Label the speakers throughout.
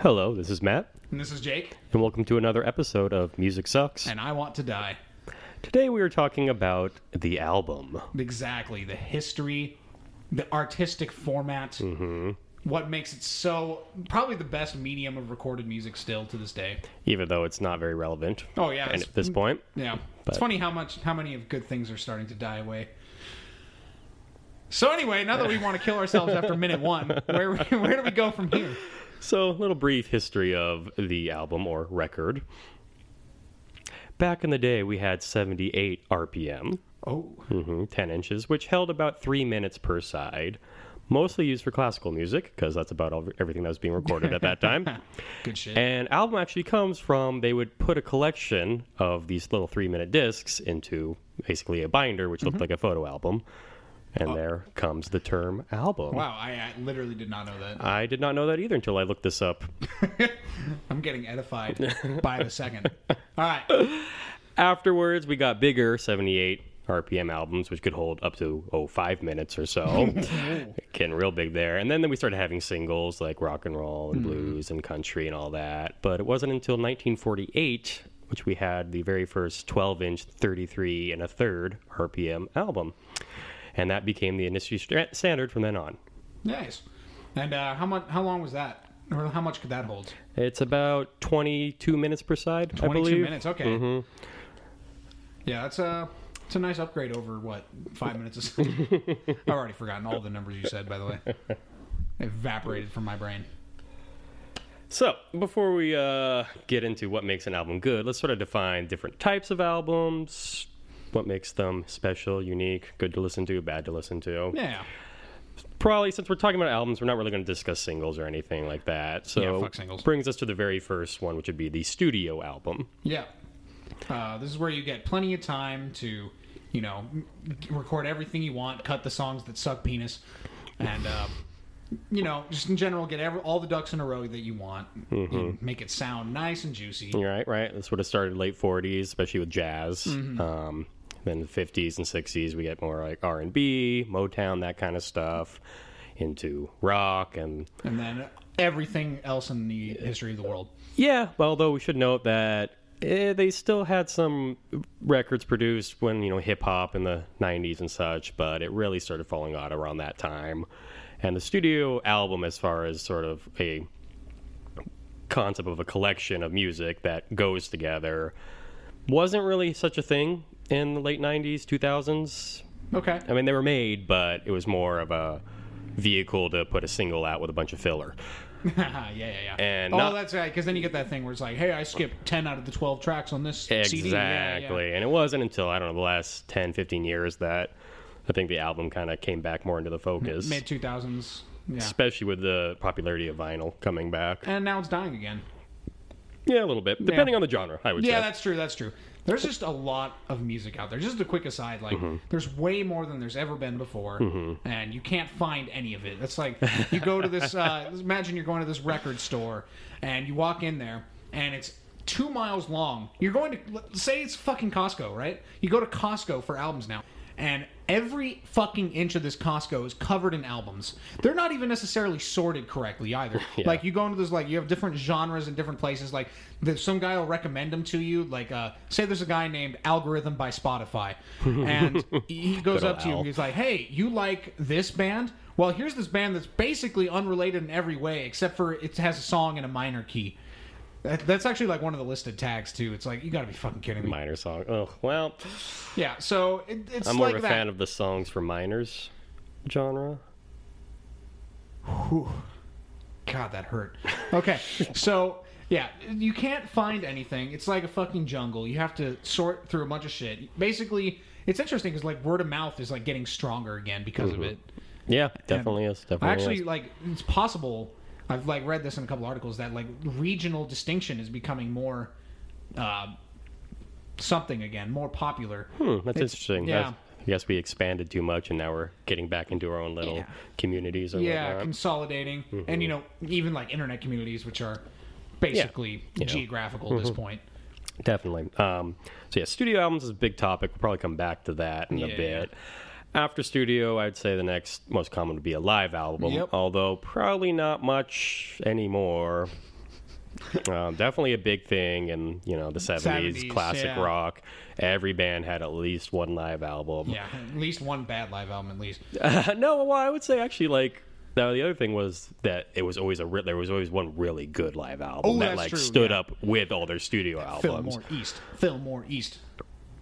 Speaker 1: Hello, this is Matt,
Speaker 2: And this is Jake,
Speaker 1: and welcome to another episode of Music Sucks.
Speaker 2: and I want to die.
Speaker 1: Today we are talking about the album.
Speaker 2: Exactly. The history, the artistic format, what makes it so probably the best medium of recorded music still to this day.
Speaker 1: even though it's not very relevant.
Speaker 2: Oh, yeah,
Speaker 1: and
Speaker 2: it's-
Speaker 1: at this point,
Speaker 2: Yeah. it's funny how much how many of good things are starting to die away. So anyway, now that we want to kill ourselves after minute one, where where do we go from here?
Speaker 1: so a little brief history of the album or record. Back in the day, we had 78 RPM,
Speaker 2: Oh,
Speaker 1: hmm 10 inches, which held about three minutes per side. Mostly used for classical music because that's about all, everything that was being recorded at that time.
Speaker 2: good shit.
Speaker 1: And album actually comes from they would put a collection of these little three minute discs into basically a binder, which looked like a photo album. And there comes the term album.
Speaker 2: wow, I, I literally did not know that.
Speaker 1: I did not know that either until I looked this up.
Speaker 2: I'm getting edified by the second. All right.
Speaker 1: Afterwards, we got bigger 78 RPM albums, which could hold up to, oh, five minutes or so. Getting real big there. And then, then we started having singles like rock and roll
Speaker 2: Hmm.
Speaker 1: and blues and country and all that. But it wasn't until 1948, which we had the very first 12 inch 33 and a third RPM album. And that became the industry stra- standard from then on.
Speaker 2: Nice. And uh, how much? How long was that? Or how much could that hold?
Speaker 1: It's about 22 minutes per side, I
Speaker 2: Twenty-two
Speaker 1: believe. Mm-hmm.
Speaker 2: minutes. Okay. Yeah, that's a it's a nice upgrade over what five minutes. Is... I've already forgotten all the numbers you said. By the way, evaporated from my brain.
Speaker 1: So, before we uh, get into what makes an album good, let's sort of define different types of albums, what makes them special, unique, good to listen to, bad to listen to.
Speaker 2: Yeah.
Speaker 1: Probably, since we're talking about albums, we're not really going to discuss singles or anything like that. So,
Speaker 2: Yeah, fuck singles.
Speaker 1: brings us to the very first one, which would be the studio album.
Speaker 2: Yeah. Uh, this is where you get plenty of time to, you know, m- record everything you want, cut the songs that suck penis, and, uh, you know, just in general, get every, all the ducks in a row that you want. You
Speaker 1: Mm-hmm.
Speaker 2: make it sound nice and juicy.
Speaker 1: You're Right, right. This would have started late '40s, especially with jazz.
Speaker 2: Mm-hmm.
Speaker 1: Um, then the '50s and '60s, we get more like R&B, Motown, that kind of stuff, into rock and
Speaker 2: And then everything else in the history of the world.
Speaker 1: Yeah, well, although we should note that eh, they still had some records produced when you know hip hop in the '90s and such, but it really started falling out around that time. And the studio album, as far as sort of a concept of a collection of music that goes together, wasn't really such a thing in the late '90s, 2000s.
Speaker 2: Okay.
Speaker 1: I mean, they were made, but it was more of a vehicle to put a single out with a bunch of filler.
Speaker 2: yeah, yeah, yeah.
Speaker 1: And
Speaker 2: oh,
Speaker 1: not-
Speaker 2: that's right. Because then you get that thing where it's like, hey, I skipped 10 out of the 12 tracks on this CD.
Speaker 1: Exactly.
Speaker 2: Yeah, yeah.
Speaker 1: And it wasn't until, I don't know, the last 10, 15 years that I think the album kind of came back more into the focus.
Speaker 2: Mid 2000s. Yeah.
Speaker 1: Especially with the popularity of vinyl coming back.
Speaker 2: And now it's dying again.
Speaker 1: Yeah, a little bit. Depending on the genre, I would
Speaker 2: Yeah,
Speaker 1: say.
Speaker 2: that's true. That's true. There's just a lot of music out there. Just a quick aside, like
Speaker 1: Mm-hmm.
Speaker 2: there's way more than there's ever been before, and you can't find any of it. That's like you go to this. Uh, imagine you're going to this record store, and you walk in there, and it's two miles long. You're going to say it's fucking Costco, right? You go to Costco for albums now. And every fucking inch of this Costco is covered in albums. They're not even necessarily sorted correctly either. Like you go into this, like you have different genres in different places. Like there's some guy will recommend them to you. Like uh, say there's a guy named Algorithm by Spotify, and he goes
Speaker 1: Good
Speaker 2: up to you
Speaker 1: old Al.
Speaker 2: and he's like, "Hey, you like this band? Well, here's this band that's basically unrelated in every way except for it has a song in a minor key." That- That's actually like one of the listed tags too. It's like you got to be fucking kidding me.
Speaker 1: Minor song. Oh, well,
Speaker 2: Yeah, so it, it's
Speaker 1: I'm more
Speaker 2: like
Speaker 1: of a
Speaker 2: that.
Speaker 1: fan of the songs for minors genre.
Speaker 2: God, that hurt. Okay, so yeah, you can't find anything. It's like a fucking jungle. You have to sort through a bunch of shit. Basically, it's interesting because like word of mouth is like getting stronger again because of it.
Speaker 1: Yeah, Mm-hmm. definitely is. Definitely
Speaker 2: I actually
Speaker 1: is.
Speaker 2: like it's possible. I've like read this in a couple articles that like regional distinction is becoming more uh, something again, more popular.
Speaker 1: Hmm, that's interesting.
Speaker 2: yeah.
Speaker 1: That's- I guess we expanded too much, and now we're getting back into our own little
Speaker 2: Yeah.
Speaker 1: communities and
Speaker 2: yeah
Speaker 1: whatnot.
Speaker 2: consolidating
Speaker 1: Mm-hmm.
Speaker 2: and you know even like internet communities which are basically geographical at this
Speaker 1: Mm-hmm.
Speaker 2: point
Speaker 1: Definitely. Um, so yeah, studio albums is a big topic. We'll probably come back to that in
Speaker 2: Yeah.
Speaker 1: a bit. After studio, I'd say the next most common would be a live album,
Speaker 2: Yep.
Speaker 1: although probably not much anymore. um, definitely a big thing in you know the 70s,
Speaker 2: 70s,
Speaker 1: classic
Speaker 2: yeah.
Speaker 1: rock. Every band had at least one live album.
Speaker 2: Yeah, at least one bad live album, at least.
Speaker 1: no, well, I would say actually like. Now the other thing was that it was always a re- there was always one really good live album
Speaker 2: Oh,
Speaker 1: that
Speaker 2: that's
Speaker 1: like
Speaker 2: true,
Speaker 1: stood
Speaker 2: yeah.
Speaker 1: up with all their studio albums
Speaker 2: Fillmore East. Fillmore East.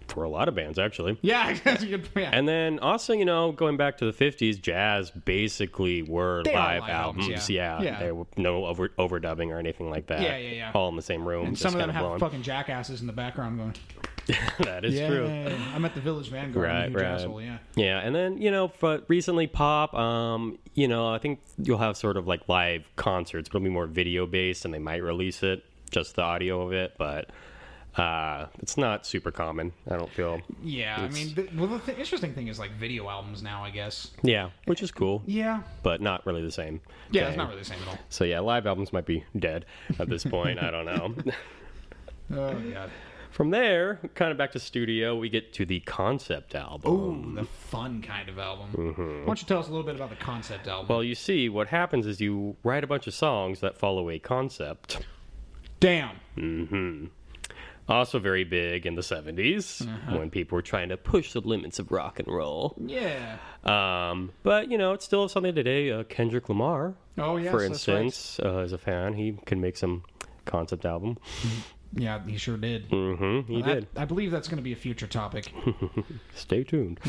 Speaker 1: for a lot of bands actually.
Speaker 2: Yeah, that's a good. Yeah.
Speaker 1: And then also, you know, going back to the 50s, jazz basically were
Speaker 2: They are
Speaker 1: live,
Speaker 2: live
Speaker 1: albums.
Speaker 2: albums,
Speaker 1: Yeah.
Speaker 2: yeah. Yeah.
Speaker 1: There were no over, overdubbing or anything like that.
Speaker 2: Yeah, yeah, yeah.
Speaker 1: All in the same room.
Speaker 2: And
Speaker 1: just
Speaker 2: some of them have
Speaker 1: kind of
Speaker 2: fucking jackasses in the background going,
Speaker 1: blowing. that is
Speaker 2: yeah,
Speaker 1: true.
Speaker 2: I'm at the Village Vanguard. I'm a
Speaker 1: Right,
Speaker 2: huge
Speaker 1: right.
Speaker 2: asshole, yeah.
Speaker 1: Yeah, and then you know, but recently pop, um, you know, I think you'll have sort of like live concerts, but it'll be more video based, and they might release it just the audio of it, but uh, it's not super common. I don't feel.
Speaker 2: Yeah, I mean, the, well, the th- interesting thing is like video albums now, I guess.
Speaker 1: Yeah, which is cool,
Speaker 2: Yeah.
Speaker 1: but not really the same.
Speaker 2: Yeah,
Speaker 1: thing.
Speaker 2: it's not really the same at all.
Speaker 1: So yeah, live albums might be dead at this point. I don't know.
Speaker 2: Oh god.
Speaker 1: From there, kind of back to studio, we get to the concept album.
Speaker 2: Ooh, the fun kind of album.
Speaker 1: Mm-hmm.
Speaker 2: Why don't you tell us a little bit about the concept album?
Speaker 1: Well, you see, what happens is you write a bunch of songs that follow a concept.
Speaker 2: Damn.
Speaker 1: mm. Also, very big in the 70s
Speaker 2: Uh-huh.
Speaker 1: when people were trying to push the limits of rock and roll.
Speaker 2: Yeah.
Speaker 1: Um, but, you know, it's still something today. Uh, Kendrick Lamar,
Speaker 2: Oh yes,
Speaker 1: for
Speaker 2: that's right.
Speaker 1: instance, uh, as a fan, he can make some concept album.
Speaker 2: Yeah, he sure did.
Speaker 1: hmm he
Speaker 2: That-
Speaker 1: did.
Speaker 2: I believe that's going to be a future topic.
Speaker 1: Stay tuned.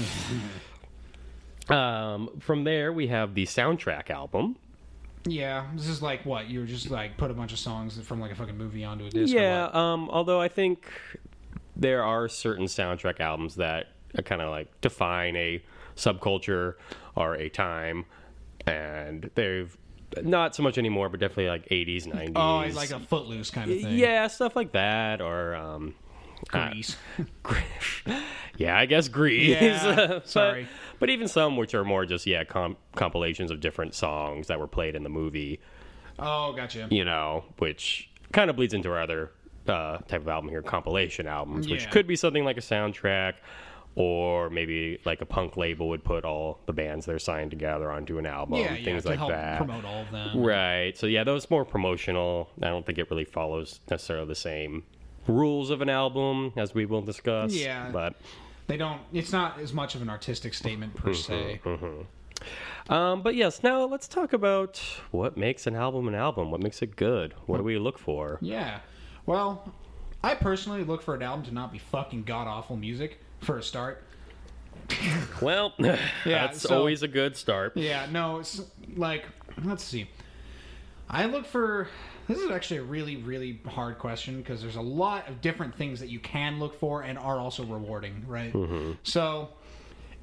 Speaker 1: um, from there, we have the soundtrack album.
Speaker 2: yeah, this is like what you were just like put a bunch of songs from like a fucking movie onto a disc. or
Speaker 1: Yeah,
Speaker 2: what?
Speaker 1: um, although I think there are certain soundtrack albums that kind of like define a subculture or a time, and they've not so much anymore, but definitely like 80s, 90s.
Speaker 2: Oh, it's like a Footloose kind of thing.
Speaker 1: yeah, stuff like that, or um, uh,
Speaker 2: Grease.
Speaker 1: yeah, I guess Grease.
Speaker 2: Yeah,
Speaker 1: But-
Speaker 2: sorry.
Speaker 1: but even some which are more just yeah com- compilations of different songs that were played in the movie
Speaker 2: oh, gotcha.
Speaker 1: you know, which kind of bleeds into our other uh, type of album here, compilation albums, which
Speaker 2: Yeah.
Speaker 1: could be something like a soundtrack or maybe like a punk label would put all the bands they're signed together onto an album,
Speaker 2: yeah, yeah.
Speaker 1: things
Speaker 2: To
Speaker 1: like
Speaker 2: help
Speaker 1: that.
Speaker 2: promote all of them.
Speaker 1: Right. So yeah, those more promotional. I don't think it really follows necessarily the same rules of an album as we will discuss.
Speaker 2: Yeah.
Speaker 1: But
Speaker 2: They don't. It's not as much of an artistic statement per
Speaker 1: Mm-hmm,
Speaker 2: se.
Speaker 1: um but yes, now let's talk about what makes an album an album. What makes it good? What do we look for?
Speaker 2: Yeah. Well, I personally look for an album to not be fucking god awful music for a start.
Speaker 1: Well, that's
Speaker 2: so-
Speaker 1: always a good start.
Speaker 2: Yeah, no, it's like let's see. I look for this is actually a really really hard question because there's a lot of different things that you can look for and are also rewarding, right? So,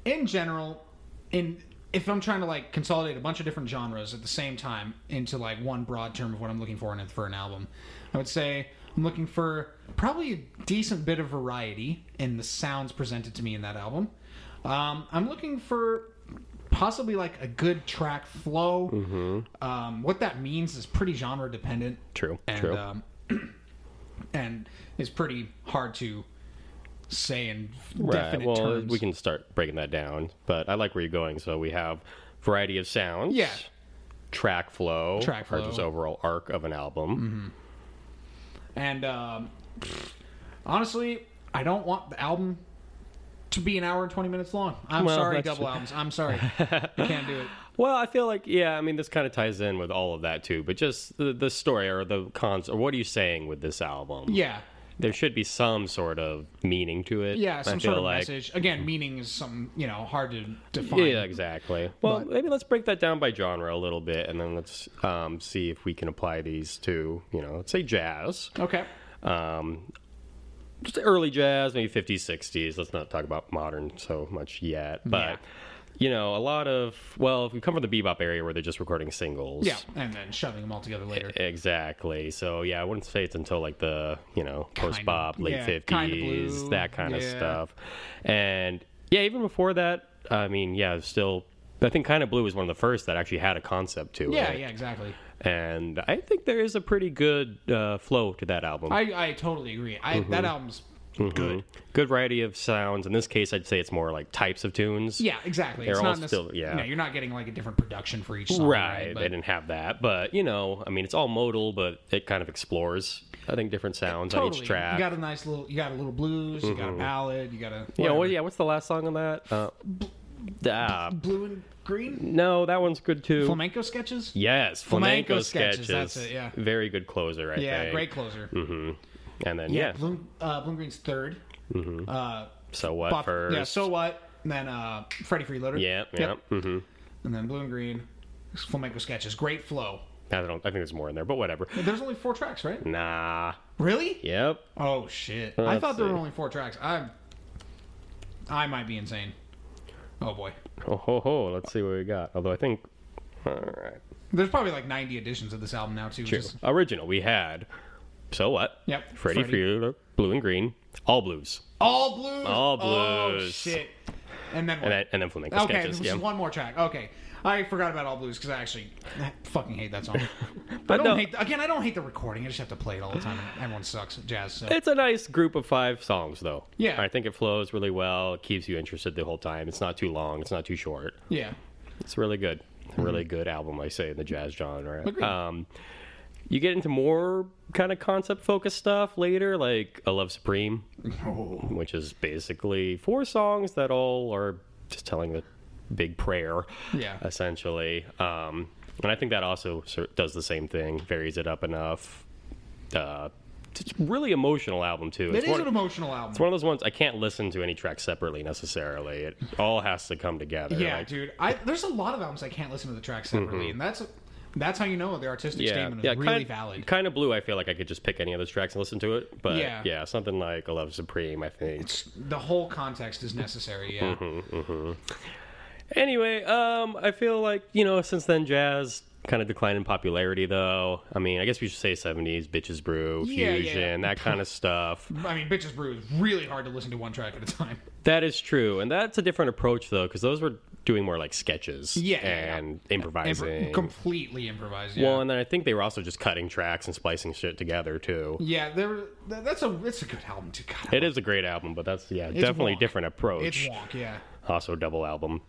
Speaker 2: in general, in if I'm trying to like consolidate a bunch of different genres at the same time into like one broad term of what I'm looking for in for an album, I would say I'm looking for probably a decent bit of variety in the sounds presented to me in that album. Um, I'm looking for possibly like a good track flow.
Speaker 1: Mm-hmm.
Speaker 2: Um, what that means is pretty genre dependent
Speaker 1: True.
Speaker 2: and
Speaker 1: true.
Speaker 2: um, and is pretty hard to say in
Speaker 1: Right.
Speaker 2: definite
Speaker 1: Well,
Speaker 2: terms.
Speaker 1: we can start breaking that down, but I like where you're going. So we have variety of sounds.
Speaker 2: Yeah.
Speaker 1: Track flow.
Speaker 2: Track
Speaker 1: Or just
Speaker 2: flow. Mm-hmm.
Speaker 1: overall arc of an album.
Speaker 2: And um, honestly, I don't want the album to be an hour and 20 minutes long. I'm
Speaker 1: Well,
Speaker 2: sorry,
Speaker 1: that's-
Speaker 2: double albums. I'm sorry. I can't do it.
Speaker 1: Well, I feel like yeah. I mean, this kind of ties in with all of that too. But just the, the story or the cons or what are you saying with this album?
Speaker 2: Yeah.
Speaker 1: There should be some sort of meaning to it.
Speaker 2: Yeah,
Speaker 1: I
Speaker 2: some
Speaker 1: feel
Speaker 2: sort of
Speaker 1: like.
Speaker 2: message. Again, meaning is something, you know, hard to define.
Speaker 1: Yeah, exactly. Well, maybe let's break that down by genre a little bit, and then let's um, see if we can apply these to, you know, let's say jazz.
Speaker 2: Okay.
Speaker 1: um, just early jazz, maybe 50s, 60s. Let's not talk about modern so much yet. But,
Speaker 2: Yeah.
Speaker 1: you know, a lot of, well, if we come from the bebop area where they're just recording singles.
Speaker 2: Yeah, and then shoving them all together later.
Speaker 1: Exactly. So, yeah, I wouldn't say it's until like the, you know, post bop, late
Speaker 2: yeah,
Speaker 1: 50s,
Speaker 2: Kinda Blue,
Speaker 1: that kind of
Speaker 2: yeah.
Speaker 1: stuff. And, yeah, even before that, I mean, yeah, it's still. I think Kind of Blue was one of the first that actually had a concept to
Speaker 2: Yeah,
Speaker 1: it.
Speaker 2: yeah, exactly.
Speaker 1: And I think there is a pretty good uh, flow to that album. Mm-hmm.
Speaker 2: I, I totally agree. I, That album's
Speaker 3: good.
Speaker 1: Good variety of sounds. In this case, I'd say it's more like types of tunes.
Speaker 2: Yeah, exactly.
Speaker 1: They're
Speaker 2: it's
Speaker 1: all
Speaker 2: not necess-
Speaker 1: still- yeah.
Speaker 2: No, you're not getting like a different production for each song.
Speaker 1: Right,
Speaker 2: But
Speaker 1: they didn't have that, but you know, I mean, it's all modal, but it kind of explores, I think, different sounds on
Speaker 2: totally.
Speaker 1: each track. Mm-hmm.
Speaker 2: You got a nice little. You got a little blues. You got a ballad. You got a.
Speaker 1: yeah,
Speaker 2: whatever.
Speaker 1: well, yeah. What's the last song on that? Uh, ah,
Speaker 2: Blue and green.
Speaker 1: no, that one's good too.
Speaker 2: Flamenco sketches.
Speaker 1: yes, flamenco,
Speaker 2: Flamenco
Speaker 1: sketches.
Speaker 2: sketches, that's it, yeah.
Speaker 1: very good closer, I
Speaker 2: Yeah,
Speaker 1: think.
Speaker 2: great closer.
Speaker 1: Mm-hmm. And then
Speaker 2: Yeah,
Speaker 1: yeah,
Speaker 2: Blue, uh, Blue and green's 3rd Uh,
Speaker 1: so what
Speaker 2: Bop-
Speaker 1: Mm-hmm. first?
Speaker 2: Yeah, so what? And then uh, Freddy Freeloader.
Speaker 1: yeah, yeah. hmm
Speaker 2: And then Blue and Green, Flamenco Sketches. Great flow.
Speaker 1: I don't. I think there's more in there, but whatever.
Speaker 2: There's only four tracks, right?
Speaker 1: Nah.
Speaker 2: Really?
Speaker 1: Yep.
Speaker 2: Oh shit! I
Speaker 1: Let's
Speaker 2: thought there
Speaker 1: see.
Speaker 2: were only four tracks. I, I might be insane. Oh boy,
Speaker 1: Oh ho ho. Let's see what we got. Although I think. All right.
Speaker 2: there's probably like 90 editions of this album now too. which
Speaker 1: True.
Speaker 2: is-
Speaker 1: Original we had. So what?
Speaker 2: Yep,
Speaker 1: Freddie,
Speaker 2: Freddie.
Speaker 1: Freeler, Blue and Green, all blues,
Speaker 2: all blues.
Speaker 1: All
Speaker 2: Oh
Speaker 1: blues.
Speaker 2: shit! And then what?
Speaker 1: and then, and then flamenco
Speaker 2: Oh. okay,
Speaker 1: sketches.
Speaker 2: this
Speaker 1: Yeah.
Speaker 2: is one more track. Okay, I forgot about all blues because I actually I fucking hate that song. I
Speaker 1: But
Speaker 2: don't
Speaker 1: no.
Speaker 2: hate again. I don't hate the recording. I just have to play it all the time. Everyone sucks at jazz. So.
Speaker 1: It's a nice group of five songs, though.
Speaker 2: Yeah.
Speaker 1: I think it flows really well. It keeps you interested the whole time. It's not too long. It's not too short.
Speaker 2: Yeah.
Speaker 1: It's really good. Really good album, I say, in the jazz genre.
Speaker 2: Mm-hmm. Agreed.
Speaker 1: Um, you get into more kind of concept focused stuff later, like I Love Supreme,
Speaker 2: Oh.
Speaker 1: which is basically four songs that all are just telling the big prayer,
Speaker 2: Yeah.
Speaker 1: essentially. Um, and I think that also sort of does the same thing, varies it up enough. Uh, it's a really emotional album too.
Speaker 2: It
Speaker 1: It's
Speaker 2: is
Speaker 1: one-
Speaker 2: an emotional album.
Speaker 1: it's one of those ones I can't listen to any track separately necessarily. It all has to come together.
Speaker 2: Yeah,
Speaker 1: like- Mm-hmm.
Speaker 2: dude. I there's a lot of albums I can't listen to the tracks separately, and that's that's how you know the artistic statement is really
Speaker 1: kind,
Speaker 2: valid.
Speaker 1: Kind of blue. I feel like I could just pick any of those tracks and listen to it. But
Speaker 2: Yeah.
Speaker 1: yeah, something like I Love Supreme. I think.
Speaker 2: The whole context is necessary. Yeah,
Speaker 1: Mm-hmm. Anyway, um, I feel like you know since then jazz kind of declined in popularity though. I mean, I guess we should say '70s bitches brew,
Speaker 2: Yeah, yeah, yeah.
Speaker 1: fusion, that kind of stuff.
Speaker 2: I mean, "Bitches Brew" is really hard to listen to one track at a time.
Speaker 1: That is true, and that's a different approach though, because those were doing more like sketches,
Speaker 2: Yeah, yeah, yeah.
Speaker 1: and
Speaker 2: Impro-
Speaker 1: improvising.
Speaker 2: completely improvised. Yeah,
Speaker 1: Well, and then I think they were also just cutting tracks and splicing shit together too.
Speaker 2: yeah. There, were- th- that's a it's a good album too. God, I
Speaker 1: It is a great album, but that's yeah, definitely
Speaker 2: wonk.
Speaker 1: different
Speaker 2: love- it's
Speaker 1: approach.
Speaker 2: wonk. Yeah,
Speaker 1: Also double album.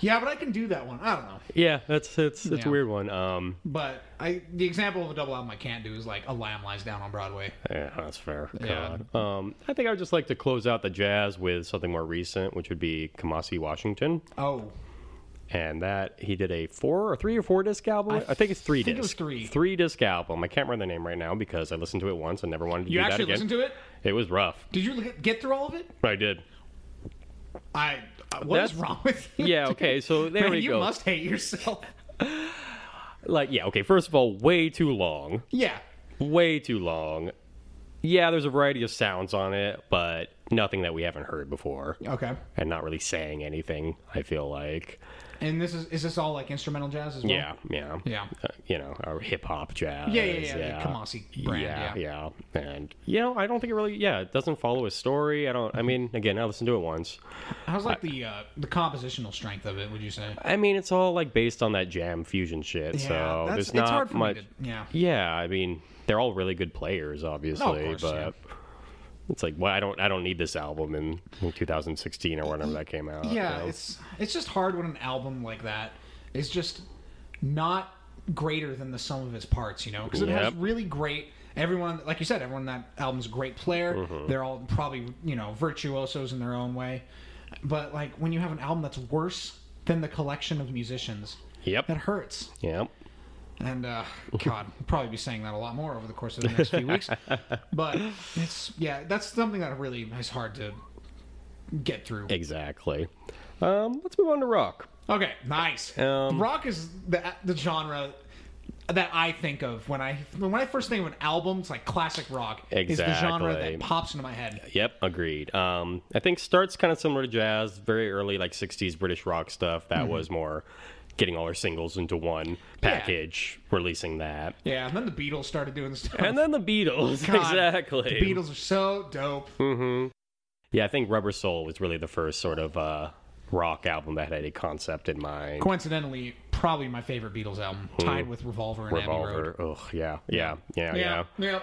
Speaker 2: yeah. But I can do that one. I don't know.
Speaker 1: Yeah, that's it's it's
Speaker 2: Yeah.
Speaker 1: a weird one. Um,
Speaker 2: But I the example of a double album I can't do is like "A Lamb Lies Down on Broadway."
Speaker 1: yeah, that's fair.
Speaker 2: Yeah.
Speaker 1: God. Um, I think I would just like to close out the jazz with something more recent, which would be Kamasi Washington,
Speaker 2: Oh,
Speaker 1: and that he did a four or three or four disc album. I, think it's three
Speaker 2: think it was
Speaker 1: disc,
Speaker 2: three.
Speaker 1: disc album. I can't remember the name right now because I listened to it once and never wanted to
Speaker 2: you
Speaker 1: do that
Speaker 2: actually
Speaker 1: again.
Speaker 2: listened to it?
Speaker 1: it was rough,
Speaker 2: Did you look- get through all of it?
Speaker 1: but I did.
Speaker 2: I uh, what is
Speaker 1: That's-
Speaker 2: wrong with you?
Speaker 1: Yeah. Okay. So there
Speaker 2: Man,
Speaker 1: we
Speaker 2: you
Speaker 1: go.
Speaker 2: must hate yourself.
Speaker 1: Like, yeah. Okay. First of all, way too long.
Speaker 2: yeah.
Speaker 1: way too long. Yeah, there's a variety of sounds on it, but nothing that we haven't heard before.
Speaker 2: Okay.
Speaker 1: And not really saying anything, I feel like.
Speaker 2: And this is is this all like instrumental jazz as well?
Speaker 1: Yeah, yeah.
Speaker 2: Yeah.
Speaker 1: Uh, you know, our hip hop jazz.
Speaker 2: Yeah, yeah, yeah, the Kamasi brand,
Speaker 1: yeah, yeah. And, you know, I don't think it really, yeah, it doesn't follow a story. I don't, I mean, again, I listened to it once.
Speaker 2: How's like the uh, the compositional strength of it? Would you say?
Speaker 1: I mean, it's all like based on that jam fusion shit.
Speaker 2: Yeah,
Speaker 1: so
Speaker 2: that's-
Speaker 1: there's
Speaker 2: it's
Speaker 1: not
Speaker 2: hard for me
Speaker 1: much.
Speaker 2: to- yeah.
Speaker 1: yeah. I mean, they're all really good players, obviously,
Speaker 2: Oh, course,
Speaker 1: but
Speaker 2: yeah.
Speaker 1: it's like, well, I don't, I don't need this album in, in 2016 or whenever that came out.
Speaker 2: Yeah,
Speaker 1: you know?
Speaker 2: it's it's just hard when an album like that is just not greater than the sum of its parts, you know? Because it has
Speaker 1: Yep.
Speaker 2: really great everyone, like you said, everyone on that album's a great player.
Speaker 1: Mm-hmm.
Speaker 2: They're all probably you know virtuosos in their own way, but like when you have an album that's worse than the collection of musicians,
Speaker 1: Yep.
Speaker 2: that hurts.
Speaker 1: yeah.
Speaker 2: And uh, God, I'll probably be saying that a lot more over the course of the next few weeks. But it's yeah, that's something that really is hard to get through.
Speaker 1: Exactly. Um, let's move on to rock.
Speaker 2: Okay, nice.
Speaker 1: Um,
Speaker 2: Rock is the the genre that I think of when I when I first think of an album. It's like classic rock is the genre
Speaker 1: Exactly.
Speaker 2: that pops into my head.
Speaker 1: Yep, agreed. Um, I think starts kind of similar to jazz, very early like '60s British rock stuff. That
Speaker 2: Mm-hmm.
Speaker 1: was more getting all our singles into one package, releasing that,
Speaker 2: Yeah, and then the Beatles started doing this stuff.
Speaker 1: and then the Beatles.
Speaker 2: God,
Speaker 1: exactly.
Speaker 2: the Beatles are so dope.
Speaker 1: Yeah, I think Rubber Soul was really the first sort of uh, rock album that had a concept in mind.
Speaker 2: Coincidentally, probably my
Speaker 1: Hmm.
Speaker 2: favorite Beatles album, tied with Revolver and Abbey Road.
Speaker 1: Revolver. Ugh, yeah, yeah, yeah, yeah,
Speaker 2: yeah.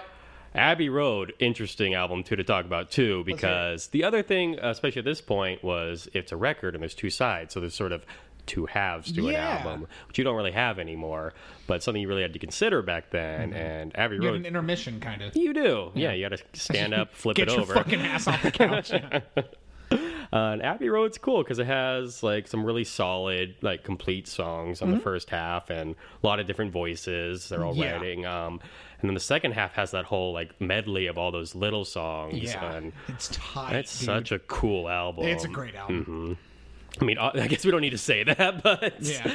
Speaker 1: Abbey Road, interesting album too to talk about too, because the other thing, especially at this point, was it's a record and there's two sides, so there's sort of two halves to
Speaker 2: Yeah.
Speaker 1: an album, which you don't really have anymore. But something you really had to consider back then, and Abbey
Speaker 2: Mm-hmm. You have
Speaker 1: Road.
Speaker 2: an intermission kind of.
Speaker 1: you do, yeah. You got to stand up, flip
Speaker 2: Get
Speaker 1: it
Speaker 2: your
Speaker 1: over.
Speaker 2: fucking ass off the couch.
Speaker 1: Uh, and Abbey Road's cool because it has like some really solid, like complete songs on the first half, and a lot of different voices. They're all
Speaker 2: Mm-hmm. Yeah.
Speaker 1: writing, um, and then the second half has that whole like medley of all those little songs.
Speaker 2: yeah,
Speaker 1: and
Speaker 2: it's tight.
Speaker 1: that's
Speaker 2: dude.
Speaker 1: such Hmm. a cool album.
Speaker 2: It's a great album.
Speaker 1: I mean, I I guess we don't need to say that, but
Speaker 2: Yeah.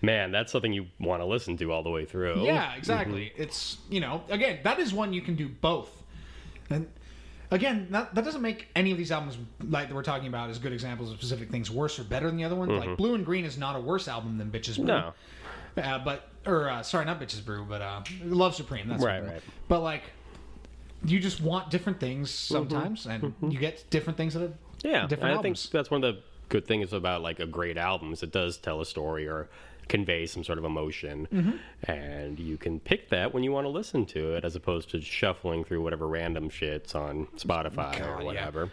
Speaker 1: man, that's something you want to listen to all the way through.
Speaker 2: Yeah, exactly. It's you know, again, that is one you can do both. And again, that, that doesn't make any of these albums like that we're talking about as good examples of specific things worse or better than the other one. Like Blue and Green is not a worse album than Bitches Brew.
Speaker 1: Mm-hmm. No.
Speaker 2: Uh, but or uh, sorry, not Bitches Brew, but uh, Love Supreme. That's
Speaker 1: Right,
Speaker 2: what I'm-
Speaker 1: right.
Speaker 2: But like, you just want different things sometimes, and you get different things that are
Speaker 1: Mm-hmm. yeah. and
Speaker 2: different
Speaker 1: I think
Speaker 2: albums.
Speaker 1: that's one of the good things about like a great album is it does tell a story or convey some sort of emotion,
Speaker 2: Mm-hmm.
Speaker 1: and you can pick that when you want to listen to it, as opposed to shuffling through whatever random shits on Spotify
Speaker 2: God,
Speaker 1: or
Speaker 2: yeah.
Speaker 1: whatever.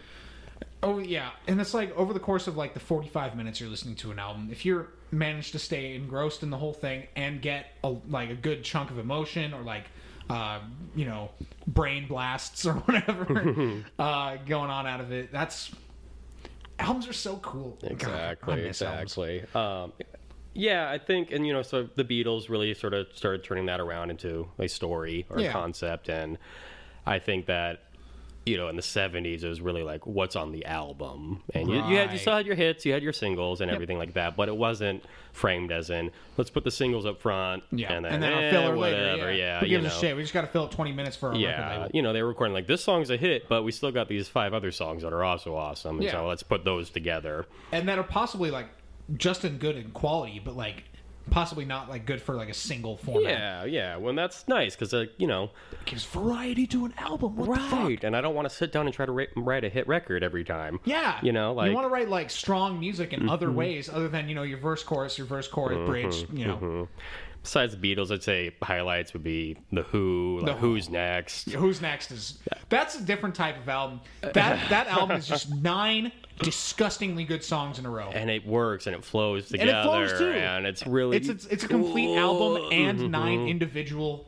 Speaker 2: Oh yeah, and it's like over the course of like the forty-five minutes you're listening to an album, if you're managed to stay engrossed in the whole thing and get a, like a good chunk of emotion or like uh, you know brain blasts or whatever uh, going on out of it, that's albums are so cool. God, I
Speaker 1: Exactly.
Speaker 2: miss albums.
Speaker 1: exactly. Um, yeah, I think, and you know, so the Beatles really sort of started turning that around into a story or
Speaker 2: Yeah.
Speaker 1: a concept, and I think that. You know, in the '70s, it was really like what's on the album, and you, you had you
Speaker 2: Right.
Speaker 1: still had your hits, you had your singles, and everything like that. But it wasn't framed as in let's put the singles up front,
Speaker 2: Yeah,
Speaker 1: and then,
Speaker 2: our
Speaker 1: eh,
Speaker 2: filler
Speaker 1: whatever,
Speaker 2: later.
Speaker 1: yeah,
Speaker 2: Who
Speaker 1: you
Speaker 2: gives
Speaker 1: know,
Speaker 2: a shit? We just got to fill up twenty minutes for our record
Speaker 1: yeah,
Speaker 2: label.
Speaker 1: you know, they were recording like this song's a hit, but we still got these five other songs that are also awesome, and
Speaker 2: Yeah.
Speaker 1: so let's put those together.
Speaker 2: and that are possibly like just in good in quality, but like possibly not like good for like a single format.
Speaker 1: Yeah, yeah. Well, that's nice because, uh, you know,
Speaker 2: It gives variety to an album. What the fuck?
Speaker 1: And I don't want to sit down and try to ra- write a hit record every time.
Speaker 2: Yeah.
Speaker 1: You know, like, Mm-hmm.
Speaker 2: you want to write like strong music in other ways other than, you know, your verse chorus, your verse chorus bridge, you know.
Speaker 1: Mm-hmm. besides the Beatles, I'd say highlights would be The Who, like
Speaker 2: The Who.
Speaker 1: Who's Next.
Speaker 2: Who's next is that's a different type of album. That that album is just nine disgustingly good songs in a row.
Speaker 1: And it works and it flows
Speaker 2: it
Speaker 1: together.
Speaker 2: flows, too.
Speaker 1: and it's really.
Speaker 2: It's it's, it's a complete album
Speaker 1: Mm-hmm.
Speaker 2: and nine individual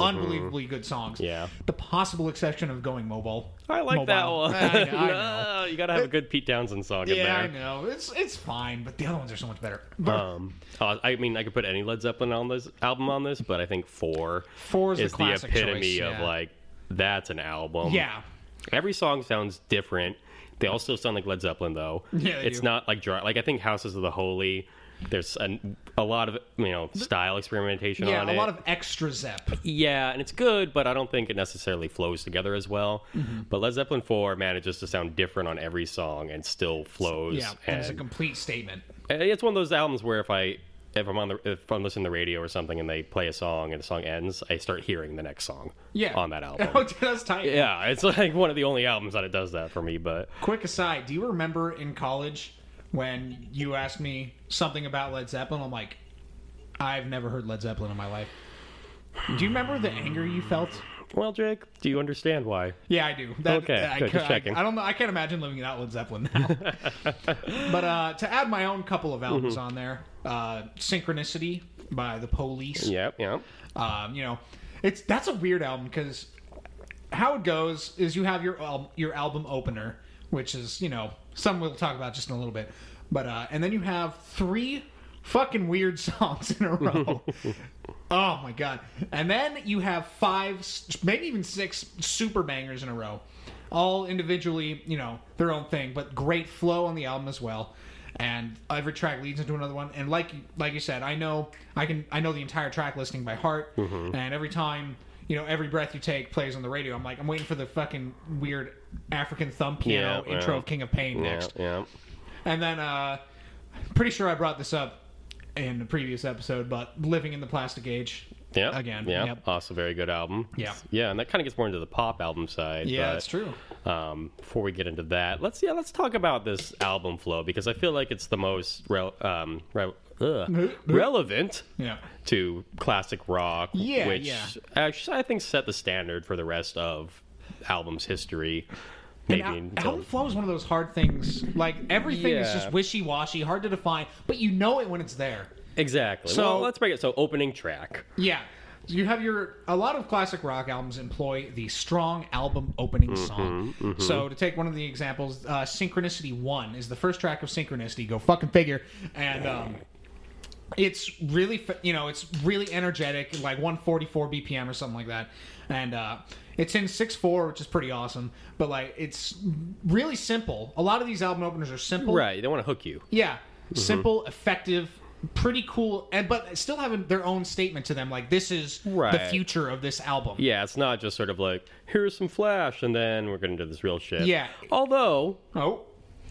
Speaker 2: unbelievably good songs.
Speaker 1: Yeah.
Speaker 2: The possible exception of Going Mobile.
Speaker 1: I like
Speaker 2: Mobile.
Speaker 1: that one.
Speaker 2: I know, I know.
Speaker 1: No, you got to have a good Pete Townsend song in
Speaker 2: Yeah,
Speaker 1: there.
Speaker 2: I know. It's it's fine, but the other ones are so much better. But
Speaker 1: Um, uh, I mean, I could put any Led Zeppelin on this album on this, but I think four,
Speaker 2: Four is the
Speaker 1: the
Speaker 2: classic
Speaker 1: epitome
Speaker 2: choice,
Speaker 1: of
Speaker 2: yeah.
Speaker 1: like that's an album.
Speaker 2: Yeah.
Speaker 1: every song sounds different. They all still sound like Led Zeppelin though.
Speaker 2: Yeah, they
Speaker 1: it's
Speaker 2: do.
Speaker 1: not like dry. Like I think Houses of the Holy. There's a, a lot of you know style experimentation
Speaker 2: yeah,
Speaker 1: on
Speaker 2: a
Speaker 1: it.
Speaker 2: lot of extra Zep.
Speaker 1: yeah, and it's good, but I don't think it necessarily flows together as well.
Speaker 2: Mm-hmm.
Speaker 1: But Led Zeppelin four manages to sound different on every song and still flows.
Speaker 2: Yeah, and it's a complete statement.
Speaker 1: Uh, It's one of those albums where if I if I'm on the if I'm listening to the radio or something and they play a song and the song ends, I start hearing the next song.
Speaker 2: Yeah.
Speaker 1: On that
Speaker 2: Oh,
Speaker 1: album.
Speaker 2: dude, that's tight.
Speaker 1: yeah, it's like one of the only albums that it does that for me. But
Speaker 2: Quick aside, do you remember in college when you asked me something about Led Zeppelin? I'm like, I've never heard Led Zeppelin in my life. Do you remember the anger you felt?
Speaker 1: well, Jake, do you understand why?
Speaker 2: Yeah, I do. That,
Speaker 1: Okay,
Speaker 2: I,
Speaker 1: good, just
Speaker 2: I-
Speaker 1: checking.
Speaker 2: I, don't know. I can't imagine living without Led Zeppelin now. but uh, to add my own couple of albums on there, uh, "Synchronicity" by the Police.
Speaker 1: Yep, yep.
Speaker 2: um, you know it's that's a weird album because how it goes is you have your al- your album opener which is you know some we'll talk about just in a little bit but uh and then you have three fucking weird songs in a row oh my god and then you have five s- maybe even six super bangers in a row all individually you know their own thing but great flow on the album as well and every track leads into another one and like like you said i know i can i know the entire track listing by heart
Speaker 1: Mm-hmm.
Speaker 2: and every time you know every breath you take plays on the radio i'm like i'm waiting for the fucking weird african thumb piano
Speaker 1: Yeah,
Speaker 2: intro
Speaker 1: yeah.
Speaker 2: of king of pain next
Speaker 1: Yeah,
Speaker 2: and then uh pretty sure i brought this up in the previous episode but living in the plastic age
Speaker 1: yeah. Yep,
Speaker 2: again
Speaker 1: Yeah.
Speaker 2: yep.
Speaker 1: Also very good album.
Speaker 2: Yeah.
Speaker 1: Yeah, and that kind of gets more into the pop album side.
Speaker 2: yeah
Speaker 1: but,
Speaker 2: that's true
Speaker 1: Um, before we get into that, let's yeah, let's talk about this album flow because I feel like it's the most rel- um, re- ugh, relevant
Speaker 2: Yeah.
Speaker 1: to classic rock,
Speaker 2: Yeah,
Speaker 1: which
Speaker 2: yeah.
Speaker 1: actually I think set the standard for the rest of albums history. Maybe
Speaker 2: Al-
Speaker 1: until
Speaker 2: Album flow is one of those hard things. Like everything is
Speaker 1: Yeah.
Speaker 2: just wishy washy, hard to define, but you know it when it's there.
Speaker 1: exactly.
Speaker 2: So-
Speaker 1: well, let's break it. So opening track.
Speaker 2: Yeah. So you have your a lot of classic rock albums employ the strong album opening song. So to take one of the examples, uh, Synchronicity One is the first track of Synchronicity. Go fucking figure. And um, it's really fa- you know it's really energetic, like 144 BPM or something like that. And uh, it's in six four, which is pretty awesome. But like it's really simple. A lot of these album openers are simple.
Speaker 1: Right, they want to hook you.
Speaker 2: Yeah,
Speaker 1: Mm-hmm.
Speaker 2: simple, effective, pretty cool, and but still having their own statement to them. Like this is the
Speaker 1: Right.
Speaker 2: future of this album.
Speaker 1: Yeah, it's not just sort of like here's some flash and then we're gonna do this real shit.
Speaker 2: Yeah.
Speaker 1: Although
Speaker 2: Oh,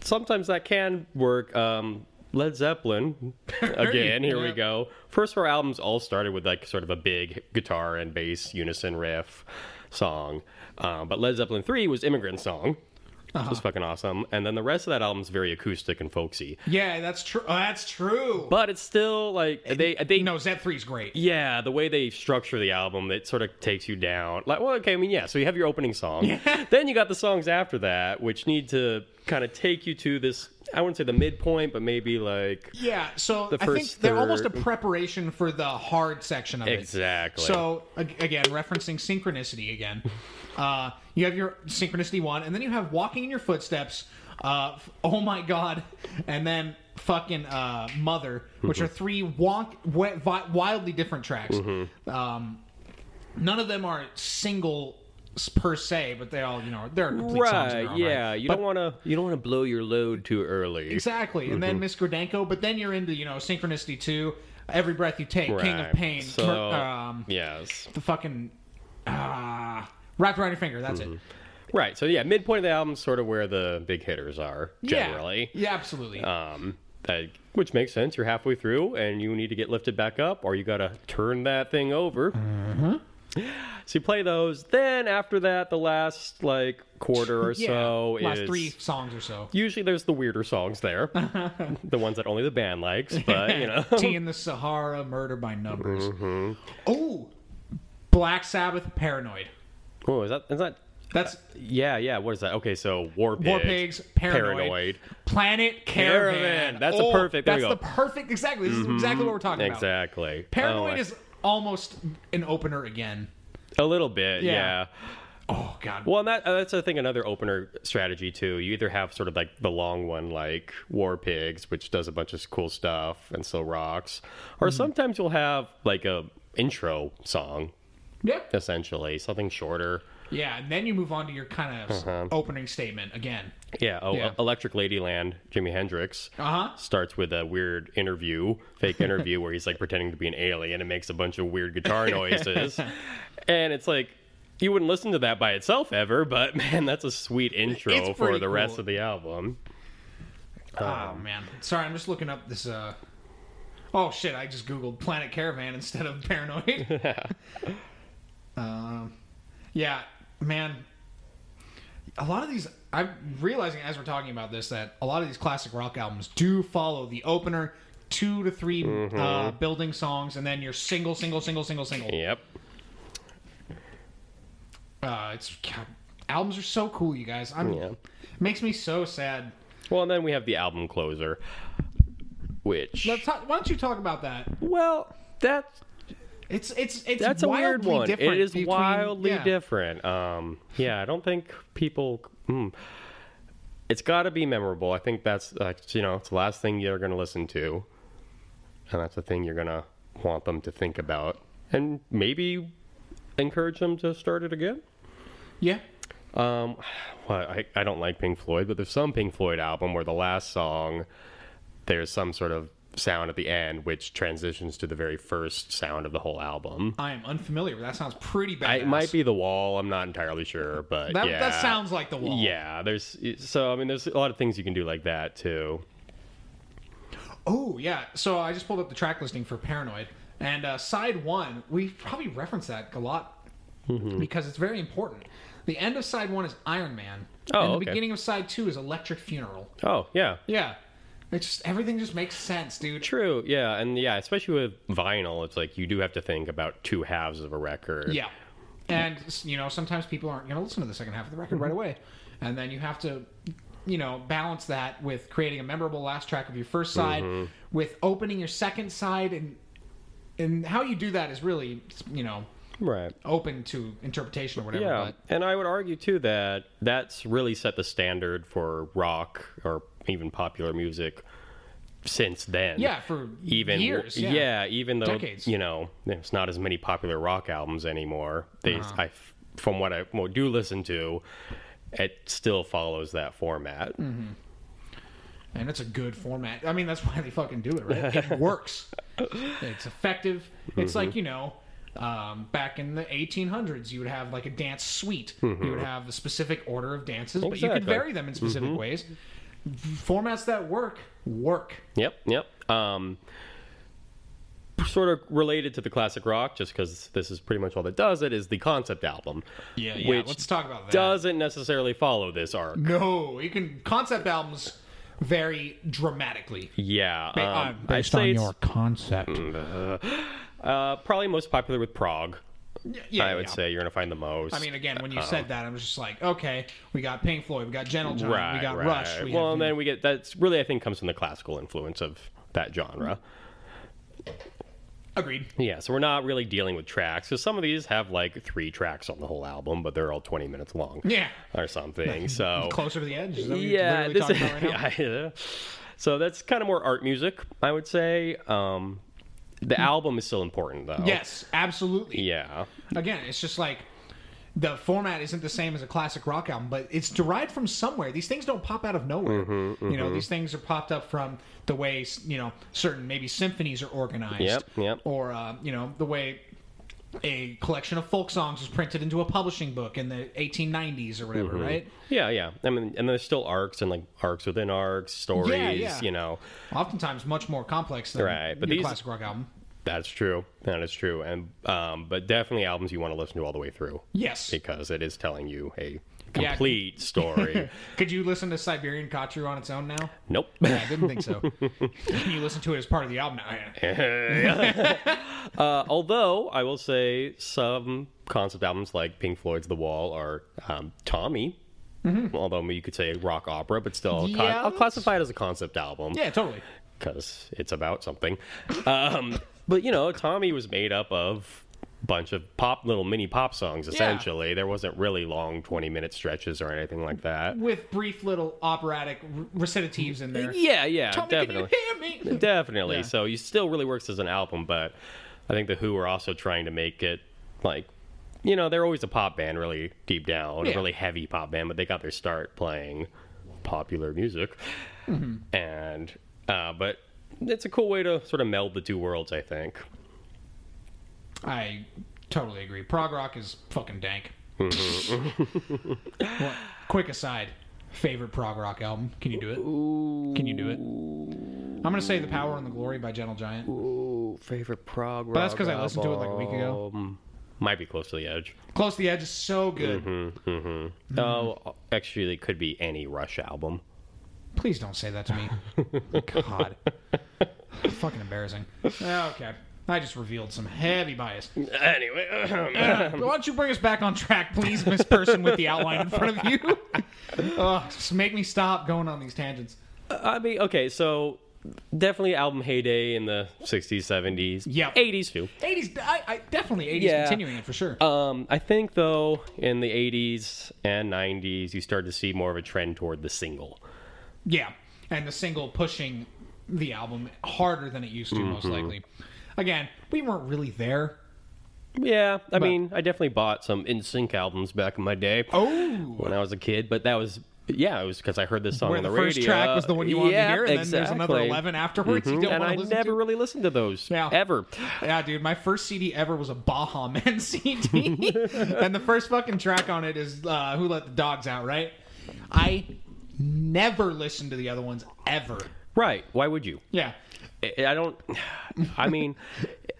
Speaker 1: sometimes that can work. Um, Led Zeppelin, again, here we
Speaker 2: Yeah.
Speaker 1: go. First four albums all started with like sort of a big guitar and bass unison riff song. Uh, but Led Zeppelin 3 was Immigrant Song, which was fucking awesome. And then the rest of that album's very acoustic and folksy.
Speaker 2: yeah, that's true. Oh, that's true.
Speaker 1: But it's still like they, they
Speaker 2: no, Z three is great.
Speaker 1: yeah, the way they structure the album, it sort of takes you down. Like, well, okay, I mean, yeah. So you have your opening song, then you got the songs after that, which need to kind of take you to this. I wouldn't say the midpoint, but maybe like
Speaker 2: Yeah, so I think
Speaker 1: first
Speaker 2: they're
Speaker 1: third-
Speaker 2: almost a preparation for the hard section of it.
Speaker 1: Exactly.
Speaker 2: So ag- again, referencing synchronicity again, uh, you have your synchronicity one, and then you have walking in your footsteps. Uh, f- oh my god, and then fucking uh, mother, which
Speaker 1: Mm-hmm.
Speaker 2: are three wonk wi- vi- wildly different tracks.
Speaker 1: Mm-hmm.
Speaker 2: Um, none of them are single s- per se, but they all you know they're complete songs. in their
Speaker 1: right.
Speaker 2: own
Speaker 1: Yeah,
Speaker 2: right.
Speaker 1: you
Speaker 2: But
Speaker 1: don't want to you don't want to blow your load too early.
Speaker 2: Exactly. And
Speaker 1: Mm-hmm.
Speaker 2: then Miss Gordenko, but then you're into, you know, Synchronicity 2, Every Breath You Take, King of
Speaker 1: Right.
Speaker 2: Pain,
Speaker 1: So,
Speaker 2: Mer- um,
Speaker 1: yes,
Speaker 2: the fucking. Uh, Wrapped Around Your Finger, that's
Speaker 1: Mm-hmm.
Speaker 2: it.
Speaker 1: right. So yeah, midpoint of the album's sort of where the big hitters are generally.
Speaker 2: Yeah, yeah absolutely.
Speaker 1: Um, that, which makes sense. You're halfway through and you need to get lifted back up, or you got to turn that thing over.
Speaker 2: Mm-hmm.
Speaker 1: So you play those. Then after that, the last like quarter or
Speaker 2: yeah.
Speaker 1: so
Speaker 2: Last
Speaker 1: is
Speaker 2: three songs or so.
Speaker 1: usually there's the weirder songs there, the ones that only the band likes. But you know,
Speaker 2: Tea in the Sahara, Murder by Numbers.
Speaker 1: Mm-hmm.
Speaker 2: Oh! Black Sabbath, Paranoid.
Speaker 1: oh, is that is that?
Speaker 2: That's
Speaker 1: Yeah, yeah. What is that? Okay, so War Pigs,
Speaker 2: War Pigs, Paranoid,
Speaker 1: Paranoid.
Speaker 2: Planet Caravan.
Speaker 1: Caravan. That's a
Speaker 2: Oh,
Speaker 1: perfect- there
Speaker 2: that's
Speaker 1: we
Speaker 2: the
Speaker 1: go. Mm-hmm.
Speaker 2: perfect. Exactly. This is exactly what we're talking about.
Speaker 1: exactly.
Speaker 2: Paranoid
Speaker 1: Oh, I-
Speaker 2: is almost an opener again.
Speaker 1: a little bit,
Speaker 2: Yeah.
Speaker 1: yeah.
Speaker 2: Oh God.
Speaker 1: Well, and that, uh, that's I think another opener strategy too. You either have sort of like the long one, like War Pigs, which does a bunch of cool stuff and still rocks, or
Speaker 2: Mm-hmm.
Speaker 1: sometimes you'll have like a intro song,
Speaker 2: Yeah.
Speaker 1: essentially something shorter.
Speaker 2: Yeah, and then you move on to your kind of s- opening statement again.
Speaker 1: Yeah. Oh,
Speaker 2: Yeah.
Speaker 1: Electric Ladyland, Jimi Hendrix.
Speaker 2: Uh huh.
Speaker 1: Starts with a weird interview, fake interview where he's like pretending to be an alien and makes a bunch of weird guitar noises. and it's like, you wouldn't listen to that by itself ever, but man, that's a sweet
Speaker 2: It's
Speaker 1: intro for
Speaker 2: pretty
Speaker 1: the rest
Speaker 2: cool.
Speaker 1: of the album.
Speaker 2: oh man, sorry, I'm just looking up this. uh Oh shit, I just googled Planet Caravan instead of Paranoid. um, yeah, man. A lot of these, I'm realizing as we're talking about this that a lot of these classic rock albums do follow the opener, two to 3 uh, building songs, and then your single, single, single, single, single.
Speaker 1: Yep.
Speaker 2: Uh, it's God, albums are so cool, you guys. I'm
Speaker 1: Yeah.
Speaker 2: makes me so sad.
Speaker 1: Well, and then we have the album closer, which
Speaker 2: Now, Uh, ta- why don't you talk about that?
Speaker 1: well, that's
Speaker 2: It's it's it's
Speaker 1: that's a
Speaker 2: wildly
Speaker 1: weird one. It
Speaker 2: Different
Speaker 1: is
Speaker 2: between-
Speaker 1: wildly
Speaker 2: yeah.
Speaker 1: different. Um, yeah, I don't think people. Hmm. It's got to be memorable. I think that's like you know it's the last thing you're going to listen to, and that's the thing you're going to want them to think about, and maybe encourage them to start it again.
Speaker 2: Yeah,
Speaker 1: Um, well, I, I don't like Pink Floyd, but there's some Pink Floyd album where the last song, there's some sort of sound at the end which transitions to the very first sound of the whole album.
Speaker 2: I am unfamiliar. That sounds pretty bad.
Speaker 1: I, it might be The Wall. I'm not entirely sure, but
Speaker 2: that.
Speaker 1: yeah.
Speaker 2: That sounds like the wall.
Speaker 1: Yeah, there's so I mean there's a lot of things you can do like that too.
Speaker 2: Oh yeah. So I just pulled up the track listing for Paranoid, and uh, side one. We probably reference that a lot
Speaker 1: Mm-hmm.
Speaker 2: because it's very important. The end of side one is Iron Man,
Speaker 1: Oh,
Speaker 2: and the
Speaker 1: okay.
Speaker 2: beginning of side two is Electric Funeral.
Speaker 1: Oh yeah,
Speaker 2: Yeah. It just everything just makes sense, dude.
Speaker 1: True. Yeah, and yeah, especially with vinyl, it's like you do have to think about two halves of a record.
Speaker 2: Yeah. And you know, sometimes people aren't going to listen to the second half of the record right
Speaker 1: Mm-hmm.
Speaker 2: away, and then you have to, you know, balance that with creating a memorable last track of your first side,
Speaker 1: Mm-hmm.
Speaker 2: with opening your second side, and and how you do that is really, you know,
Speaker 1: Right.
Speaker 2: open to interpretation or whatever.
Speaker 1: Yeah, and I would argue too that that's really set the standard for rock or even popular music since then.
Speaker 2: But yeah, for
Speaker 1: even
Speaker 2: years. Yeah.
Speaker 1: even though
Speaker 2: Decades.
Speaker 1: you know there's not as many popular rock albums anymore. They,
Speaker 2: Uh-huh.
Speaker 1: I, from what I well, do listen to, it still follows that format.
Speaker 2: Mm-hmm. and it's a good format. I mean, that's why they fucking do it, right? It works. It's effective. It's
Speaker 1: Mm-hmm.
Speaker 2: like you know, um, back in the 1800s, you would have like a dance suite. You would have a specific order of dances, but you could
Speaker 1: Mm-hmm. Exactly. Mm-hmm.
Speaker 2: vary them in specific ways. Formats that work work.
Speaker 1: Yep, yep. Um, sort of related to the classic rock, just because this is pretty much all that does it is the concept album. Which
Speaker 2: Let's talk about that.
Speaker 1: doesn't necessarily follow this arc.
Speaker 2: no, you can concept albums vary dramatically.
Speaker 1: Yeah, um,
Speaker 2: Uh,
Speaker 1: I'd
Speaker 2: based
Speaker 1: say
Speaker 2: on
Speaker 1: it's Mm.
Speaker 2: your concept.
Speaker 1: uh, probably most popular with prog.
Speaker 2: Yeah, yeah,
Speaker 1: I would
Speaker 2: yeah.
Speaker 1: say you're gonna find the most.
Speaker 2: I mean, again, when you
Speaker 1: Oh.
Speaker 2: said that, I'm just like, okay, we got Pink Floyd, we got Gentle Giant,
Speaker 1: right,
Speaker 2: we got
Speaker 1: right.
Speaker 2: Rush. We
Speaker 1: well,
Speaker 2: have,
Speaker 1: and then we get that's really I think comes from the classical influence of that genre.
Speaker 2: agreed.
Speaker 1: Yeah, so we're not really dealing with tracks. So some of these have like three tracks on the whole album, but they're all 20 minutes long.
Speaker 2: Yeah.
Speaker 1: Or something. So
Speaker 2: Closer to the edge. Is that what you're
Speaker 1: Oh. yeah,
Speaker 2: literally
Speaker 1: this
Speaker 2: talking about right now?
Speaker 1: yeah. So that's kind of more art music, I would say. Um,
Speaker 2: Hmm.
Speaker 1: the album is still important though.
Speaker 2: Yes, absolutely.
Speaker 1: Yeah.
Speaker 2: Again, it's just like the format isn't the same as a classic rock album, but it's derived from somewhere. These things don't pop out of nowhere.
Speaker 1: Mm-hmm,
Speaker 2: You know, these things are popped up from the way you know certain maybe symphonies are organized.
Speaker 1: Yep, yep.
Speaker 2: Or uh, you know the way a collection of folk songs was printed into a publishing book in the 1890s or
Speaker 1: Mm-hmm.
Speaker 2: whatever, right?
Speaker 1: Yeah, yeah. I mean, and there's still arcs and like arcs within arcs, stories.
Speaker 2: yeah.
Speaker 1: You know,
Speaker 2: Oftentimes much more complex than
Speaker 1: Right, but
Speaker 2: your
Speaker 1: these-
Speaker 2: classic rock album.
Speaker 1: that's true. That is true. And um, but definitely albums you want to listen to all the way through
Speaker 2: Yes.
Speaker 1: because it is telling you a
Speaker 2: Yeah.
Speaker 1: complete story.
Speaker 2: Could you listen to Siberian Kotru on its own now?
Speaker 1: nope.
Speaker 2: Yeah, I didn't think so. Can you listen to it as part of the album? now? Yeah.
Speaker 1: Uh, although I will say some concept albums like Pink Floyd's The Wall are um, Tommy. Although you could say rock opera, but still, con-
Speaker 2: Mm-hmm. Yeah,
Speaker 1: I'll classify it as a concept album.
Speaker 2: Yeah, totally.
Speaker 1: because it's about something. Um, but you know, Tommy was made up of a bunch of pop little mini pop songs essentially there wasn't really long 20 minute stretches or anything like that
Speaker 2: With brief little operatic r- recitatives in there.
Speaker 1: yeah yeah
Speaker 2: Tommy,
Speaker 1: definitely
Speaker 2: can you hear me?
Speaker 1: definitely
Speaker 2: Yeah.
Speaker 1: so you still really works as an album but i think the who are also trying to make it like you know they're always a pop band really deep down
Speaker 2: Yeah.
Speaker 1: a really heavy pop band but they got their start playing popular music Mm-hmm. and uh, but it's a cool way to sort of meld the two worlds i think
Speaker 2: I totally agree. Prog rock is fucking dank.
Speaker 1: Mm-hmm.
Speaker 2: Well, quick aside. Favorite prog rock album? Can you do it? Can you do it? I'm gonna say "The Power and the Glory" by Gentle Giant.
Speaker 1: Ooh, favorite prog rock.
Speaker 2: that's 'cause I listened to it, like, a week ago.
Speaker 1: album. Might be close to the edge.
Speaker 2: Close to the Edge is so good. Mm-hmm.
Speaker 1: Oh, actually, it could be any Rush album.
Speaker 2: Please don't say that to me. God. Fucking embarrassing. Uh, Okay. I just revealed some heavy bias.
Speaker 1: Anyway,
Speaker 2: Why don't you bring us back on track, please, Miss Person with the outline in front of you? Ugh, just make me stop going on these tangents.
Speaker 1: I mean, okay, so definitely album heyday in the '60s, '70s,
Speaker 2: Yeah.
Speaker 1: '80s too.
Speaker 2: 80s, I, I definitely 80s
Speaker 1: Yeah.
Speaker 2: continuing it for sure.
Speaker 1: Um, I think though in the '80s and '90s, you start to see more of a trend toward the single.
Speaker 2: Yeah, and the single pushing the album harder than it used to,
Speaker 1: Mm-hmm.
Speaker 2: most likely. Again, we weren't really there.
Speaker 1: Yeah, I mean, I definitely bought some In Sync albums back in my day.
Speaker 2: Oh,
Speaker 1: when I was a kid, but that was yeah, it was because I heard this song
Speaker 2: where
Speaker 1: on
Speaker 2: the,
Speaker 1: the,
Speaker 2: first
Speaker 1: radio.
Speaker 2: track was the one you wanted
Speaker 1: yeah,
Speaker 2: to hear, and
Speaker 1: exactly. Mm-hmm.
Speaker 2: then there's another 11 afterwards. You don't
Speaker 1: and
Speaker 2: want
Speaker 1: I
Speaker 2: to listen
Speaker 1: never
Speaker 2: to.
Speaker 1: really listened to those
Speaker 2: Yeah.
Speaker 1: ever.
Speaker 2: Yeah, dude, my first CD ever was a Baja Man CD, and the first fucking track on it is uh, "Who Let the Dogs Out." Right? I never listened to the other ones ever.
Speaker 1: Right? Why would you?
Speaker 2: Yeah,
Speaker 1: I I don't. I mean,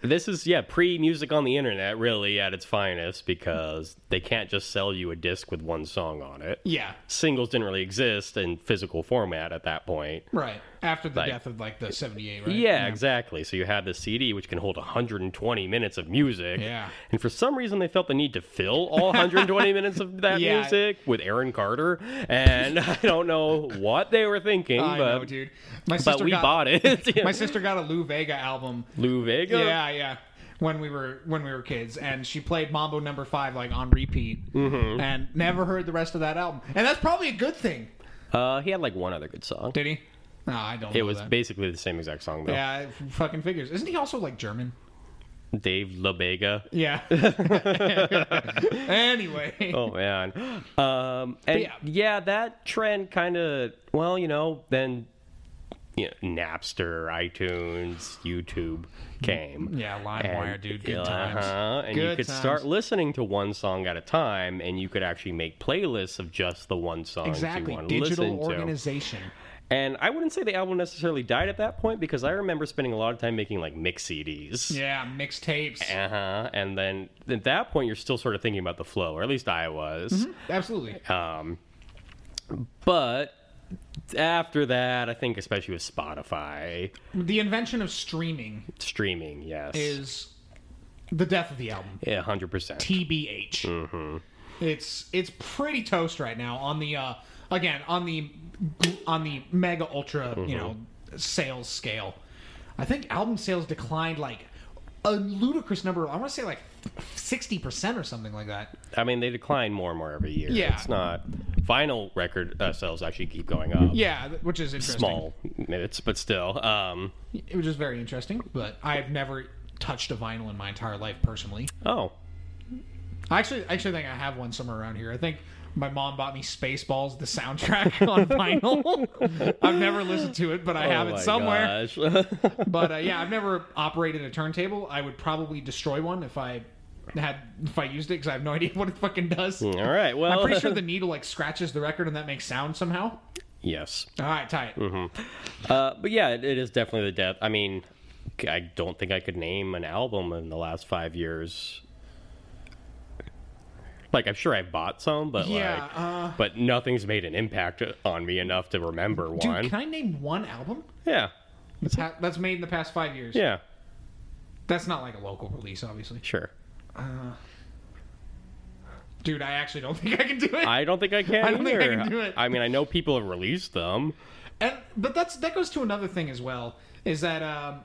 Speaker 1: This is yeah, pre music on the internet really at its finest because they can't just sell you a disc with one song on it.
Speaker 2: Yeah.
Speaker 1: Singles didn't really exist in physical format at that point.
Speaker 2: Right. After the death of like the 78, right?
Speaker 1: Yeah, exactly. So you had the CD which can hold 120 minutes of music.
Speaker 2: Yeah.
Speaker 1: And for some reason they felt the need to fill all 120 minutes of that
Speaker 2: Yeah.
Speaker 1: music with Aaron Carter and I don't know what they were thinking,
Speaker 2: I
Speaker 1: but
Speaker 2: know, dude. My
Speaker 1: but
Speaker 2: sister
Speaker 1: we
Speaker 2: got
Speaker 1: bought it.
Speaker 2: my sister got a Lou Vega album.
Speaker 1: Lou Vega.
Speaker 2: Yeah, yeah. When we were when we were kids, and she played Mambo Number Five like on repeat,
Speaker 1: Mm-hmm.
Speaker 2: and never heard the rest of that album. And that's probably a good thing.
Speaker 1: Uh, he had like one other good song.
Speaker 2: Did he? No, I don't.
Speaker 1: It
Speaker 2: know
Speaker 1: was
Speaker 2: that.
Speaker 1: basically the same exact song though.
Speaker 2: yeah, it f- fucking figures. Isn't he also like German?
Speaker 1: Dave LaBega.
Speaker 2: Yeah. anyway,
Speaker 1: Oh man. Um, and yeah.
Speaker 2: yeah.
Speaker 1: that trend kind of well, you know, then you know, Napster, iTunes, YouTube came.
Speaker 2: Yeah, LimeWire,
Speaker 1: And-
Speaker 2: dude, good times.
Speaker 1: Uh-huh, and you
Speaker 2: Good
Speaker 1: could
Speaker 2: times.
Speaker 1: start listening to one song at a time, and you could actually make playlists of just the one song you
Speaker 2: exactly.
Speaker 1: want to
Speaker 2: Digital
Speaker 1: listen to.
Speaker 2: organization.
Speaker 1: And I wouldn't say the album necessarily died at that point because I remember spending a lot of time making like mix CDs.
Speaker 2: Yeah, mixtapes.
Speaker 1: Uh huh. And then at that point, you're still sort of thinking about the flow, or at least I was.
Speaker 2: Mm-hmm. Absolutely.
Speaker 1: Um, but after that, I think especially with Spotify
Speaker 2: The invention of streaming
Speaker 1: streaming, yes,
Speaker 2: is the death of the album.
Speaker 1: yeah, hundred percent.
Speaker 2: TBH. Mm-hmm. It's it's pretty toast right now on the uh, again on the on the mega ultra you know sales scale. I think album sales declined like a ludicrous number. I want to say like sixty percent or something like that.
Speaker 1: I mean, they decline more and more every year.
Speaker 2: Yeah.
Speaker 1: it's not vinyl record uh, sales actually keep going up.
Speaker 2: Yeah, th- which is interesting.
Speaker 1: small minutes, but still. Um,
Speaker 2: It was just very interesting. But I've never touched a vinyl in my entire life personally.
Speaker 1: oh,
Speaker 2: I actually I actually think I have one somewhere around here. I think my mom bought me Spaceballs, the soundtrack on vinyl. I've never listened to it, but I have
Speaker 1: oh
Speaker 2: it
Speaker 1: my
Speaker 2: somewhere.
Speaker 1: gosh.
Speaker 2: But uh, yeah, I've never operated a turntable. I would probably destroy one if I had if I used it because I have no idea what it fucking does.
Speaker 1: Mm, All right. Well,
Speaker 2: I'm pretty sure the needle like scratches the record and that makes sound somehow.
Speaker 1: yes.
Speaker 2: All right, tie it.
Speaker 1: Uh, but yeah, it, it is definitely the death. I mean, I don't think I could name an album in the last five years. Like I'm sure I bought some, but
Speaker 2: Yeah,
Speaker 1: like,
Speaker 2: uh,
Speaker 1: but nothing's made an impact on me enough to remember
Speaker 2: Dude,
Speaker 1: one.
Speaker 2: can I name one album
Speaker 1: yeah,
Speaker 2: that's ha- that's made in the past five years?
Speaker 1: yeah,
Speaker 2: That's not like a local release, obviously.
Speaker 1: sure.
Speaker 2: Dude, I actually don't think I can do it.
Speaker 1: I don't think I can.
Speaker 2: I don't think I
Speaker 1: either.
Speaker 2: can do it.
Speaker 1: I mean, I know people have released them.
Speaker 2: and but that's that goes to another thing as well is that um,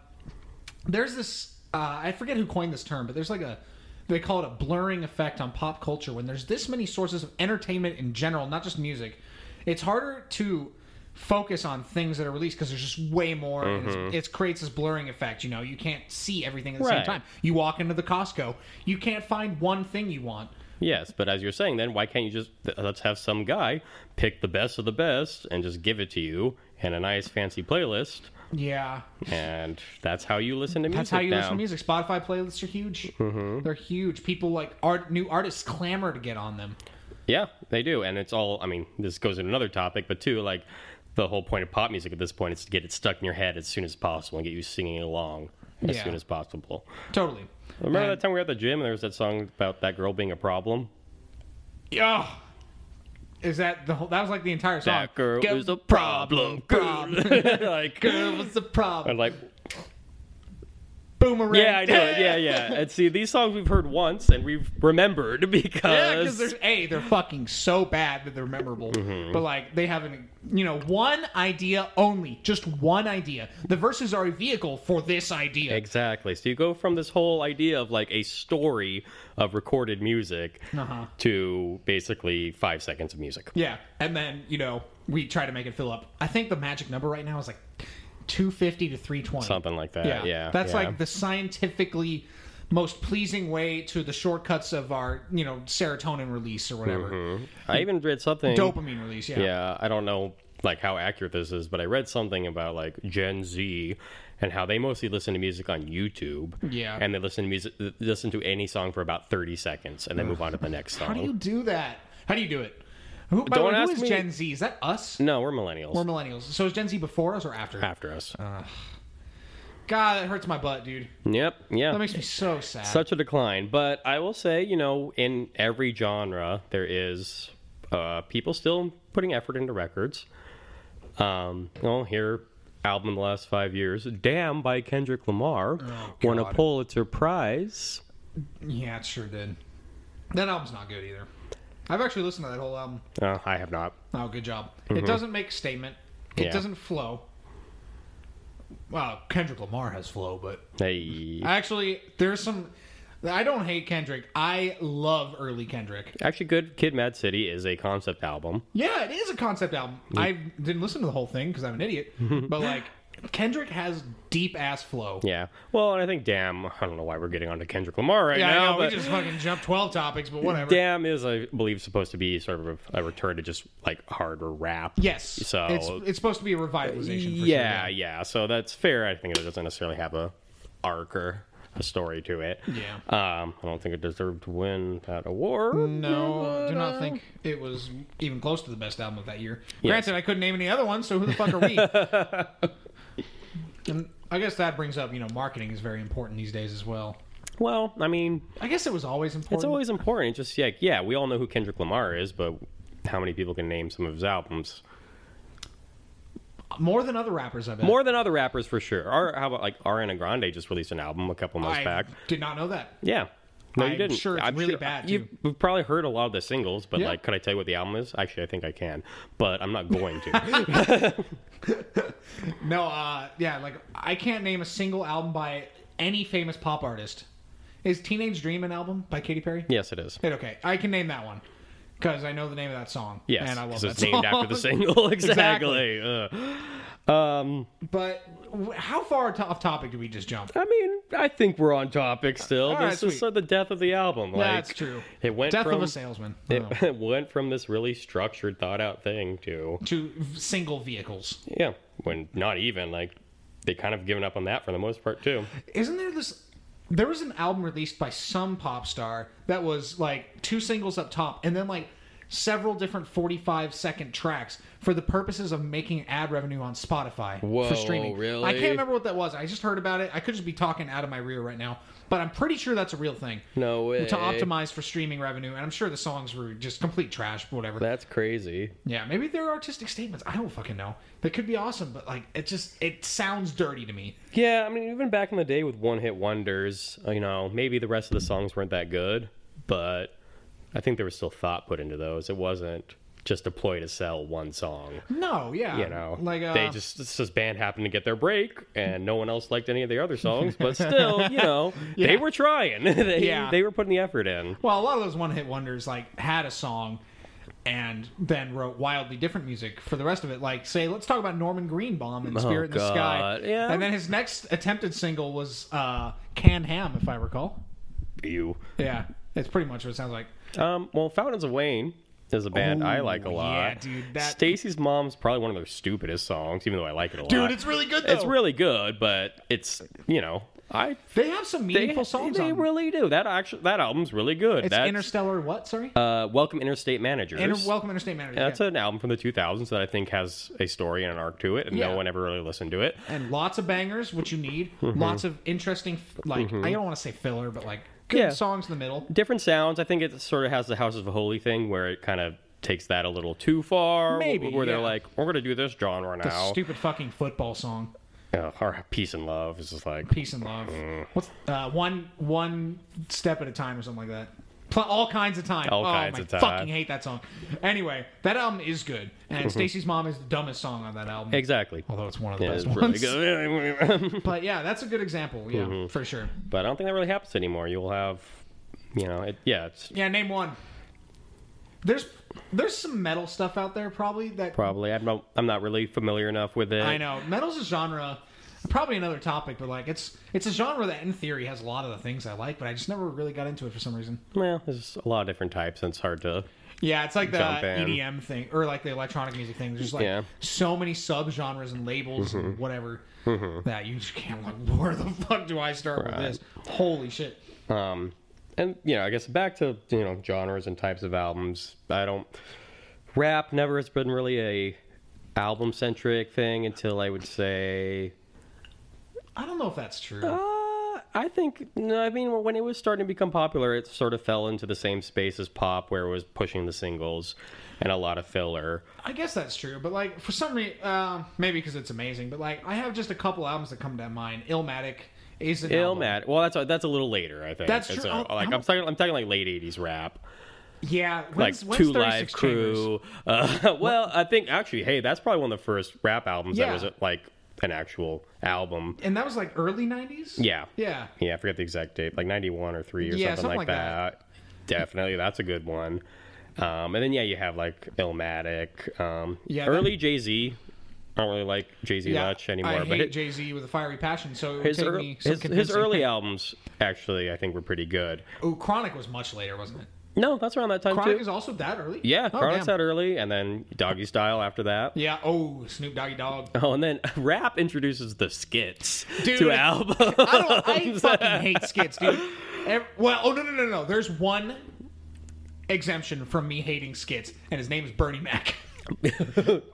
Speaker 2: there's this uh, I forget who coined this term, but there's like a they call it a blurring effect on pop culture when there's this many sources of entertainment in general, not just music. It's harder to focus on things that are released because there's just way more. and it's, it creates this blurring effect. You know, you can't see everything at the same
Speaker 1: Right.
Speaker 2: time. You walk into the Costco, you can't find one thing you want.
Speaker 1: Yes, but as you're saying, then why can't you just th- let's have some guy pick the best of the best and just give it to you in a nice fancy playlist,
Speaker 2: Yeah,
Speaker 1: and that's how you listen to music. Mm-hmm.
Speaker 2: That's how you
Speaker 1: now.
Speaker 2: listen to music. Spotify playlists are huge. They're huge. People like art, new artists clamor to get on them.
Speaker 1: Yeah, they do. And it's all, I mean, this goes in another topic, but too, like, the whole point of pop music at this point is to get it stuck in your head as soon as possible and get you singing along as
Speaker 2: Yeah.
Speaker 1: soon as possible.
Speaker 2: Totally.
Speaker 1: Remember that time we were at the gym and there was that song about that girl being a problem?
Speaker 2: Yeah. Is that the whole? That was like the entire song.
Speaker 1: That girl
Speaker 2: Girl
Speaker 1: is a problem. Girl. like,
Speaker 2: Girl was the
Speaker 1: I'm
Speaker 2: problem.
Speaker 1: like,
Speaker 2: Boomerang.
Speaker 1: yeah, I know. it. Yeah, yeah. And see, these songs we've heard once and we've remembered
Speaker 2: Yeah, because
Speaker 1: because.
Speaker 2: there's a they're fucking so bad that they're memorable,
Speaker 1: Mm-hmm.
Speaker 2: but like they have an you know one idea only, just one idea. The verses are a vehicle for this idea.
Speaker 1: Exactly. So you go from this whole idea of like a story of recorded music
Speaker 2: Uh-huh.
Speaker 1: to basically five seconds of music.
Speaker 2: Yeah, and then you know we try to make it fill up. I think the magic number right now is like two fifty to three twenty.
Speaker 1: something like that. Yeah,
Speaker 2: that's
Speaker 1: yeah.
Speaker 2: like the scientifically most pleasing way to the shortcuts of our you know serotonin release or whatever
Speaker 1: I even read something.
Speaker 2: dopamine release. Yeah,
Speaker 1: Mm-hmm. Yeah, I don't know like how accurate this is, but I read something about like Gen Z and how they mostly listen to music on YouTube.
Speaker 2: Yeah.
Speaker 1: and they listen to music, listen to any song for about thirty seconds, and then move on to the next song.
Speaker 2: How do you do that? How do you do it? Who, by the
Speaker 1: Don't
Speaker 2: way,
Speaker 1: ask
Speaker 2: who is
Speaker 1: me.
Speaker 2: Gen Z? Is that us?
Speaker 1: No, we're millennials. Ah.
Speaker 2: Uh. We're millennials. So is Gen Z before us or after?
Speaker 1: after us.
Speaker 2: God, that hurts my butt, dude.
Speaker 1: Yep. Yeah.
Speaker 2: That makes me so sad.
Speaker 1: Such a decline. But I will say, you know, in every genre, there is uh, people still putting effort into records. Um, well, here, album in the last five years, Damn by Kendrick Lamar won a
Speaker 2: Oh, God.
Speaker 1: Pulitzer Prize.
Speaker 2: yeah, it sure did. That album's not good either. I've actually listened to that whole album.
Speaker 1: Uh, I have not.
Speaker 2: Oh, good job. It doesn't make statement. It
Speaker 1: Mm-hmm. Yeah.
Speaker 2: doesn't flow. Well, Kendrick Lamar has flow, but
Speaker 1: Hey.
Speaker 2: actually, there's some. I don't hate Kendrick. I love early Kendrick.
Speaker 1: Actually, good. Kid Mad City is a concept album.
Speaker 2: Yeah, it is a concept album. I didn't listen to the whole thing because I'm an idiot. but like, Kendrick has deep ass flow.
Speaker 1: Yeah. Well, and I think Damn, I don't know why we're getting onto Kendrick Lamar right
Speaker 2: Yeah,
Speaker 1: now,
Speaker 2: I know.
Speaker 1: but
Speaker 2: We just fucking jumped twelve topics, but whatever.
Speaker 1: Damn is, I believe, supposed to be sort of a return to just like harder rap.
Speaker 2: Yes.
Speaker 1: So-
Speaker 2: it's, it's supposed to be a revitalization. For
Speaker 1: yeah,
Speaker 2: Sure,
Speaker 1: yeah. So that's fair. I think it doesn't necessarily have a arc or a story to it.
Speaker 2: Yeah.
Speaker 1: Um, I don't think it deserved to win that award.
Speaker 2: Mm. No, I do not think it was even close to the best album of that year. Granted, I couldn't name any other ones, so who the fuck are we? and I guess that brings up, you know, marketing is very important these days as well.
Speaker 1: Well, I mean,
Speaker 2: I guess it was always important.
Speaker 1: it's always important. It's just like, yeah, we all know who Kendrick Lamar is, but how many people can name some of his albums?
Speaker 2: more than other rappers, I bet.
Speaker 1: More than other rappers for sure. Or how about like Ariana Grande just released an album a couple months
Speaker 2: I
Speaker 1: back?
Speaker 2: did not know that.
Speaker 1: Yeah. No, you
Speaker 2: I'm
Speaker 1: didn't.
Speaker 2: sure it's really bad,
Speaker 1: You've we've probably heard a lot of the singles, but
Speaker 2: Yeah.
Speaker 1: like, could I tell you what the album is? Actually, I think I can, but I'm not going to.
Speaker 2: No, uh, yeah, like I can't name a single album by any famous pop artist. Is Teenage Dream an album by Katy Perry?
Speaker 1: yes, it is.
Speaker 2: It okay. I can name that one because I know the name of that song.
Speaker 1: Yes,
Speaker 2: and I love
Speaker 1: 'cause
Speaker 2: that
Speaker 1: it's named
Speaker 2: song.
Speaker 1: after the single. exactly. Uh.
Speaker 2: Exactly.
Speaker 1: Ugh. Um,
Speaker 2: But w- how far to- off topic do we just jump?
Speaker 1: I mean, I think we're on topic still.
Speaker 2: right,
Speaker 1: this is
Speaker 2: sweet.
Speaker 1: uh, the death of the album. Like,
Speaker 2: That's true.
Speaker 1: It went
Speaker 2: Death
Speaker 1: from
Speaker 2: of a salesman Oh.
Speaker 1: it went from this really structured, thought out thing to
Speaker 2: to v- single vehicles.
Speaker 1: yeah, when not even like they kind of given up on that for the most part too.
Speaker 2: Isn't there this? There was an album released by some pop star that was like two singles up top, and then like several different forty-five second tracks for the purposes of making ad revenue on Spotify
Speaker 1: Whoa,
Speaker 2: for streaming.
Speaker 1: really?
Speaker 2: I can't remember what that was. I just heard about it. I could just be talking out of my rear right now, but I'm pretty sure that's a real thing.
Speaker 1: No way.
Speaker 2: To optimize for streaming revenue, and I'm sure the songs were just complete trash, but whatever.
Speaker 1: That's crazy.
Speaker 2: Yeah, maybe they're artistic statements. I don't fucking know. They could be awesome, but like it just it sounds dirty to me.
Speaker 1: Yeah, I mean, even back in the day with one hit wonders, uh, you know, maybe the rest of the songs weren't that good, but I think there was still thought put into those. It wasn't just a ploy to sell one song.
Speaker 2: No, yeah.
Speaker 1: You know,
Speaker 2: Like uh,
Speaker 1: they just this this band happened to get their break, and no one else liked any of their other songs. But still, you know, they
Speaker 2: Yeah.
Speaker 1: were trying. they
Speaker 2: Yeah.
Speaker 1: they were putting the effort in.
Speaker 2: Well, a lot of those one hit wonders like had a song and then wrote wildly different music for the rest of it. Like say, let's talk about Norman Greenbaum and Spirit in the Sky.
Speaker 1: Oh, God, yeah.
Speaker 2: And then his next attempted single was uh Can Ham, if I recall.
Speaker 1: You,
Speaker 2: Yeah. It's pretty much what it sounds like.
Speaker 1: um, well, Fountains of Wayne is a band I like a
Speaker 2: Ooh,
Speaker 1: lot.
Speaker 2: yeah, dude, that-
Speaker 1: Stacy's Mom's probably one of their stupidest songs, even though I like it a lot.
Speaker 2: Dude, it's really good though.
Speaker 1: It's really good, but it's you know I
Speaker 2: They have some
Speaker 1: they,
Speaker 2: meaningful songs
Speaker 1: they
Speaker 2: on.
Speaker 1: really do that actually that album's really good.
Speaker 2: it's
Speaker 1: that's
Speaker 2: Interstellar what? Sorry?
Speaker 1: uh, Welcome Interstate Managers.
Speaker 2: Inter- Welcome Interstate Matters.
Speaker 1: that's
Speaker 2: yeah.
Speaker 1: an album from the 2000s that I think has a story and an arc to it, and no
Speaker 2: Yeah.
Speaker 1: one ever really listened to it.
Speaker 2: and lots of bangers, which you need.
Speaker 1: Mm-hmm.
Speaker 2: Lots of interesting, f- like I don't want to say filler, but like good
Speaker 1: Yeah.
Speaker 2: songs in the middle.
Speaker 1: Different sounds. I think it sort of has the House of Holy thing where it kind of takes that a little too far.
Speaker 2: Maybe,
Speaker 1: where they're
Speaker 2: yeah.
Speaker 1: like, we're gonna do this genre
Speaker 2: The
Speaker 1: now.
Speaker 2: stupid fucking football song,
Speaker 1: Yeah, our peace and love is just like
Speaker 2: "Peace and Love."
Speaker 1: Mm.
Speaker 2: What's uh, one one step at a time or something like that. Pl- all kinds of time.
Speaker 1: All
Speaker 2: oh,
Speaker 1: kinds
Speaker 2: I
Speaker 1: of time.
Speaker 2: fucking hate that song. Anyway, that album is good,
Speaker 1: Mm-hmm.
Speaker 2: and Stacy's mom is the dumbest song on that album.
Speaker 1: exactly.
Speaker 2: Although it's one of the
Speaker 1: It's
Speaker 2: best
Speaker 1: really Mm-hmm.
Speaker 2: ones.
Speaker 1: good.
Speaker 2: But yeah, that's a good example. Yeah, for sure.
Speaker 1: but I don't think that really happens anymore. You'll have, you know, it, yeah, it's
Speaker 2: Yeah, name one. There's there's some metal stuff out there probably that
Speaker 1: probably I'm not I'm not really familiar enough with it.
Speaker 2: I know metal's a genre. Probably another topic, but like it's it's a genre that in theory has a lot of the things I like, but I just never really got into it for some reason.
Speaker 1: Well, there's a lot of different types, and it's hard to.
Speaker 2: Yeah, it's like the
Speaker 1: Jump in.
Speaker 2: EDM thing or like the electronic music thing. There's like
Speaker 1: Yeah. Mm-hmm.
Speaker 2: so many subgenres and labels and whatever that you just can't like where the fuck do I start with this? Holy shit.
Speaker 1: Um, and you know, I guess back to you know genres and types of albums. I don't rap never has been really a album centric thing until I would say
Speaker 2: I don't know if that's true.
Speaker 1: Uh, I think no. I mean, when it was starting to become popular, it sort of fell into the same space as pop, where it was pushing the singles and a lot of filler.
Speaker 2: I guess that's true, but like for some reason, uh, maybe because it's amazing. But like, I have just a couple albums that come to mind. Illmatic is an album.
Speaker 1: Illmatic. Well, that's that's a little later, I think.
Speaker 2: That's
Speaker 1: It's
Speaker 2: true.
Speaker 1: a-
Speaker 2: Oh,
Speaker 1: like
Speaker 2: how-
Speaker 1: I'm talking, I'm talking like late '80s rap,
Speaker 2: Yeah,
Speaker 1: like
Speaker 2: when's, when's
Speaker 1: Two
Speaker 2: 36
Speaker 1: Live
Speaker 2: Chambers?
Speaker 1: Crew. Uh, well, I think actually, hey, that's probably one of the first rap albums
Speaker 2: Yeah.
Speaker 1: that was uh, like an actual album.
Speaker 2: and that was like early '90s.
Speaker 1: Yeah.
Speaker 2: yeah.
Speaker 1: Yeah, I forget the exact date, like 91 or 3 or
Speaker 2: Yeah,
Speaker 1: something,
Speaker 2: something
Speaker 1: like
Speaker 2: like that.
Speaker 1: that. Definitely, that's a good one. Um, and then, yeah, you have like Illmatic. Um,
Speaker 2: Yeah,
Speaker 1: early Jay Z. I don't really like Jay Z
Speaker 2: Yeah,
Speaker 1: much anymore,
Speaker 2: I
Speaker 1: but
Speaker 2: hate
Speaker 1: it,
Speaker 2: Jay Z with a fiery passion, so it would
Speaker 1: his,
Speaker 2: take
Speaker 1: ear-
Speaker 2: me some
Speaker 1: his, his
Speaker 2: convincing.
Speaker 1: early albums actually, I think, were pretty good.
Speaker 2: Ooh, Chronic was much later, wasn't it?
Speaker 1: No, that's around that time
Speaker 2: Chronic
Speaker 1: too.
Speaker 2: is also that early.
Speaker 1: yeah,
Speaker 2: oh,
Speaker 1: Chronic's
Speaker 2: damn.
Speaker 1: out early, and then Doggy Style after that.
Speaker 2: Yeah. Oh, Snoop Doggy Dog.
Speaker 1: Oh, and then rap introduces the skits
Speaker 2: Dude.
Speaker 1: to albums.
Speaker 2: I don't. I fucking hate skits, dude. Ev- well, oh no, no, no, no. There's one exemption from me hating skits, and his name is Bernie Mac.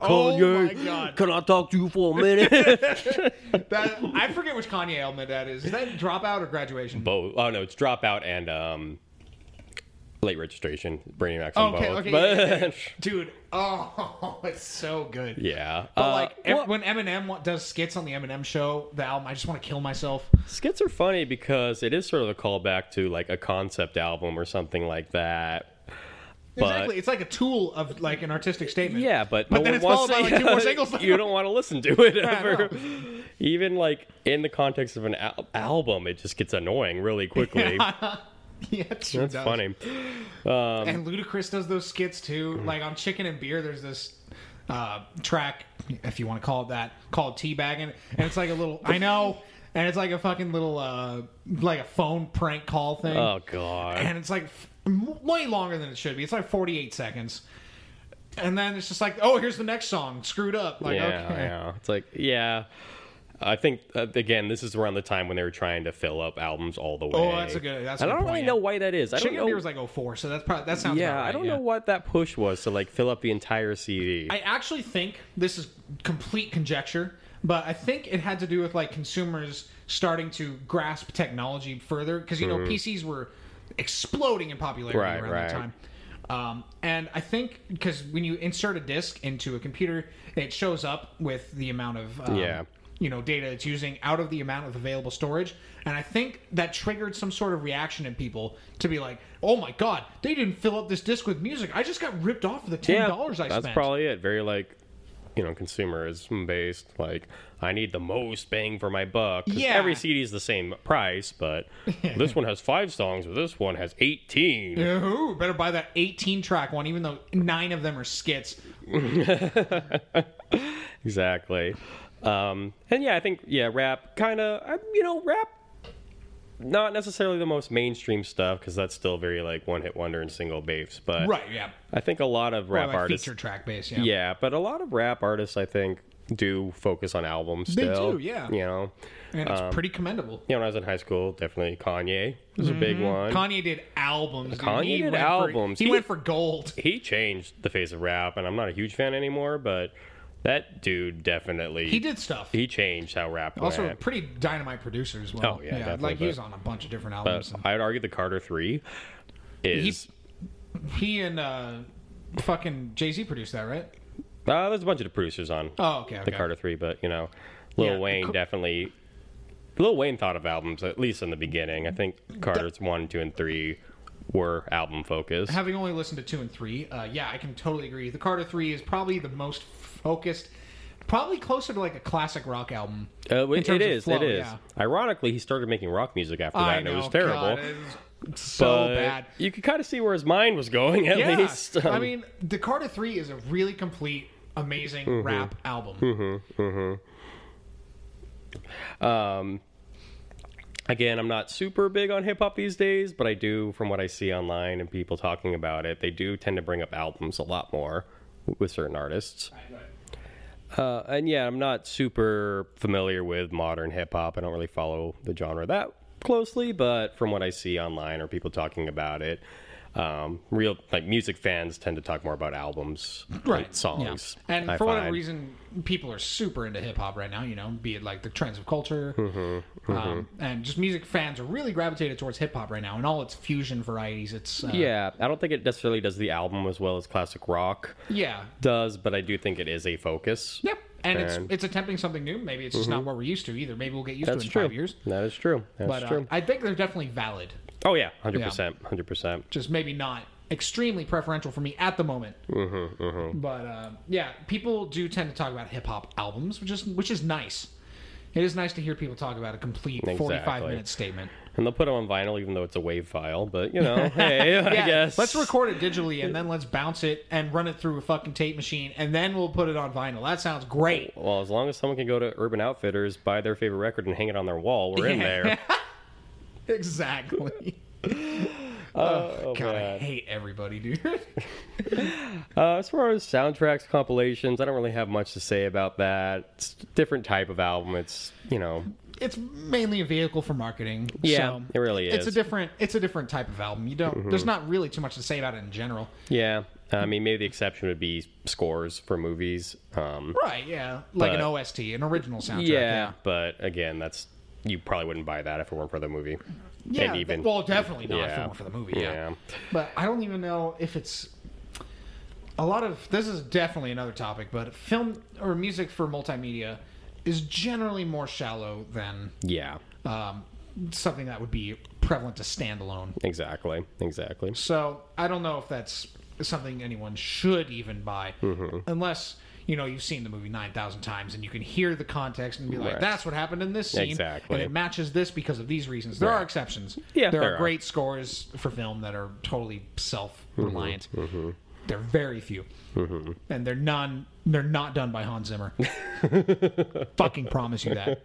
Speaker 2: oh my god!
Speaker 1: Can I talk to you for a minute?
Speaker 2: That, I forget which Kanye album that is. Is that Dropout or Graduation?
Speaker 1: both. Oh no, it's dropout and um, late registration. Bernie Mac's on
Speaker 2: Okay,
Speaker 1: both.
Speaker 2: okay,
Speaker 1: but
Speaker 2: yeah,
Speaker 1: yeah,
Speaker 2: Dude, oh, it's so good.
Speaker 1: But
Speaker 2: But like ev- Uh, when Eminem wa- does skits on the Eminem show, the album, I just want to kill myself.
Speaker 1: skits are funny because it is sort of a callback to like a concept album or something like that. But
Speaker 2: exactly, it's like a tool of like an artistic statement.
Speaker 1: yeah, but,
Speaker 2: But
Speaker 1: no
Speaker 2: then
Speaker 1: one
Speaker 2: it's
Speaker 1: wants
Speaker 2: followed by,
Speaker 1: to-
Speaker 2: like, two more singles.
Speaker 1: you don't want to listen to it
Speaker 2: I
Speaker 1: ever. Even like in the context of an al- album, it just gets annoying really quickly.
Speaker 2: yeah, it sure
Speaker 1: That's
Speaker 2: does.
Speaker 1: funny. Um, Mm.
Speaker 2: And Ludacris does those skits too. Like on Chicken and Beer, there's this uh, track, if you want to call it that, called Teabagging. And it's like a little, I know, and it's like a fucking little, uh, like a phone prank call thing.
Speaker 1: Oh god.
Speaker 2: And it's like f- m- way longer than it should be. It's like 48 seconds. And then it's just like, oh, here's the next song, screwed up. Like,
Speaker 1: yeah,
Speaker 2: okay.
Speaker 1: yeah. It's like, yeah. I think uh, again, this is around the time when they were trying to fill up albums all the way.
Speaker 2: Oh, that's a good- that's a
Speaker 1: And I
Speaker 2: good
Speaker 1: don't really
Speaker 2: point,
Speaker 1: know
Speaker 2: yeah.
Speaker 1: why that is. I
Speaker 2: Chicken
Speaker 1: don't
Speaker 2: and
Speaker 1: know.
Speaker 2: Beer was like 04, so that's probably, that sounds
Speaker 1: Oh. yeah,
Speaker 2: about right,
Speaker 1: I don't know what that push was to like fill up the entire CD.
Speaker 2: I actually think this is complete conjecture, but I think it had to do with like consumers starting to grasp technology further because you know PCs were exploding in popularity
Speaker 1: Hmm. Right,
Speaker 2: around that
Speaker 1: right.
Speaker 2: time. Um, and I think because when you insert a disk into a computer, it shows up with the amount of um,
Speaker 1: Yeah.
Speaker 2: you know data it's using out of the amount of available storage. And I think that triggered some sort of reaction in people to be like, "Oh my god, they didn't fill up this disk with music. I just got ripped off for the ten
Speaker 1: yeah,
Speaker 2: dollars I
Speaker 1: that's
Speaker 2: spent."
Speaker 1: probably it. Very like, you know, consumerism based. Like, I need the most bang for my buck. 'cause
Speaker 2: Yeah.
Speaker 1: every CD is the same price, but this one has five songs, but this one has eighteen.
Speaker 2: Ooh, better buy that 18 track one, even though nine of them are skits.
Speaker 1: Exactly. Um, and yeah, I think yeah, rap kind of you know rap. Not necessarily the most mainstream stuff because that's still very like one hit wonder and single bass. But
Speaker 2: Right, yeah.
Speaker 1: I think a lot of
Speaker 2: Or
Speaker 1: rap
Speaker 2: like
Speaker 1: artists,
Speaker 2: feature track base, yeah.
Speaker 1: yeah, but a lot of rap artists, I think, do focus on albums.
Speaker 2: They
Speaker 1: Still,
Speaker 2: do, yeah.
Speaker 1: You know,
Speaker 2: And
Speaker 1: um,
Speaker 2: it's pretty commendable.
Speaker 1: you know, when I was in high school, definitely Kanye was a
Speaker 2: Mm-hmm.
Speaker 1: big one.
Speaker 2: Kanye did albums. dude.
Speaker 1: Kanye
Speaker 2: He
Speaker 1: did
Speaker 2: went for-
Speaker 1: albums.
Speaker 2: he,
Speaker 1: He-
Speaker 2: went for gold.
Speaker 1: he changed the face of rap, and I'm not a huge fan anymore. But that dude definitely
Speaker 2: He did stuff.
Speaker 1: he changed how rap
Speaker 2: also,
Speaker 1: went.
Speaker 2: pretty dynamite producer as well.
Speaker 1: Oh, yeah, definitely,
Speaker 2: like he
Speaker 1: but-
Speaker 2: was on a bunch of different albums.
Speaker 1: I would argue the Carter Three is
Speaker 2: and he and uh, fucking Jay Z produced that, right?
Speaker 1: uh, there's a bunch of producers on
Speaker 2: Oh, okay. okay.
Speaker 1: the Carter Three, but you know, Lil
Speaker 2: Yeah, the
Speaker 1: Wayne
Speaker 2: Car-
Speaker 1: definitely. Lil Wayne thought of albums at least in the beginning. I think Carter's one, two, and three were album focused.
Speaker 2: Having only listened to two and three, uh, yeah, I can totally agree. The Carter Three is probably the most focused, probably closer to like a classic rock album.
Speaker 1: Uh,
Speaker 2: in
Speaker 1: it,
Speaker 2: terms
Speaker 1: it
Speaker 2: of
Speaker 1: is.
Speaker 2: flow,
Speaker 1: it is.
Speaker 2: yeah.
Speaker 1: Ironically, he started making rock music after that,
Speaker 2: I
Speaker 1: and
Speaker 2: know,
Speaker 1: it was terrible.
Speaker 2: God, it is so
Speaker 1: but
Speaker 2: bad.
Speaker 1: You could kind of see where his mind was going, at
Speaker 2: Yeah,
Speaker 1: least.
Speaker 2: I
Speaker 1: Um,
Speaker 2: mean, Dakota Three is a really complete, amazing
Speaker 1: Mm-hmm.
Speaker 2: rap album.
Speaker 1: Again, I'm not super big on hip hop these days, but I do, from what I see online and people talking about it, they do tend to bring up albums a lot more with certain artists. Uh, and yeah, I'm not super familiar with modern hip hop. I don't really follow the genre that closely, but from what I see online or people talking about it, Um, real like music fans tend to talk more about albums,
Speaker 2: right
Speaker 1: like songs.
Speaker 2: yeah. and
Speaker 1: I
Speaker 2: for whatever
Speaker 1: find.
Speaker 2: reason people are super into hip-hop right now you know be it like the trends of culture
Speaker 1: Mm-hmm.
Speaker 2: Um, and just music fans are really gravitated towards hip-hop right now and all its fusion varieties it's uh,
Speaker 1: yeah, I don't think it necessarily does the album as well as classic rock
Speaker 2: yeah
Speaker 1: does, but I do think it is a focus.
Speaker 2: yep and it's
Speaker 1: And-
Speaker 2: it's attempting something new maybe it's just not what we're used to either maybe we'll get used
Speaker 1: Mm-hmm. That's
Speaker 2: to in
Speaker 1: true.
Speaker 2: five years
Speaker 1: That is true. That's
Speaker 2: but uh,
Speaker 1: true.
Speaker 2: i think they're definitely valid
Speaker 1: oh yeah, hundred percent, hundred percent.
Speaker 2: just maybe not extremely preferential for me at the moment. Mm-hmm, But uh, yeah, people do tend to talk about hip hop albums, which is which is nice. It is nice to hear people talk about a complete forty-five
Speaker 1: Exactly.
Speaker 2: minute statement.
Speaker 1: And they'll put it on vinyl, even though it's a wave file. But you know, hey, I guess
Speaker 2: let's record it digitally and then let's bounce it and run it through a fucking tape machine and then we'll put it on vinyl. That sounds great.
Speaker 1: Well, as long as someone can go to Urban Outfitters, buy their favorite record, and hang it on their wall, we're in
Speaker 2: Yeah.
Speaker 1: there.
Speaker 2: exactly.
Speaker 1: Oh,
Speaker 2: God, I
Speaker 1: man.
Speaker 2: hate everybody, dude.
Speaker 1: Uh, as far as soundtracks, compilations, I don't really have much to say about that. It's a different type of album. It's you know,
Speaker 2: it's mainly a vehicle for marketing.
Speaker 1: Yeah,
Speaker 2: so
Speaker 1: it really
Speaker 2: It's
Speaker 1: is.
Speaker 2: a
Speaker 1: Mm-hmm.
Speaker 2: different it's a different type of album. You don't there's not really too much to say about it in general.
Speaker 1: yeah. I mean, maybe the exception would be scores for movies. Um,
Speaker 2: Right, yeah. Like an
Speaker 1: But-
Speaker 2: OST, an original soundtrack.
Speaker 1: yeah, but again, that's you probably wouldn't buy that if it weren't for the movie.
Speaker 2: Yeah,
Speaker 1: and even
Speaker 2: well definitely not
Speaker 1: yeah.
Speaker 2: for, for the movie, yeah. But I don't even know if it's a lot of this is definitely another topic, but film or music for multimedia is generally more shallow than
Speaker 1: yeah,
Speaker 2: um, something that would be prevalent to standalone.
Speaker 1: exactly, exactly.
Speaker 2: So I don't know if that's something anyone should even buy,
Speaker 1: Mm-hmm.
Speaker 2: unless you know you've seen the movie nine thousand times and you can hear the context and be like,
Speaker 1: Right.
Speaker 2: "That's what happened in this scene,"
Speaker 1: Exactly.
Speaker 2: and it matches this because of these reasons. There are
Speaker 1: Right.
Speaker 2: exceptions.
Speaker 1: Yeah,
Speaker 2: there,
Speaker 1: there
Speaker 2: are
Speaker 1: are.
Speaker 2: great scores for film that are totally self-reliant.
Speaker 1: Mm-hmm,
Speaker 2: They're very few, and they're non. They're not done by Hans Zimmer. Fucking promise you that.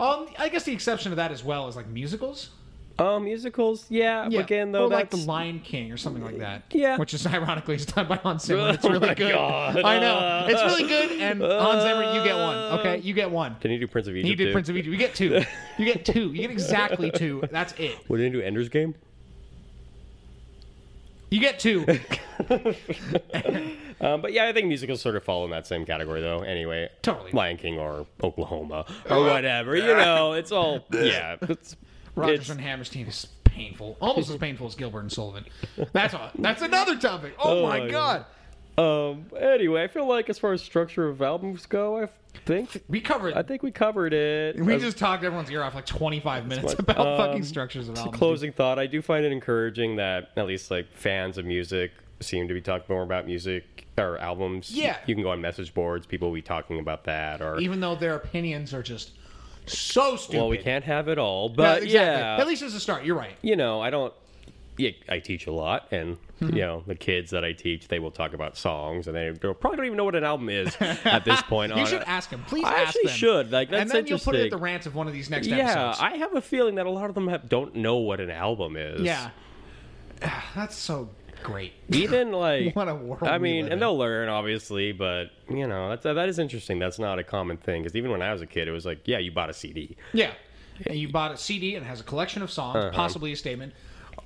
Speaker 2: Um, I guess the exception to that as well is like musicals.
Speaker 1: Um, musicals, yeah. Again, though,
Speaker 2: or like
Speaker 1: that's
Speaker 2: the Lion King or something like that.
Speaker 1: Yeah.
Speaker 2: which is ironically is done by Hans Zimmer. It's
Speaker 1: Oh
Speaker 2: really
Speaker 1: my
Speaker 2: good.
Speaker 1: God. Uh,
Speaker 2: I know it's really good. And Hans Zimmer, you get one. Okay, you get one.
Speaker 1: Didn't he do Prince of Egypt?
Speaker 2: He did
Speaker 1: too?
Speaker 2: Prince of Egypt. You get two. You get two. You get exactly two. That's it.
Speaker 1: What did he do? Ender's Game.
Speaker 2: You get two.
Speaker 1: Um, but yeah, I think musicals sort of fall in that same category, though. Anyway,
Speaker 2: Totally.
Speaker 1: Lion King or Oklahoma or whatever. You know, it's all yeah. It's,
Speaker 2: Rodgers
Speaker 1: it's-
Speaker 2: and Hammerstein is painful, almost as painful as Gilbert and Sullivan. That's a, that's another topic. Oh,
Speaker 1: Oh,
Speaker 2: my
Speaker 1: yeah.
Speaker 2: god,
Speaker 1: um. Anyway, I feel like as far as structure of albums go, I think
Speaker 2: we covered.
Speaker 1: I think we covered it.
Speaker 2: we
Speaker 1: As
Speaker 2: just talked everyone's ear off like 25 minutes
Speaker 1: what-
Speaker 2: about
Speaker 1: um,
Speaker 2: fucking structures of
Speaker 1: a
Speaker 2: albums.
Speaker 1: closing thought. I do find it encouraging that at least like fans of music seem to be talking more about music or albums.
Speaker 2: Yeah.
Speaker 1: you can go on message boards. People will be talking about that. Or
Speaker 2: even though their opinions are just so stupid.
Speaker 1: well, we can't have it all,
Speaker 2: Yeah,
Speaker 1: but
Speaker 2: exactly.
Speaker 1: yeah,
Speaker 2: At least as a start, you're right.
Speaker 1: you know, I don't. Yeah, I teach a lot, and
Speaker 2: Mm-hmm.
Speaker 1: you know, the kids that I teach, they will talk about songs, and they they'll probably don't even know what an album is at this point.
Speaker 2: You
Speaker 1: on
Speaker 2: should
Speaker 1: it.
Speaker 2: ask him. Please
Speaker 1: I
Speaker 2: ask
Speaker 1: actually
Speaker 2: them.
Speaker 1: should. Like, that's
Speaker 2: and then you'll put it at the
Speaker 1: interesting.
Speaker 2: rant of one of these next
Speaker 1: yeah,
Speaker 2: episodes.
Speaker 1: I have a feeling that a lot of them have, don't know what an album is.
Speaker 2: yeah. That's so great.
Speaker 1: even like
Speaker 2: What a world
Speaker 1: I
Speaker 2: we
Speaker 1: mean,
Speaker 2: live in.
Speaker 1: and they'll learn obviously, but you know, that's that is interesting. That's not a common thing because even when I was a kid, it was like, yeah, you bought a CD.
Speaker 2: Yeah. And you bought a CD and it has a collection of songs, possibly a statement.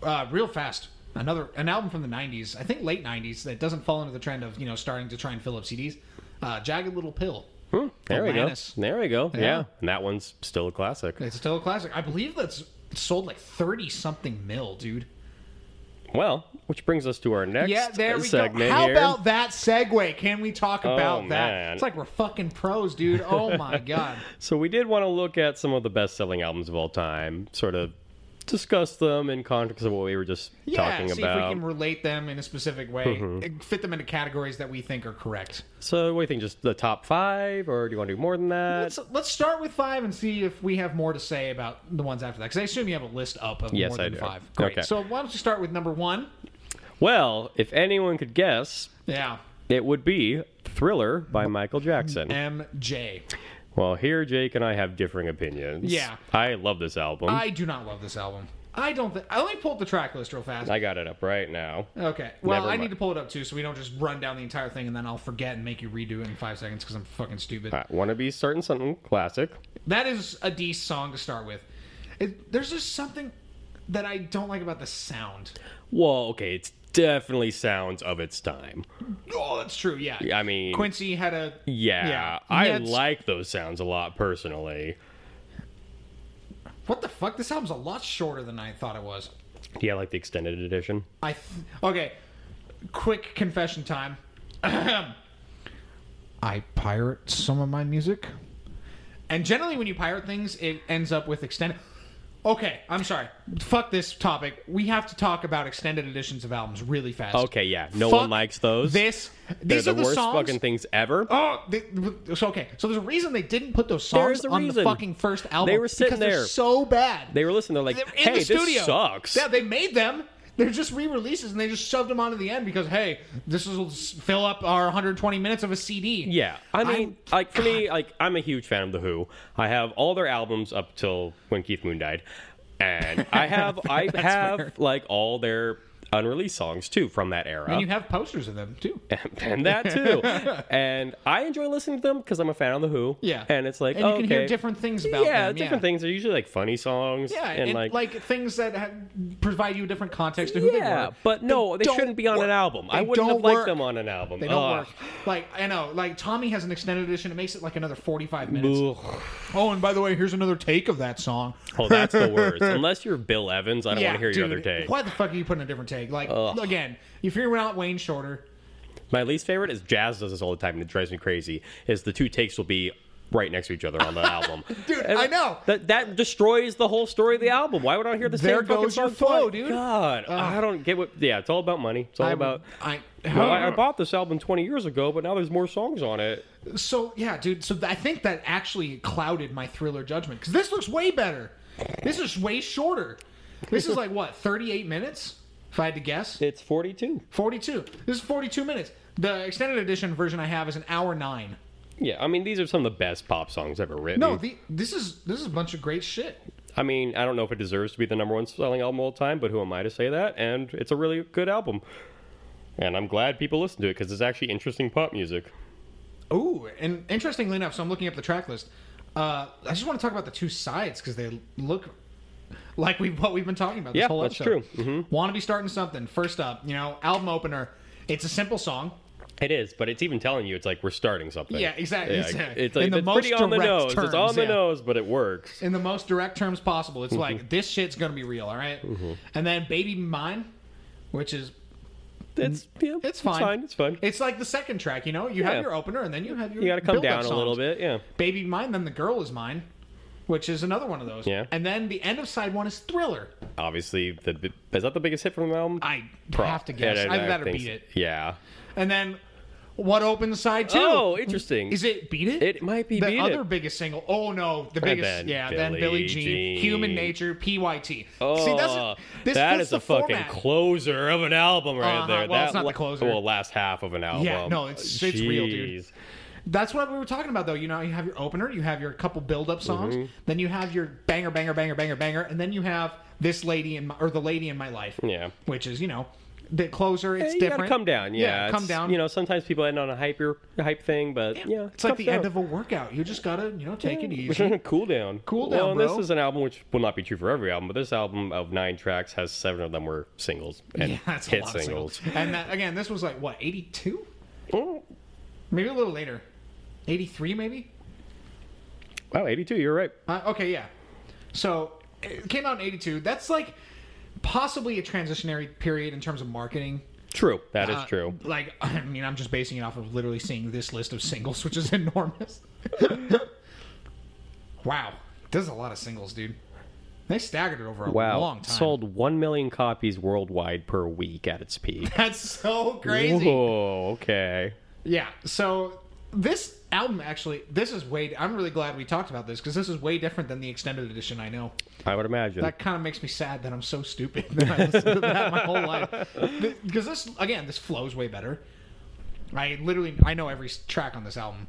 Speaker 2: Uh, real fast. Another an album from the '90s, I think late '90s, that doesn't fall into the trend of you know starting to try and fill up CDs. Uh, Jagged Little Pill.
Speaker 1: Hmm, there we go.
Speaker 2: Atlantis.
Speaker 1: There we go. Yeah.
Speaker 2: Yeah.
Speaker 1: and that one's still a classic.
Speaker 2: It's still a classic. I believe that's sold like thirty something mil, dude.
Speaker 1: Well, which brings us to our next
Speaker 2: Yeah, there we
Speaker 1: segment
Speaker 2: go. How
Speaker 1: here. Oh,
Speaker 2: about that segue? Can we talk about that?
Speaker 1: man.
Speaker 2: It's like we're fucking pros, dude. Oh my god.
Speaker 1: So we did want to look at some of the best-selling albums of all time, sort of discuss them in context of what we were just
Speaker 2: Yeah,
Speaker 1: talking
Speaker 2: see
Speaker 1: about. Mm-hmm.
Speaker 2: if we can relate them in a specific way, eh, fit them into categories that we think are correct.
Speaker 1: So what do you think? Just the top five, or do you want to do more than that?
Speaker 2: Let's let's start with five and see if we have more to say about the ones after that. Because I assume you have a list up of
Speaker 1: Yes,
Speaker 2: more
Speaker 1: I
Speaker 2: than
Speaker 1: do.
Speaker 2: five. Great.
Speaker 1: Okay.
Speaker 2: So why don't you start with number one?
Speaker 1: Well, if anyone could guess,
Speaker 2: Yeah,
Speaker 1: it would be Thriller by Michael Jackson.
Speaker 2: MJ.
Speaker 1: Well, here Jake and I have differing opinions.
Speaker 2: Yeah.
Speaker 1: I love this album. I,
Speaker 2: I do not love this album. I don't. Th- I only pulled the track list real fast.
Speaker 1: got it up right now.
Speaker 2: Okay. Well,
Speaker 1: Never
Speaker 2: I
Speaker 1: mind.
Speaker 2: need to pull it up too, so we don't just run down the entire thing and then I'll forget and make you redo it in five seconds because I'm fucking stupid.
Speaker 1: I want to be starting something classic.
Speaker 2: That is a decent song to start with. It, there's just something. that I don't like about the sound.
Speaker 1: Well, okay, it's definitely sounds of its time.
Speaker 2: Oh, that's true. Yeah.
Speaker 1: I mean,
Speaker 2: Quincy had a
Speaker 1: yeah,
Speaker 2: yeah.
Speaker 1: I
Speaker 2: Yeah, it's-
Speaker 1: like those sounds a lot personally.
Speaker 2: what the fuck? This album's a lot shorter than I thought it was.
Speaker 1: Do you like the extended edition?
Speaker 2: I th- okay. Quick confession time. I pirate some of my music, and generally when you pirate things, it ends up with extended. Okay, I'm sorry. Fuck this topic. We have to talk about extended editions of albums really fast.
Speaker 1: Okay, yeah, no
Speaker 2: Fuck
Speaker 1: one likes those.
Speaker 2: This.
Speaker 1: They're
Speaker 2: These
Speaker 1: the,
Speaker 2: are the
Speaker 1: worst
Speaker 2: songs.
Speaker 1: fucking things ever.
Speaker 2: Oh, they, so okay. So there's a reason they didn't put those
Speaker 1: There is
Speaker 2: songs
Speaker 1: a
Speaker 2: on the
Speaker 1: reason.
Speaker 2: fucking first album.
Speaker 1: They were sitting
Speaker 2: because they're
Speaker 1: there.
Speaker 2: so bad.
Speaker 1: They were listening. They're like,
Speaker 2: They're in
Speaker 1: "Hey,
Speaker 2: the studio.
Speaker 1: this sucks."
Speaker 2: Yeah, they made them. They're just re-releases, and they just shoved them onto the end because hey, this will s- fill up our 120 minutes of a CD.
Speaker 1: Yeah, I mean, like for me, like I'm a huge fan of the Who. I have all their albums up till when Keith Moon died, and I have I have like all their unreleased songs too from that era,
Speaker 2: and
Speaker 1: and,
Speaker 2: you have posters of them too.
Speaker 1: that too. and I enjoy listening to them because I'm a fan of the Who.
Speaker 2: Yeah,
Speaker 1: and it's like
Speaker 2: and you
Speaker 1: okay,
Speaker 2: can hear different things about
Speaker 1: yeah,
Speaker 2: them.
Speaker 1: different things. They're usually like funny songs.
Speaker 2: Yeah,
Speaker 1: and, like.
Speaker 2: things that ha- provide you a different context to who they
Speaker 1: yeah,
Speaker 2: were.
Speaker 1: but no, they,
Speaker 2: don't
Speaker 1: shouldn't be on
Speaker 2: work.
Speaker 1: an album. I
Speaker 2: They
Speaker 1: wouldn't
Speaker 2: don't
Speaker 1: have liked
Speaker 2: work.
Speaker 1: them on an album.
Speaker 2: They don't work. Like I know, like Tommy has an extended edition. It makes it like another forty-five minutes.
Speaker 1: Ugh.
Speaker 2: Oh, and by the way, here's another take of that song.
Speaker 1: Oh, that's the worst. Unless you're Bill Evans, I don't want to hear your
Speaker 2: dude,
Speaker 1: other take.
Speaker 2: Why the fuck are you putting a different take? Like again, if you're out Wayne Shorter,
Speaker 1: My least favorite is Jazz does this all the time, and it drives me crazy. Is the two takes will be right next to each other on the album,
Speaker 2: Dude,
Speaker 1: And
Speaker 2: I know.
Speaker 1: that that destroys the whole story of the album. Why would I hear the
Speaker 2: There
Speaker 1: same fucking
Speaker 2: goes your
Speaker 1: song
Speaker 2: flow,
Speaker 1: twice?
Speaker 2: dude.
Speaker 1: God, I don't get what. Yeah, it's all about money. It's all
Speaker 2: I
Speaker 1: about.
Speaker 2: I,
Speaker 1: Well, I, I bought this album 20 years ago, but now there's more songs on it.
Speaker 2: so yeah, dude. So I think that actually clouded my thriller judgment because this looks way better. This is way shorter. This is like what thirty-eight minutes, if I had to guess.
Speaker 1: It's 42.
Speaker 2: Forty-two. This is forty-two minutes. The extended edition version I have is an hour nine.
Speaker 1: Yeah, I mean these are some of the best pop songs ever written.
Speaker 2: No, the, this is this is a bunch of great shit.
Speaker 1: I mean I don't know if it deserves to be the number one selling album all the time, but who am I to say that? And it's a really good album, and I'm glad people listen to it because it's actually interesting pop music.
Speaker 2: Oh, and interestingly enough, so I'm looking up the track list. Uh, I just want to talk about the two sides because they look like we what we've been talking about. This
Speaker 1: Yeah,
Speaker 2: whole
Speaker 1: that's
Speaker 2: episode.
Speaker 1: true. Mm-hmm.
Speaker 2: Want to be starting something? First up, you know, album opener. It's a simple song.
Speaker 1: It is, but it's even telling you it's like we're starting something.
Speaker 2: Yeah, exactly.
Speaker 1: Yeah,
Speaker 2: It's-
Speaker 1: it's like
Speaker 2: in the
Speaker 1: it's
Speaker 2: most
Speaker 1: pretty on the
Speaker 2: direct
Speaker 1: nose.
Speaker 2: terms,
Speaker 1: it's on the
Speaker 2: yeah.
Speaker 1: nose, but it works.
Speaker 2: in the most direct terms possible. It's
Speaker 1: Mm-hmm.
Speaker 2: like this shit's gonna be real, all right? And then "Baby Mine," which is
Speaker 1: It's yeah,
Speaker 2: it's fine.
Speaker 1: It's fine. It's fine.
Speaker 2: It's like the second track, you know. You
Speaker 1: Yeah.
Speaker 2: have your opener, and then you have your
Speaker 1: you got to come
Speaker 2: build-up
Speaker 1: down a
Speaker 2: songs.
Speaker 1: little bit. Yeah.
Speaker 2: "Baby Mine," then "The Girl Is Mine," which is another one of those.
Speaker 1: Yeah.
Speaker 2: And then the end of side one is "Thriller."
Speaker 1: Obviously, the bi- is that the biggest hit from the album?
Speaker 2: I
Speaker 1: Pro-
Speaker 2: have to guess.
Speaker 1: Yeah,
Speaker 2: I, better
Speaker 1: think
Speaker 2: beat
Speaker 1: so.
Speaker 2: it.
Speaker 1: Yeah.
Speaker 2: And then what opens side two?
Speaker 1: Oh, interesting.
Speaker 2: Is it beat it?
Speaker 1: It might be
Speaker 2: the
Speaker 1: Beat
Speaker 2: other
Speaker 1: It.
Speaker 2: biggest single. Oh no, the biggest.
Speaker 1: then
Speaker 2: yeah, then
Speaker 1: Billie
Speaker 2: Billie Jean,
Speaker 1: Jean.
Speaker 2: Human Nature, PYT.
Speaker 1: Oh,
Speaker 2: See, that's a- this
Speaker 1: that
Speaker 2: fits
Speaker 1: is
Speaker 2: the
Speaker 1: a fucking
Speaker 2: format.
Speaker 1: closer of an album right
Speaker 2: Uh-huh.
Speaker 1: there.
Speaker 2: Well,
Speaker 1: that
Speaker 2: it's not the
Speaker 1: la-
Speaker 2: closer.
Speaker 1: Well, last half of an album.
Speaker 2: no, it's- it's real, dude.
Speaker 1: Jeez.
Speaker 2: That's what we were talking about, though. You know, you have your opener, you have your couple build-up songs,
Speaker 1: Mm-hmm.
Speaker 2: then you have your banger, banger, banger, banger, banger, and then you have this lady in my, or the lady in my life.
Speaker 1: Yeah.
Speaker 2: which is you know the closer. It's
Speaker 1: you
Speaker 2: different.
Speaker 1: gotta come down. Yeah,
Speaker 2: come
Speaker 1: it's-
Speaker 2: down.
Speaker 1: You know, sometimes people end on a hype hype thing, but yeah,
Speaker 2: it's like
Speaker 1: comes
Speaker 2: the
Speaker 1: down.
Speaker 2: end of a workout. You just gotta you know take it easy.
Speaker 1: cool down.
Speaker 2: Cool
Speaker 1: Well,
Speaker 2: down,
Speaker 1: and
Speaker 2: bro.
Speaker 1: This is an album which will not be true for every album, but this album of nine tracks has seven of them were singles and
Speaker 2: Yeah, that's a
Speaker 1: hit
Speaker 2: lot of
Speaker 1: singles.
Speaker 2: And that, again, this was like what eighty two,
Speaker 1: Oh,
Speaker 2: maybe a little later, eighty three maybe.
Speaker 1: wow, eighty-two. You're right.
Speaker 2: Uh, okay, yeah. So it came out in eighty two. That's like possibly a transitionary period in terms of marketing.
Speaker 1: True. That is
Speaker 2: Uh,
Speaker 1: true.
Speaker 2: Like, I mean, I'm just basing it off of literally seeing this list of singles, which is enormous. wow, there's a lot of singles, dude. They staggered it over a
Speaker 1: Wow.
Speaker 2: long time.
Speaker 1: Sold one million copies worldwide per week at its peak.
Speaker 2: That's so crazy.
Speaker 1: Whoa. Okay.
Speaker 2: Yeah. So this album actually, this is way. I'm really glad we talked about this because this is way different than the extended edition. I know
Speaker 1: I would imagine.
Speaker 2: that kind of makes me sad that I'm so stupid that I listened to that my whole life. Because this again, this flows way better. I literally I know every track on this album,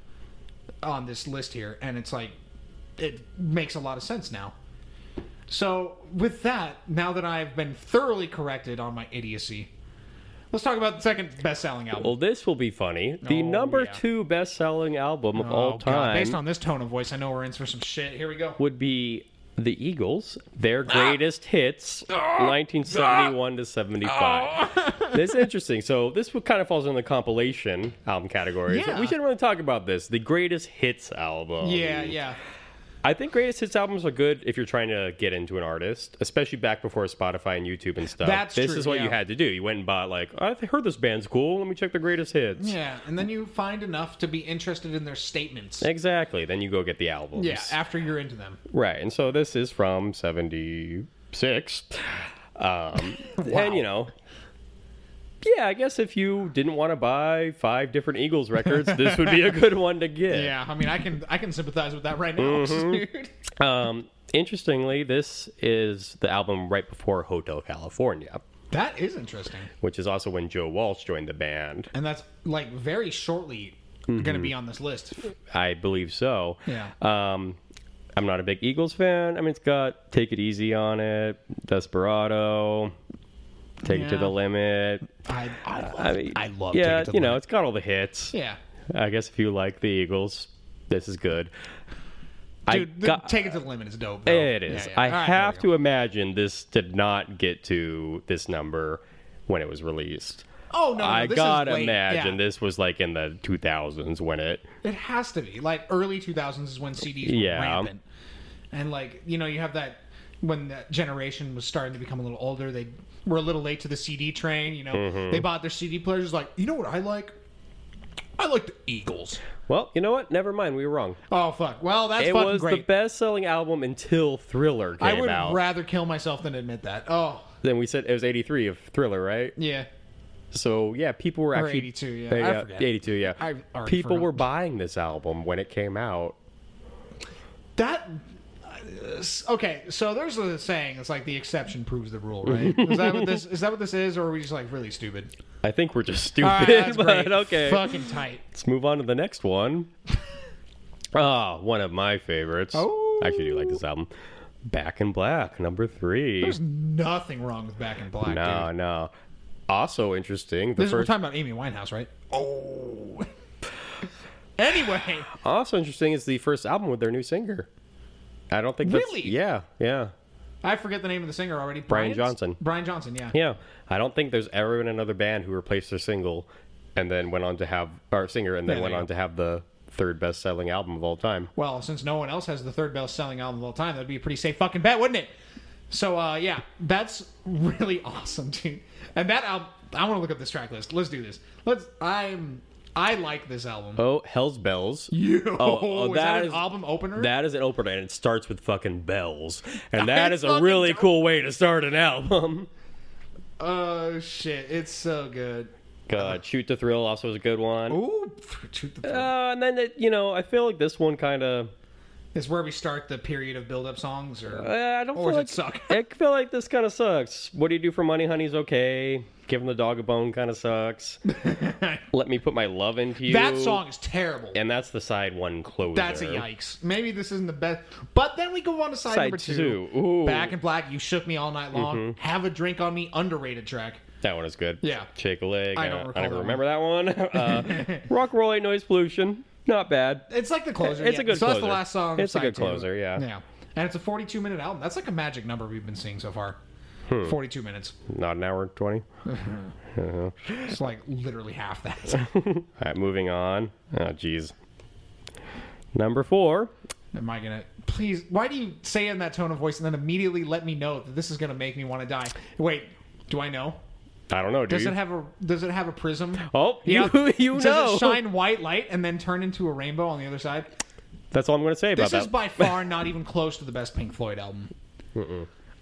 Speaker 2: on this list here, and it's like it makes a lot of sense now. So with that, now that I've been thoroughly corrected on my idiocy, let's talk about the second best-selling album.
Speaker 1: well, this will be funny. The
Speaker 2: Oh,
Speaker 1: number
Speaker 2: yeah. Oh,
Speaker 1: two best-selling album of all
Speaker 2: God.
Speaker 1: Oh, time
Speaker 2: Based on this tone of voice, I know we're in for some shit. Here we go.
Speaker 1: would be The Eagles, their
Speaker 2: Ah.
Speaker 1: greatest hits, 1971 to 75.
Speaker 2: Ah.
Speaker 1: That's interesting. So this would- kind of falls in the compilation album category. So
Speaker 2: Yeah.
Speaker 1: we should really talk about this. The greatest hits album.
Speaker 2: yeah, yeah.
Speaker 1: I think greatest hits albums are good if you're trying to get into an artist, especially back before Spotify and YouTube and stuff.
Speaker 2: That's
Speaker 1: this
Speaker 2: true,
Speaker 1: is what you
Speaker 2: yeah.
Speaker 1: had to do. You went and bought like, "Oh, I heard this band's cool. Let me check the greatest hits.
Speaker 2: Yeah, and then you find enough to be interested in their statements.
Speaker 1: Exactly. Then you go get the albums.
Speaker 2: Yeah, after you're into them.
Speaker 1: Right, and so this is from '76, um, and you know, yeah, I guess if you didn't want to buy five different Eagles records, this would be a good one to get.
Speaker 2: Yeah, I mean, I can I can sympathize with that right now,
Speaker 1: Mm-hmm.
Speaker 2: dude.
Speaker 1: Um, interestingly, this is the album right before Hotel California,
Speaker 2: That is interesting,
Speaker 1: which is also when Joe Walsh joined the band.
Speaker 2: and that's like very shortly going to
Speaker 1: Mm-hmm.
Speaker 2: be on this list.
Speaker 1: I believe so.
Speaker 2: Yeah.
Speaker 1: Um, I'm not a big Eagles fan. I mean, it's got "Take It Easy" on it, "Desperado," "Take It to
Speaker 2: Yeah.
Speaker 1: the Limit."
Speaker 2: I, I love,
Speaker 1: I mean,
Speaker 2: I love
Speaker 1: Yeah,
Speaker 2: Take It to the
Speaker 1: you know, it's got all the hits.
Speaker 2: yeah,
Speaker 1: I guess if you like the Eagles, this is good.
Speaker 2: dude.
Speaker 1: I got,
Speaker 2: take it to the limit is dope. Though.
Speaker 1: it is.
Speaker 2: Yeah, yeah.
Speaker 1: I
Speaker 2: All right, there
Speaker 1: have
Speaker 2: we go.
Speaker 1: to imagine this did not get to this number when it was released.
Speaker 2: Oh no, no,
Speaker 1: I
Speaker 2: this is
Speaker 1: gotta
Speaker 2: late.
Speaker 1: imagine
Speaker 2: Yeah.
Speaker 1: this was like in the 2000s when it.
Speaker 2: It has to be like early 2000s is when CDs were
Speaker 1: Yeah.
Speaker 2: rampant, and like you know you have that when that generation was starting to become a little older. They were a little late to the CD train. You know,
Speaker 1: Mm-hmm.
Speaker 2: they bought their CD players. Like you know what I like. I like the Eagles.
Speaker 1: Well, you know what? Never mind. We were wrong.
Speaker 2: Oh fuck! Well, that's
Speaker 1: It
Speaker 2: fucking
Speaker 1: was the
Speaker 2: great.
Speaker 1: best-selling album until Thriller
Speaker 2: I
Speaker 1: came
Speaker 2: would
Speaker 1: out.
Speaker 2: rather kill myself than admit that. Oh
Speaker 1: then we said it was 83 of Thriller, right?
Speaker 2: yeah,
Speaker 1: So yeah, people were actually
Speaker 2: 82, yeah.
Speaker 1: They,
Speaker 2: I
Speaker 1: uh,
Speaker 2: forget.
Speaker 1: 82, yeah.
Speaker 2: I already
Speaker 1: people
Speaker 2: forgot.
Speaker 1: were buying this album when it came out.
Speaker 2: that. uh, s- Okay, so there's a saying. It's like the exception proves the rule, right? is that what this is? That what this is, or are we just like really stupid?
Speaker 1: I think we're just
Speaker 2: All right,
Speaker 1: stupid,
Speaker 2: Ah, that's
Speaker 1: but
Speaker 2: great.
Speaker 1: okay.
Speaker 2: Fucking tight.
Speaker 1: Let's move on to the next one. Ah, one of my favorites.
Speaker 2: Oh.
Speaker 1: I actually do like this album. Back in Black, number three.
Speaker 2: There's nothing wrong with Back in Black.
Speaker 1: no,
Speaker 2: dude.
Speaker 1: no. Also interesting. The
Speaker 2: This, we're
Speaker 1: first,
Speaker 2: talking about Amy Winehouse, right? Oh. anyway,
Speaker 1: also interesting is the first album with their new singer. I don't think that's,
Speaker 2: Really?
Speaker 1: Yeah, yeah,
Speaker 2: I forget the name of the singer already.
Speaker 1: Brian
Speaker 2: Brian's-
Speaker 1: Johnson.
Speaker 2: Brian Johnson, yeah.
Speaker 1: yeah. I don't think there's ever been another band who replaced their single and then went on to have our singer and then
Speaker 2: Yeah,
Speaker 1: went
Speaker 2: there you
Speaker 1: on to have the third best-selling album of all time.
Speaker 2: Well, since no one else has the third best-selling album of all time, that'd be a pretty safe fucking bet, wouldn't it? So, uh, yeah, that's really awesome, dude. And that album, I want to look up this track list. Let's do this. Let's. I'm. I like this album.
Speaker 1: Oh, Hell's Bells.
Speaker 2: You.
Speaker 1: Oh, oh,
Speaker 2: is that
Speaker 1: that
Speaker 2: an
Speaker 1: is-
Speaker 2: album opener?
Speaker 1: That is an opener, and it starts with fucking bells, and that
Speaker 2: It's
Speaker 1: is a
Speaker 2: fucking
Speaker 1: really
Speaker 2: dope.
Speaker 1: cool way to start an album.
Speaker 2: oh shit, it's so good.
Speaker 1: God, Uh, shoot the thrill also is a good one.
Speaker 2: Ooh, shoot the.
Speaker 1: Uh, and then it, you know, I feel like this one kind of.
Speaker 2: is where we start the period of build-up songs, or
Speaker 1: Uh, I don't
Speaker 2: or
Speaker 1: feel
Speaker 2: does
Speaker 1: like
Speaker 2: it suck?
Speaker 1: I feel like this kind of sucks. What do you do for money, honey's okay. Giving the dog a bone kind of sucks. Let me put my love into you.
Speaker 2: That song is terrible.
Speaker 1: and that's the side one closer.
Speaker 2: That's a yikes. Maybe this isn't the best, but then we go on to side,
Speaker 1: Side
Speaker 2: number two.
Speaker 1: two. Ooh. Mm-hmm.
Speaker 2: Back in Black, you shook me all night long. Have a drink on me, underrated track.
Speaker 1: That one is good.
Speaker 2: Yeah.
Speaker 1: shake a leg.
Speaker 2: I
Speaker 1: I
Speaker 2: don't
Speaker 1: don't, I
Speaker 2: recall
Speaker 1: never
Speaker 2: that
Speaker 1: remember that one. Uh, rock and roll ain't noise pollution. Not bad.
Speaker 2: It's like the closer.
Speaker 1: It's a
Speaker 2: yeah.
Speaker 1: good
Speaker 2: so That's the
Speaker 1: closer.
Speaker 2: last song. of
Speaker 1: It's a
Speaker 2: side
Speaker 1: good
Speaker 2: two.
Speaker 1: closer, yeah.
Speaker 2: Yeah, and it's a 42 minute album. That's like a magic number we've been seeing so far.
Speaker 1: Hmm.
Speaker 2: 42 minutes.
Speaker 1: Not an hour and twenty.
Speaker 2: It's like literally half that.
Speaker 1: All right, moving on. Oh, jeez. Number four.
Speaker 2: Am I gonna? Please, why do you say it in that tone of voice and then immediately let me know that this is gonna make me want to die? Wait, do I know?
Speaker 1: I don't know. Do
Speaker 2: Does
Speaker 1: you?
Speaker 2: it have a? Does it have a prism?
Speaker 1: oh, you you
Speaker 2: Does
Speaker 1: know.
Speaker 2: it shine white light and then turn into a rainbow on the other side?
Speaker 1: That's all I'm going to say about
Speaker 2: This
Speaker 1: that.
Speaker 2: is by far not even close to the best Pink Floyd album.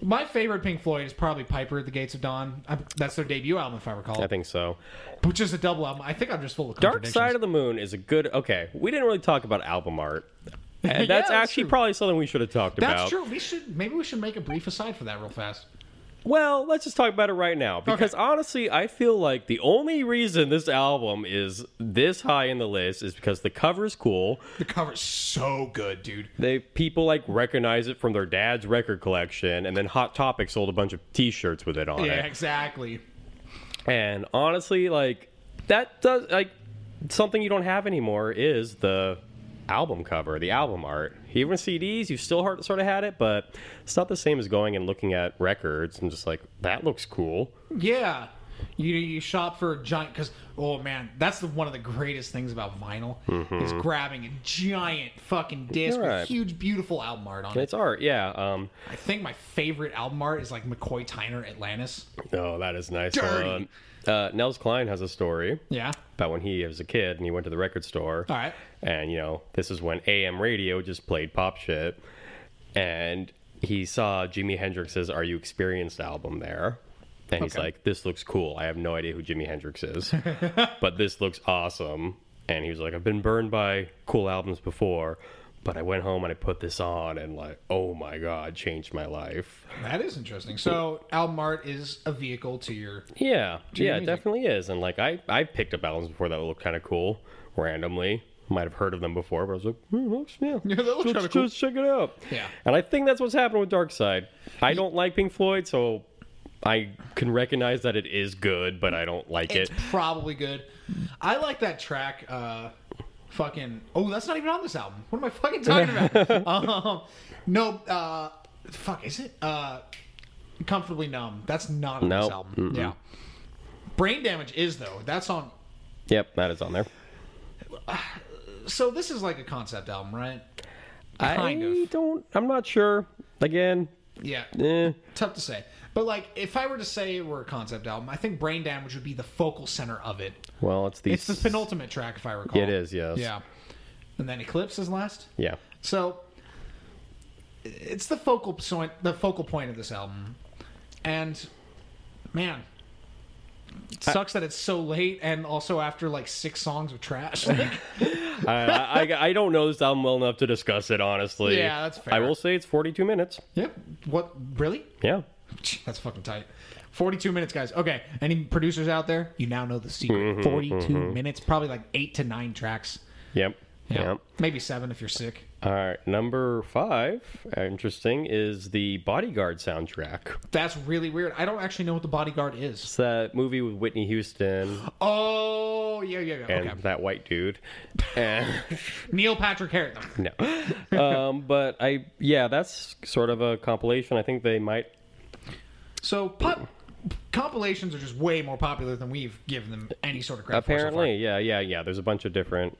Speaker 2: My favorite Pink Floyd is probably Piper at the Gates of Dawn. I, that's their debut album, if I recall,
Speaker 1: I think so.
Speaker 2: which is a double album. I think I'm just full of
Speaker 1: Dark
Speaker 2: contradictions.
Speaker 1: Side of the Moon is a good. Okay, we didn't really talk about album art. And
Speaker 2: Yeah,
Speaker 1: that's
Speaker 2: that's
Speaker 1: actually
Speaker 2: true.
Speaker 1: probably something we should have talked
Speaker 2: That's
Speaker 1: about.
Speaker 2: true. We should maybe we should make a brief aside for that real fast.
Speaker 1: Well, let's just talk about it right now because honestly, I feel like the only reason this album is this high in the list is because the cover's cool.
Speaker 2: The cover's so good, dude.
Speaker 1: They people like recognize it from their dad's record collection, and then Hot Topic sold a bunch of T-shirts with it on
Speaker 2: Yeah,
Speaker 1: it.
Speaker 2: exactly.
Speaker 1: And honestly, like that does like something you don't have anymore is the album cover, the album art. Even with CDs, you still hard, sort of had it, but it's not the same as going and looking at records and just like that looks cool.
Speaker 2: Yeah. You, you shop for a giant because oh man that's the one of the greatest things about vinyl is grabbing a giant fucking disc
Speaker 1: You're right.
Speaker 2: with huge beautiful album art on
Speaker 1: And
Speaker 2: it.
Speaker 1: it's art, yeah. Um,
Speaker 2: I think my favorite album art is like McCoy Tyner Atlantis.
Speaker 1: oh, that is nice.
Speaker 2: Dirty.
Speaker 1: Um, uh, Nels Klein has a story
Speaker 2: Yeah,
Speaker 1: about when he was a kid and he went to the record store.
Speaker 2: all right.
Speaker 1: And you know, this is when AM radio just played pop shit. And he saw Jimi Hendrix's Are You Experienced album there. And he's
Speaker 2: Okay.
Speaker 1: like, This looks cool. I have no idea who Jimi Hendrix is, but this looks awesome. And he was like, I've been burned by cool albums before, but I went home and I put this on and like, oh my God, changed my life.
Speaker 2: That is interesting. So album art is a vehicle to your
Speaker 1: Yeah, yeah, it
Speaker 2: music.
Speaker 1: definitely is. And like I, I picked up albums before that looked kind of cool randomly. Might have heard of them before, but I was like, hmm, looks, yeah,
Speaker 2: Yeah, that looks
Speaker 1: let's
Speaker 2: kinda cool."
Speaker 1: just check it out.
Speaker 2: Yeah.
Speaker 1: and I think that's what's happened with Dark Side. I don't like Pink Floyd, so I can recognize that it is good, but I don't like
Speaker 2: It's
Speaker 1: it.
Speaker 2: probably good. I like that track. Uh, fucking. Oh, that's not even on this album. What am I fucking talking about? um, no. Uh, fuck. Is it? Uh, Comfortably numb. That's not on
Speaker 1: Nope.
Speaker 2: this album. Yeah. Brain damage is though. That's on.
Speaker 1: Yep, that is on there.
Speaker 2: So this is like a concept album, right?
Speaker 1: I
Speaker 2: Kind
Speaker 1: don't. I'm not sure. Again,
Speaker 2: Yeah.
Speaker 1: eh,
Speaker 2: Tough to say. But like, if I were to say it were a concept album, I think Brain Damage would be the focal center of it.
Speaker 1: well, it's the
Speaker 2: It's the penultimate track, if I recall.
Speaker 1: It is, yes.
Speaker 2: Yeah. And then Eclipse is last.
Speaker 1: Yeah,
Speaker 2: So it's the focal point the focal point of this album. And man, it sucks that it's so late and also after like six songs of trash. Like,
Speaker 1: I, I, I- I don't know this album well enough to discuss it honestly.
Speaker 2: Yeah, that's fair.
Speaker 1: I will say it's 42 minutes.
Speaker 2: yep. What really?
Speaker 1: Yeah.
Speaker 2: That's fucking tight. 42 minutes, guys. Okay. Any producers out there? You now know the secret. 42 minutes, probably like 8 to 9 tracks.
Speaker 1: Yep.
Speaker 2: Yeah.
Speaker 1: Yep.
Speaker 2: Maybe 7 if you're sick.
Speaker 1: All right, number five, interesting, is the Bodyguard soundtrack.
Speaker 2: That's really weird. I don't actually know what the bodyguard is.
Speaker 1: It's that movie with Whitney Houston
Speaker 2: Oh, yeah, yeah, yeah.
Speaker 1: and
Speaker 2: Okay.
Speaker 1: that white dude. And,
Speaker 2: Neil Patrick Harris.
Speaker 1: no, um, but I yeah, that's sort of a compilation. I think they might.
Speaker 2: So pop compilations are just way more popular than we've given them any sort of credit
Speaker 1: Apparently, yeah, yeah, yeah. There's a bunch of different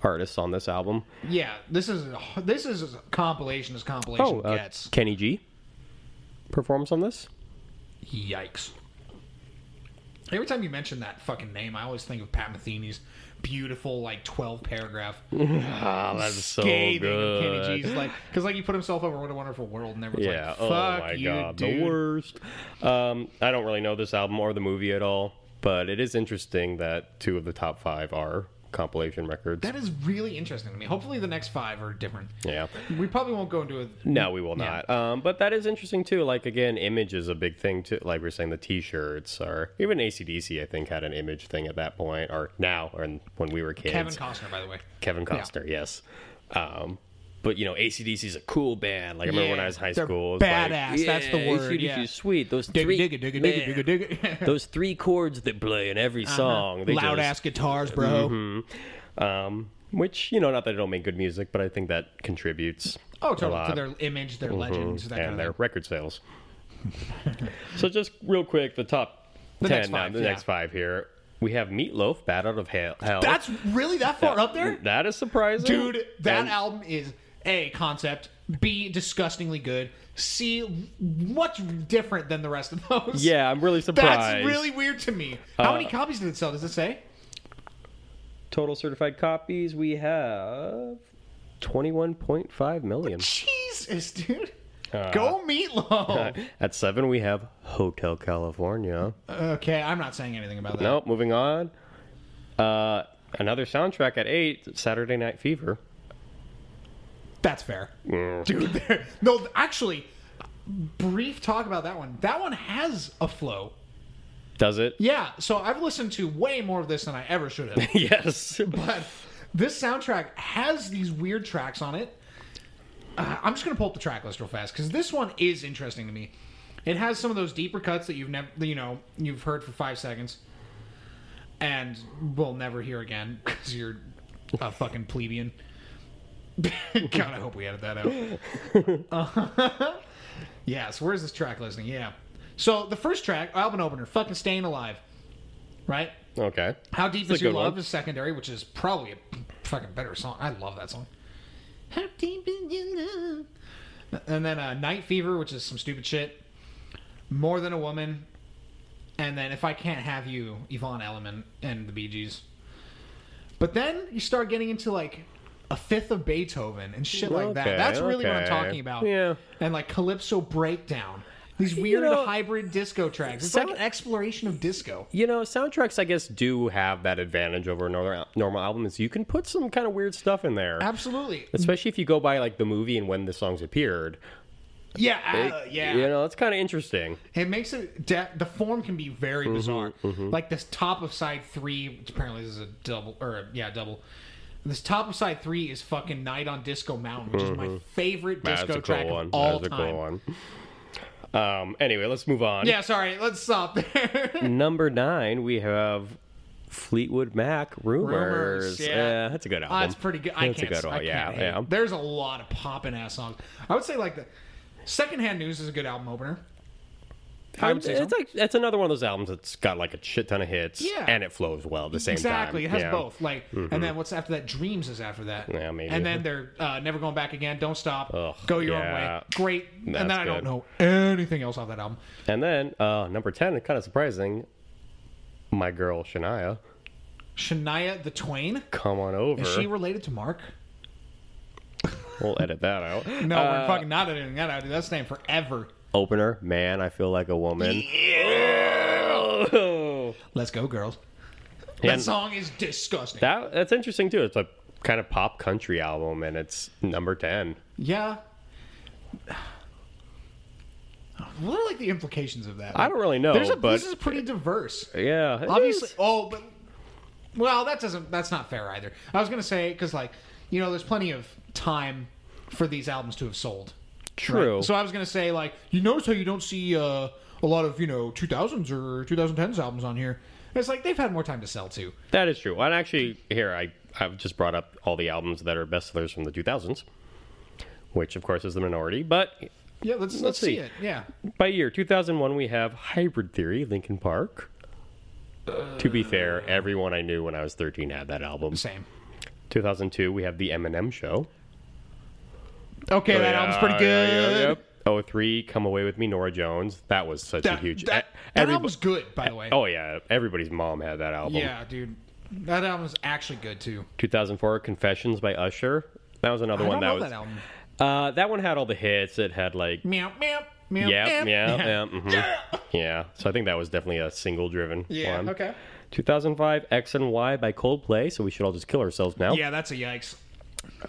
Speaker 1: artists on this album.
Speaker 2: for. So far. Yeah, this is this is as compilation as compilation
Speaker 1: Oh, uh,
Speaker 2: gets.
Speaker 1: Kenny G performs on this.
Speaker 2: Yikes! Every time you mention that fucking name, I always think of Pat Metheny's beautiful like twelve paragraph
Speaker 1: Ah, that's so
Speaker 2: scathing of
Speaker 1: good.
Speaker 2: Kenny G's like because like he put himself over What a Wonderful World and everyone's
Speaker 1: Yeah.
Speaker 2: like,
Speaker 1: oh
Speaker 2: "Fuck
Speaker 1: my
Speaker 2: you,
Speaker 1: god,
Speaker 2: dude."
Speaker 1: the worst. Um, I don't really know this album or the movie at all, but it is interesting that two of the top five are compilation records.
Speaker 2: That is really interesting to me. Hopefully, the next five are different.
Speaker 1: yeah.
Speaker 2: We probably won't go into it.
Speaker 1: No, we will not. Um, but that is interesting too. Like again, image is a big thing too. Like we are saying, the T-shirts or even ACDC, I think, had an image thing at that point, or now, or in- when we were kids.
Speaker 2: Kevin Costner, by the way.
Speaker 1: Kevin Costner, yes. Um, but you know, ACDC is a cool band. Like I remember when I
Speaker 2: Yeah,
Speaker 1: was in high
Speaker 2: they're
Speaker 1: school, it was like,
Speaker 2: badass, that's the
Speaker 1: "Yeah,
Speaker 2: word,
Speaker 1: AC/DC
Speaker 2: yeah.
Speaker 1: is sweet. Those
Speaker 2: Dig
Speaker 1: three,
Speaker 2: it, dig it, dig it, dig it,
Speaker 1: man,
Speaker 2: dig it, dig it.
Speaker 1: those three chords that play in every song. They
Speaker 2: Uh-huh. loud
Speaker 1: just, Mm-hmm.
Speaker 2: ass guitars, bro.
Speaker 1: Um, which you know, not that they don't make good music, but I think that contributes.
Speaker 2: Oh,
Speaker 1: a
Speaker 2: totally.
Speaker 1: lot Mm-hmm.
Speaker 2: To their image, their legends, that kind
Speaker 1: and
Speaker 2: of
Speaker 1: their
Speaker 2: their
Speaker 1: record sales. so just real quick, the top
Speaker 2: The
Speaker 1: ten,
Speaker 2: next five,
Speaker 1: now, the
Speaker 2: yeah.
Speaker 1: next five here. We have Meatloaf, "Bad Out of Hell."
Speaker 2: That's really that far up there,
Speaker 1: That is surprising,
Speaker 2: dude. That
Speaker 1: And-
Speaker 2: album is a concept. B disgustingly good. C much different than the rest of those.
Speaker 1: Yeah, I'm really surprised. Uh,
Speaker 2: that's really weird to me. How many copies did it sell? Does it say?
Speaker 1: total certified copies. We have twenty-one point five million.
Speaker 2: Jesus, dude.
Speaker 1: Uh,
Speaker 2: Go meatloaf.
Speaker 1: At seven, we have Hotel California.
Speaker 2: okay, I'm not saying anything about that.
Speaker 1: Nope, moving on. Uh, another soundtrack at eight, Saturday Night Fever.
Speaker 2: That's fair.
Speaker 1: Mm.
Speaker 2: Dude, there- no, actually, brief talk about that one. That one has a flow.
Speaker 1: Does it?
Speaker 2: Yeah, so I've listened to way more of this than I ever should have.
Speaker 1: yes.
Speaker 2: but this soundtrack has these weird tracks on it. Uh, I'm just gonna pull up the track list real fast because this one is interesting to me. It has some of those deeper cuts that you've never, you know, you've heard for five seconds, and will never hear again because you're a fucking plebeian. God, I hope we edit that out. Uh, yes, where's this track listing? Yeah. So the first track, album opener, fucking Staying Alive, right?
Speaker 1: Okay.
Speaker 2: How Deep
Speaker 1: a
Speaker 2: Is Your
Speaker 1: good one.
Speaker 2: Love is secondary, which is probably a fucking better song. I love that song. How Deep Is Your Love? And then uh, Night Fever, which is some stupid shit. More Than a Woman. And then If I Can't Have You, Yvonne Elliman and the Bee Gees. But then you start getting into like a fifth of Beethoven and shit like that.
Speaker 1: Okay,
Speaker 2: That's really what I'm
Speaker 1: okay.
Speaker 2: talking about.
Speaker 1: Yeah.
Speaker 2: And like Calypso Breakdown. These weird
Speaker 1: know-
Speaker 2: hybrid disco tracks. It's
Speaker 1: Second-
Speaker 2: like an exploration of disco.
Speaker 1: You know, soundtracks, I guess, do have that advantage over a nor- normal album is you can put some kind of weird stuff in there.
Speaker 2: Absolutely.
Speaker 1: Especially if you go by, like, the movie and when the songs appeared.
Speaker 2: Yeah, uh, yeah.
Speaker 1: You know, it's kind of interesting.
Speaker 2: It makes it de- the form can be very
Speaker 1: Mm-hmm,
Speaker 2: bizarre. Like this top of side three, which apparently this is a double or yeah double. This top of side three is fucking Night on Disco Mountain, which is my favorite
Speaker 1: Mm-hmm. That's
Speaker 2: disco
Speaker 1: a
Speaker 2: track
Speaker 1: cool one.
Speaker 2: of all
Speaker 1: That's a
Speaker 2: time.
Speaker 1: cool one. Um, anyway, let's move on.
Speaker 2: Yeah, sorry, let's stop there.
Speaker 1: Number nine, we have Fleetwood Mac Rumors.
Speaker 2: Rumors, yeah.
Speaker 1: that's a good album.
Speaker 2: Ah, it's pretty good. I
Speaker 1: That's
Speaker 2: can't.
Speaker 1: a good one.
Speaker 2: I can't
Speaker 1: yeah,
Speaker 2: hate
Speaker 1: yeah.
Speaker 2: it. There's a lot of poppin' ass songs. I would say like the Secondhand News is a good album opener. I would say so.
Speaker 1: it's like that's another one of those albums that's got like a shit ton of hits.
Speaker 2: Yeah.
Speaker 1: and it flows well at the same
Speaker 2: exactly.
Speaker 1: time.
Speaker 2: It has
Speaker 1: yeah. Mm-hmm.
Speaker 2: both. Like, and then what's after that? Dreams is after that.
Speaker 1: Yeah, maybe.
Speaker 2: And then they're uh, never going back again. Don't stop.
Speaker 1: Ugh,
Speaker 2: Go your own
Speaker 1: yeah.
Speaker 2: way. Great. and then
Speaker 1: That's
Speaker 2: I
Speaker 1: good.
Speaker 2: don't know anything else off that album.
Speaker 1: And then uh, number ten, kind of surprising. My girl Shania,
Speaker 2: Shania the Twain.
Speaker 1: come on over.
Speaker 2: Is she related to Mark?
Speaker 1: We'll edit that out.
Speaker 2: No,
Speaker 1: Uh,
Speaker 2: we're fucking not editing that out. dude. That's name forever.
Speaker 1: Opener, man, I feel like a woman.
Speaker 2: Let's go, girls. that
Speaker 1: And-
Speaker 2: song is disgusting.
Speaker 1: That that's interesting too. It's a kind of pop country album, and it's number ten.
Speaker 2: yeah. What are like the implications of that?
Speaker 1: I don't really know,
Speaker 2: There's a,
Speaker 1: but
Speaker 2: this is pretty diverse.
Speaker 1: yeah, it
Speaker 2: obviously
Speaker 1: is.
Speaker 2: oh but well that doesn't that's not fair either i was gonna say because like you know there's plenty of time for these albums to have sold right?
Speaker 1: true.
Speaker 2: so i was gonna say like you notice how you don't see uh, a lot of you know 2000s or 2010s albums on here And it's like they've had more time to sell too
Speaker 1: That is true. And actually, here I I've just brought up all the albums that are bestsellers from the 2000s, which of course is the minority. But
Speaker 2: yeah let's let's,
Speaker 1: Let's
Speaker 2: see.
Speaker 1: see.
Speaker 2: it yeah
Speaker 1: by year 2001, we have Hybrid Theory, Linkin Park. to be fair, everyone I knew when I was 13 had that album.
Speaker 2: same
Speaker 1: 2002, we have the Eminem Show.
Speaker 2: okay that album's pretty good
Speaker 1: Oh three, come away with me, Nora Jones. That was such
Speaker 2: that,
Speaker 1: a huge. e-
Speaker 2: that, that
Speaker 1: everybo-
Speaker 2: album's good by the way
Speaker 1: Oh yeah, everybody's mom had that album.
Speaker 2: yeah dude that album's actually good too
Speaker 1: 2004, Confessions by Usher. That was another
Speaker 2: i
Speaker 1: one
Speaker 2: don't know
Speaker 1: was
Speaker 2: that album
Speaker 1: Uh, that one had all the hits. It had like
Speaker 2: meow meow meow
Speaker 1: yeah, yeah,
Speaker 2: meow.
Speaker 1: yeah, mhm. yeah. So I think that was definitely a single-driven
Speaker 2: yeah
Speaker 1: one.
Speaker 2: okay
Speaker 1: 2005, X and Y by Coldplay. So we should all just kill ourselves now.
Speaker 2: yeah that's a yikes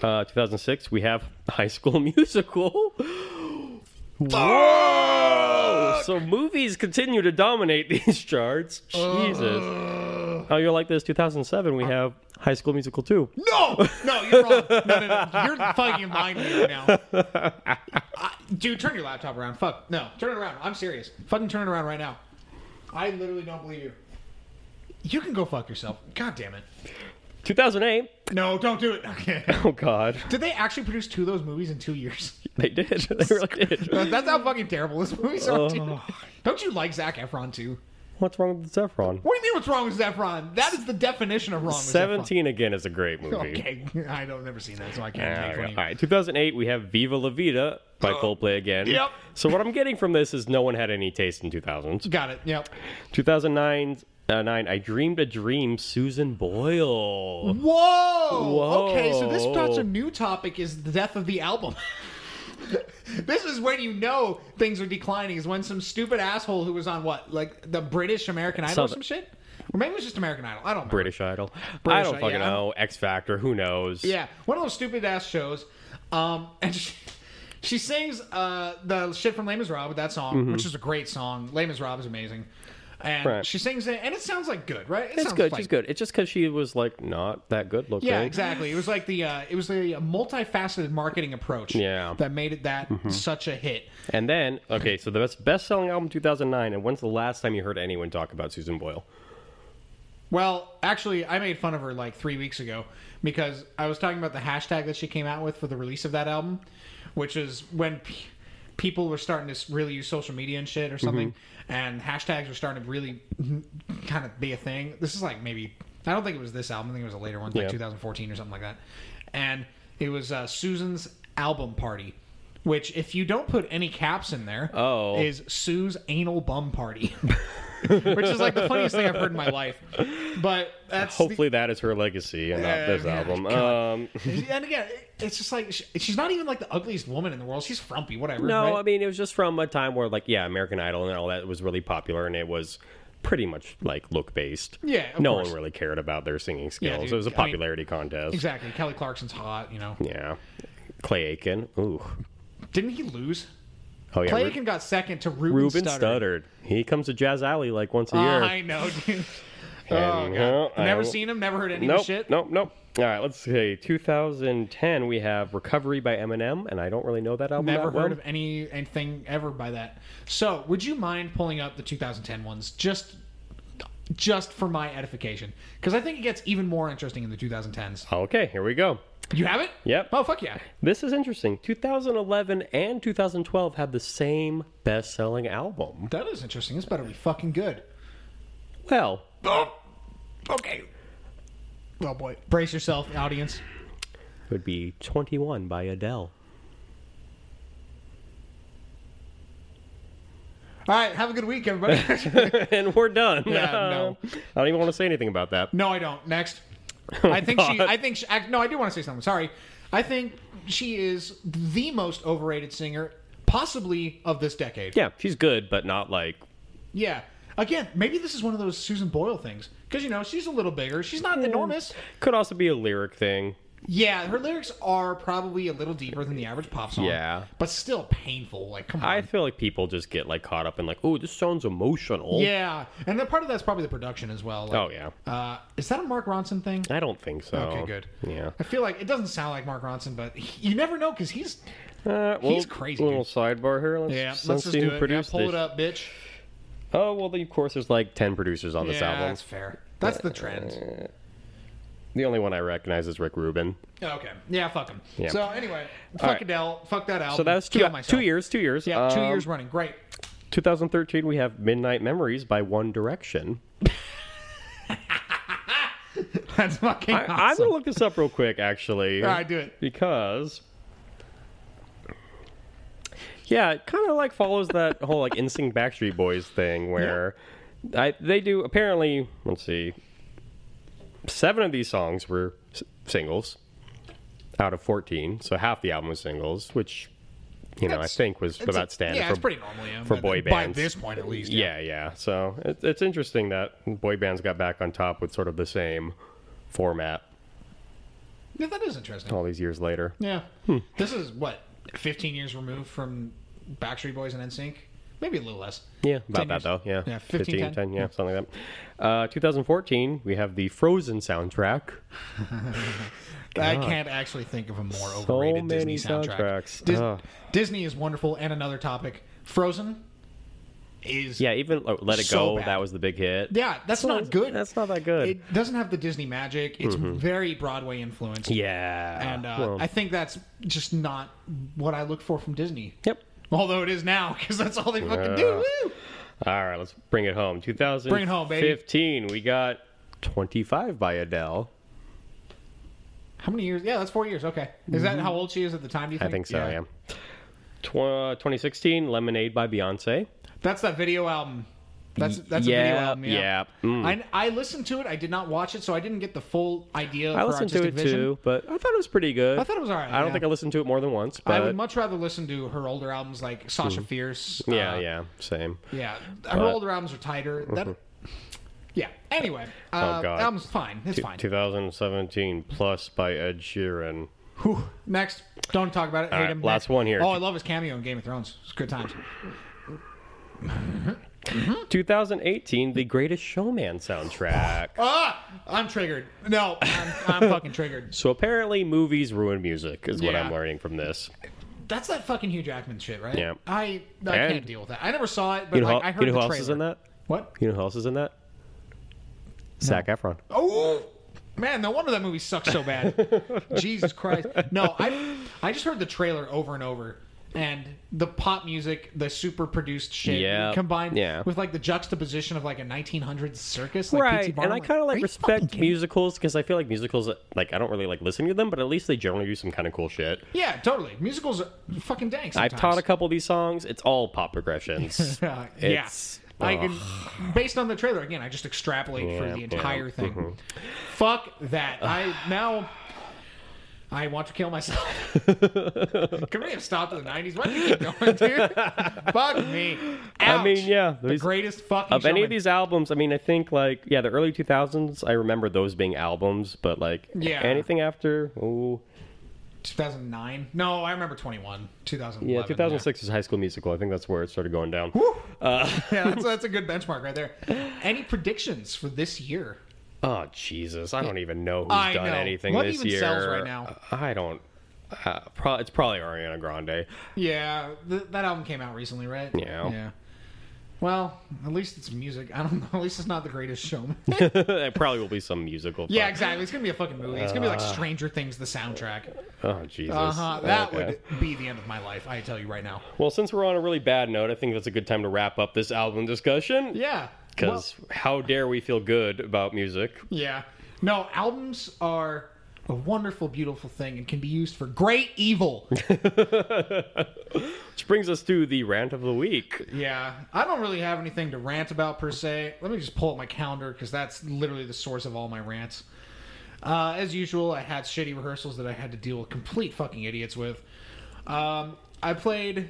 Speaker 1: Uh, 2006, we have High School Musical. Whoa! So movies continue to dominate these charts. Jesus. Oh, you're like this. 2007,
Speaker 2: Uh.
Speaker 1: we have High School Musical 2.
Speaker 2: No, no, you're wrong. No, no, no. You're fucking lying to me right now. I, dude, turn your laptop around. Fuck. No, turn it around. I'm serious. Fucking turn it around right now. I literally don't believe you. You can go fuck yourself. God damn it.
Speaker 1: 2008.
Speaker 2: No, don't do it. Okay.
Speaker 1: Oh, God.
Speaker 2: Did they actually produce two of those movies in two years?
Speaker 1: They did. They really did.
Speaker 2: That's how fucking terrible this movies are, dude. Don't you like Zach Efron, too?
Speaker 1: What's wrong with Zephron?
Speaker 2: What do you mean what's wrong with Efron? That is the definition of wrong with Zac Efron.
Speaker 1: 17 again is a great movie.
Speaker 2: Okay. I don't never seen that, so I can't
Speaker 1: Yeah,
Speaker 2: take
Speaker 1: okay.
Speaker 2: one
Speaker 1: All
Speaker 2: of you.
Speaker 1: right, 2008, we have Viva La Vida by Coldplay again.
Speaker 2: Yep.
Speaker 1: So what I'm getting from this is no one had any taste in 2000s.
Speaker 2: Got it. Yep.
Speaker 1: 2009, uh, nine, I Dreamed a Dream, Susan
Speaker 2: Mm-hmm.
Speaker 1: Boyle.
Speaker 2: Whoa! Okay, so this
Speaker 1: Whoa.
Speaker 2: that's a new topic is the death of the album. this is when you know things are declining. Is when some stupid asshole who was on what, like the British American Idol or
Speaker 1: Some-
Speaker 2: some shit, or maybe it was just American Idol. I don't know.
Speaker 1: British Idol. I
Speaker 2: British
Speaker 1: don't
Speaker 2: Idol,
Speaker 1: fucking
Speaker 2: yeah.
Speaker 1: know. X Factor, who knows?
Speaker 2: Yeah, one of those stupid ass shows. Um, and she, she sings uh, the shit from Les Miserables, that song, which is a great song. Les Miserables is amazing. And
Speaker 1: Mm-hmm. Right.
Speaker 2: she sings it, and it sounds like good, right? It
Speaker 1: It's
Speaker 2: sounds
Speaker 1: good.
Speaker 2: like-
Speaker 1: She's good. It's just because she was like not that good looking.
Speaker 2: Yeah, exactly. It was like the uh, it was the multifaceted marketing approach.
Speaker 1: Yeah.
Speaker 2: that made it that such a hit.
Speaker 1: And then, okay, so the best best selling album 2009. And when's the last time you heard anyone talk about Susan Boyle?
Speaker 2: Well, actually, I made fun of her like three weeks ago because I was talking about the hashtag that she came out with for the release of that album, which is when pe- people were starting to s- really use social media and shit or
Speaker 1: Mm-hmm.
Speaker 2: something, and hashtags were starting to really kind of be a thing. This is like maybe, I don't think it was this album, I think it was a later one,
Speaker 1: Yeah.
Speaker 2: like 2014 or something like that. And it was uh, Susan's album party. Which, if you don't put any caps in there,
Speaker 1: Oh.
Speaker 2: is Sue's anal bum party. which is like the funniest thing I've heard in my life. But that's the-
Speaker 1: Hopefully, that is her legacy and not
Speaker 2: Uh,
Speaker 1: this
Speaker 2: yeah,
Speaker 1: album.
Speaker 2: God.
Speaker 1: Um,
Speaker 2: and again, it- it's just like sh- she's not even like the ugliest woman in the world. She's frumpy, whatever.
Speaker 1: no,
Speaker 2: right?
Speaker 1: I mean it was just from a time where, like, yeah, American Idol and all that was really popular, and it was pretty much like look based.
Speaker 2: Yeah, of
Speaker 1: no
Speaker 2: course.
Speaker 1: one really cared about their singing skills.
Speaker 2: Yeah, dude,
Speaker 1: it was a
Speaker 2: I mean,
Speaker 1: popularity contest.
Speaker 2: exactly. Kelly Clarkson's hot, you know.
Speaker 1: Yeah, Clay Aiken. Ooh,
Speaker 2: Didn't he lose?
Speaker 1: oh yeah,
Speaker 2: Clay
Speaker 1: Ru-
Speaker 2: Aiken got second to Ruben,
Speaker 1: Ruben
Speaker 2: Studdard.
Speaker 1: Studdard. He comes to Jazz Alley like once a year.
Speaker 2: Uh, I know, dude. Oh,
Speaker 1: And,
Speaker 2: God.
Speaker 1: uh, I
Speaker 2: never
Speaker 1: don't-
Speaker 2: seen him. Never heard any of
Speaker 1: Nope,
Speaker 2: his shit.
Speaker 1: nope, nope. All right, let's see. 2010, we have Recovery by Eminem, and I don't really know that album.
Speaker 2: Never
Speaker 1: that
Speaker 2: heard
Speaker 1: well.
Speaker 2: of any anything ever by that. So, would you mind pulling up the 2010 ones just just for my edification? Because I think it gets even more interesting in the 2010s.
Speaker 1: Okay, here we go.
Speaker 2: You have it?
Speaker 1: Yep.
Speaker 2: Oh fuck yeah!
Speaker 1: This is interesting. 2011 and 2012 had the same best selling album.
Speaker 2: That is interesting. This better be fucking good.
Speaker 1: Well,
Speaker 2: Oh, okay. Oh boy, brace yourself, audience.
Speaker 1: it would be 21 by Adele.
Speaker 2: All right, have a good week, everybody.
Speaker 1: and we're done.
Speaker 2: Yeah, no.
Speaker 1: I don't even want to say anything about that.
Speaker 2: no, I don't. Next. I think she.
Speaker 1: Oh, God.
Speaker 2: I think. She, act- no, I do want to say something. Sorry. I think she is the most overrated singer possibly of this decade.
Speaker 1: Yeah, she's good, but not like.
Speaker 2: Yeah. Again, maybe this is one of those Susan Boyle things because you know she's a little bigger. She's not enormous.
Speaker 1: Could also be a lyric thing.
Speaker 2: Yeah, her lyrics are probably a little deeper than the average pop song.
Speaker 1: Yeah.
Speaker 2: but still painful. Like, come on.
Speaker 1: I feel like people just get like caught up in like, oh, this sounds emotional.
Speaker 2: Yeah, and then part of that's probably the production as well.
Speaker 1: Oh
Speaker 2: Like,
Speaker 1: yeah.
Speaker 2: Uh, is that a Mark Ronson thing?
Speaker 1: I don't think so.
Speaker 2: Okay, good.
Speaker 1: Yeah.
Speaker 2: I feel like it doesn't sound like Mark Ronson, but he- you never know because he's
Speaker 1: Uh, well,
Speaker 2: He's crazy,
Speaker 1: Little sidebar here. Let's,
Speaker 2: yeah.
Speaker 1: let's,
Speaker 2: Let's just
Speaker 1: see
Speaker 2: do
Speaker 1: who
Speaker 2: it. Yeah,
Speaker 1: produced
Speaker 2: pull
Speaker 1: this.
Speaker 2: it up, bitch.
Speaker 1: Oh well, of course, there's like ten producers on this
Speaker 2: yeah,
Speaker 1: album. Uh,
Speaker 2: that's fair. That's the trend.
Speaker 1: The only one I recognize is Rick Rubin.
Speaker 2: Okay. Yeah, fuck him.
Speaker 1: Yeah.
Speaker 2: So anyway, fuck
Speaker 1: right.
Speaker 2: Adele. Fuck that album.
Speaker 1: So that's two,
Speaker 2: Kill myself.
Speaker 1: two years. Two years.
Speaker 2: Yeah, two
Speaker 1: Um,
Speaker 2: years running. Great.
Speaker 1: 2013, we have Midnight Memories by One Direction.
Speaker 2: That's fucking
Speaker 1: I, I'm
Speaker 2: awesome.
Speaker 1: gonna look this up real quick, actually.
Speaker 2: All right, do it.
Speaker 1: Because. Yeah, it kind of like follows that whole like NSYNC Backstreet Boys thing where I, they do apparently. Let's see, seven of these songs were s- singles out of 14, so half the album was singles, which you know I
Speaker 2: That's-
Speaker 1: think was
Speaker 2: It's
Speaker 1: about
Speaker 2: a-
Speaker 1: standard
Speaker 2: Yeah,
Speaker 1: for
Speaker 2: it's pretty normal. Yeah,
Speaker 1: for
Speaker 2: By-
Speaker 1: boy bands.
Speaker 2: By this point, at least.
Speaker 1: Yeah, yeah. So it, it's interesting that boy bands got back on top with sort of the same format
Speaker 2: Yeah, that is interesting.
Speaker 1: all these years later.
Speaker 2: Yeah.
Speaker 1: Hmm.
Speaker 2: This is what 15 years removed from Backstreet Boys and NSYNC. Maybe a little less.
Speaker 1: Yeah, about
Speaker 2: 10
Speaker 1: that
Speaker 2: years.
Speaker 1: though. Yeah,
Speaker 2: Yeah, 15, 10.
Speaker 1: yeah, something like that. Uh, 2014, we have the Frozen soundtrack.
Speaker 2: I can't actually think of a more
Speaker 1: So
Speaker 2: overrated
Speaker 1: many
Speaker 2: Disney soundtrack.
Speaker 1: soundtracks.
Speaker 2: Dis-
Speaker 1: Ugh.
Speaker 2: Disney is wonderful, and another topic. Frozen is
Speaker 1: Yeah, even oh, Let It
Speaker 2: So
Speaker 1: Go,
Speaker 2: bad.
Speaker 1: that was the big hit.
Speaker 2: Yeah, that's not good.
Speaker 1: That's not that good. Mm-hmm.
Speaker 2: It doesn't have the Disney magic. It's very Broadway influenced,
Speaker 1: yeah.
Speaker 2: and uh,
Speaker 1: Well,
Speaker 2: I think that's just not what I looked for from Disney.
Speaker 1: yep.
Speaker 2: Although it is now, because that's all they fucking do. Woo!
Speaker 1: All right, let's bring it home. 2015.
Speaker 2: Bring it home, baby.
Speaker 1: We got 25 by Adele.
Speaker 2: How many years? Yeah, that's four years. Okay, is that how old she is at the time? Do you
Speaker 1: Mm-hmm. I
Speaker 2: think?
Speaker 1: think so. Yeah. Tw- uh, 2016, Lemonade by Beyonce.
Speaker 2: That's that video album. That's that's a video
Speaker 1: yeah,
Speaker 2: album. Yeah.
Speaker 1: yeah. Mm.
Speaker 2: I, I listened to it. I did not watch it, so I didn't get the full idea. Of
Speaker 1: I
Speaker 2: her
Speaker 1: listened to
Speaker 2: artistic
Speaker 1: it
Speaker 2: vision.
Speaker 1: too, but I thought it was pretty good.
Speaker 2: I thought it was alright.
Speaker 1: I don't
Speaker 2: yeah.
Speaker 1: think I listened to it more than once,
Speaker 2: I
Speaker 1: but Mm-hmm.
Speaker 2: would much rather listen to her older albums like Sasha Fierce. uh,
Speaker 1: yeah, yeah, same.
Speaker 2: yeah. Her
Speaker 1: But- Mm-hmm.
Speaker 2: older albums are tighter. That. Yeah. Anyway, uh,
Speaker 1: Oh, God.
Speaker 2: album's fine. It's fine.
Speaker 1: 2017 plus by Ed Sheeran.
Speaker 2: Whew. Next, don't talk about it. Hate
Speaker 1: right,
Speaker 2: him.
Speaker 1: last
Speaker 2: Next.
Speaker 1: one here.
Speaker 2: Oh, I love his cameo in Game of Thrones. It's good times.
Speaker 1: 2018, The Greatest Showman soundtrack.
Speaker 2: Ah, I'm triggered. No, I'm, I'm fucking triggered.
Speaker 1: So apparently, movies ruin music is what
Speaker 2: Yeah.
Speaker 1: I'm learning from this.
Speaker 2: That's that fucking Hugh Jackman shit, right?
Speaker 1: Yeah.
Speaker 2: I I
Speaker 1: And-
Speaker 2: can't deal with that. I never saw it, but
Speaker 1: You know,
Speaker 2: like
Speaker 1: how-
Speaker 2: I
Speaker 1: you
Speaker 2: heard
Speaker 1: know
Speaker 2: the
Speaker 1: who
Speaker 2: trailer.
Speaker 1: else is in that?
Speaker 2: What?
Speaker 1: You know who else is in that? Zac Efron.
Speaker 2: Oh man, no wonder that movie sucks so bad. Jesus Christ! No, I I just heard the trailer over and over, and the pop music, the super produced shit,
Speaker 1: Yeah.
Speaker 2: combined
Speaker 1: Yeah.
Speaker 2: with like the juxtaposition of like a 1900s circus, like P.T. Barnum,
Speaker 1: and I kind of
Speaker 2: are
Speaker 1: like
Speaker 2: you
Speaker 1: respect
Speaker 2: fucking kidding me?
Speaker 1: musicals because I feel like musicals, like I don't really like listening to them, but at least they generally do some kind of cool shit.
Speaker 2: Yeah, totally. Musicals are fucking dank.
Speaker 1: I've
Speaker 2: Sometimes.
Speaker 1: taught a couple of these songs. It's all pop progressions.
Speaker 2: Uh, yeah.
Speaker 1: It's-
Speaker 2: I can, based on the trailer again. I just extrapolate
Speaker 1: Yeah,
Speaker 2: for the
Speaker 1: yeah. Mm-hmm.
Speaker 2: entire thing. Fuck that! I now I want to kill myself. Could we have stopped in the '90s? Why do you keep going, dude? Fuck me! Ouch.
Speaker 1: I mean, yeah,
Speaker 2: the
Speaker 1: these-
Speaker 2: greatest fucking
Speaker 1: of any
Speaker 2: showman.
Speaker 1: of these albums, I mean, I think like yeah, the early 2000s. I remember those being albums, but like
Speaker 2: Yeah.
Speaker 1: anything after, oh
Speaker 2: 2009. No, I remember 21. 2011.
Speaker 1: yeah, 2006 is High School Musical. I think that's where it started going down.
Speaker 2: Woo!
Speaker 1: Uh,
Speaker 2: yeah, that's, that's a good benchmark right there. Any predictions for this year?
Speaker 1: Oh Jesus, I don't even know who's
Speaker 2: I
Speaker 1: done
Speaker 2: know.
Speaker 1: anything
Speaker 2: What
Speaker 1: this
Speaker 2: even
Speaker 1: year.
Speaker 2: sells right now?
Speaker 1: I don't. Uh, pro- it's probably Ariana Grande.
Speaker 2: Yeah, th- that album came out recently, right?
Speaker 1: Yeah.
Speaker 2: Yeah. Well, at least it's music. I don't know. At least it's not the greatest showman.
Speaker 1: it probably will be some musical.
Speaker 2: yeah,
Speaker 1: fuck.
Speaker 2: exactly. It's gonna be a fucking movie. It's gonna be like
Speaker 1: Uh.
Speaker 2: Stranger Things, the soundtrack.
Speaker 1: Oh Jesus.
Speaker 2: Uh huh. That
Speaker 1: Okay.
Speaker 2: would be the end of my life. I tell you right now.
Speaker 1: Well, since we're on a really bad note, I think that's a good time to wrap up this album discussion.
Speaker 2: Yeah.
Speaker 1: Because how dare we feel good about music?
Speaker 2: Well, yeah. No, albums are a wonderful, beautiful thing and can be used for great evil.
Speaker 1: Which brings us to the rant of the week.
Speaker 2: yeah. I don't really have anything to rant about per se. Let me just pull up my calendar because that's literally the source of all my rants. Uh, as usual, I had shitty rehearsals that I had to deal with complete fucking idiots with. Um, I played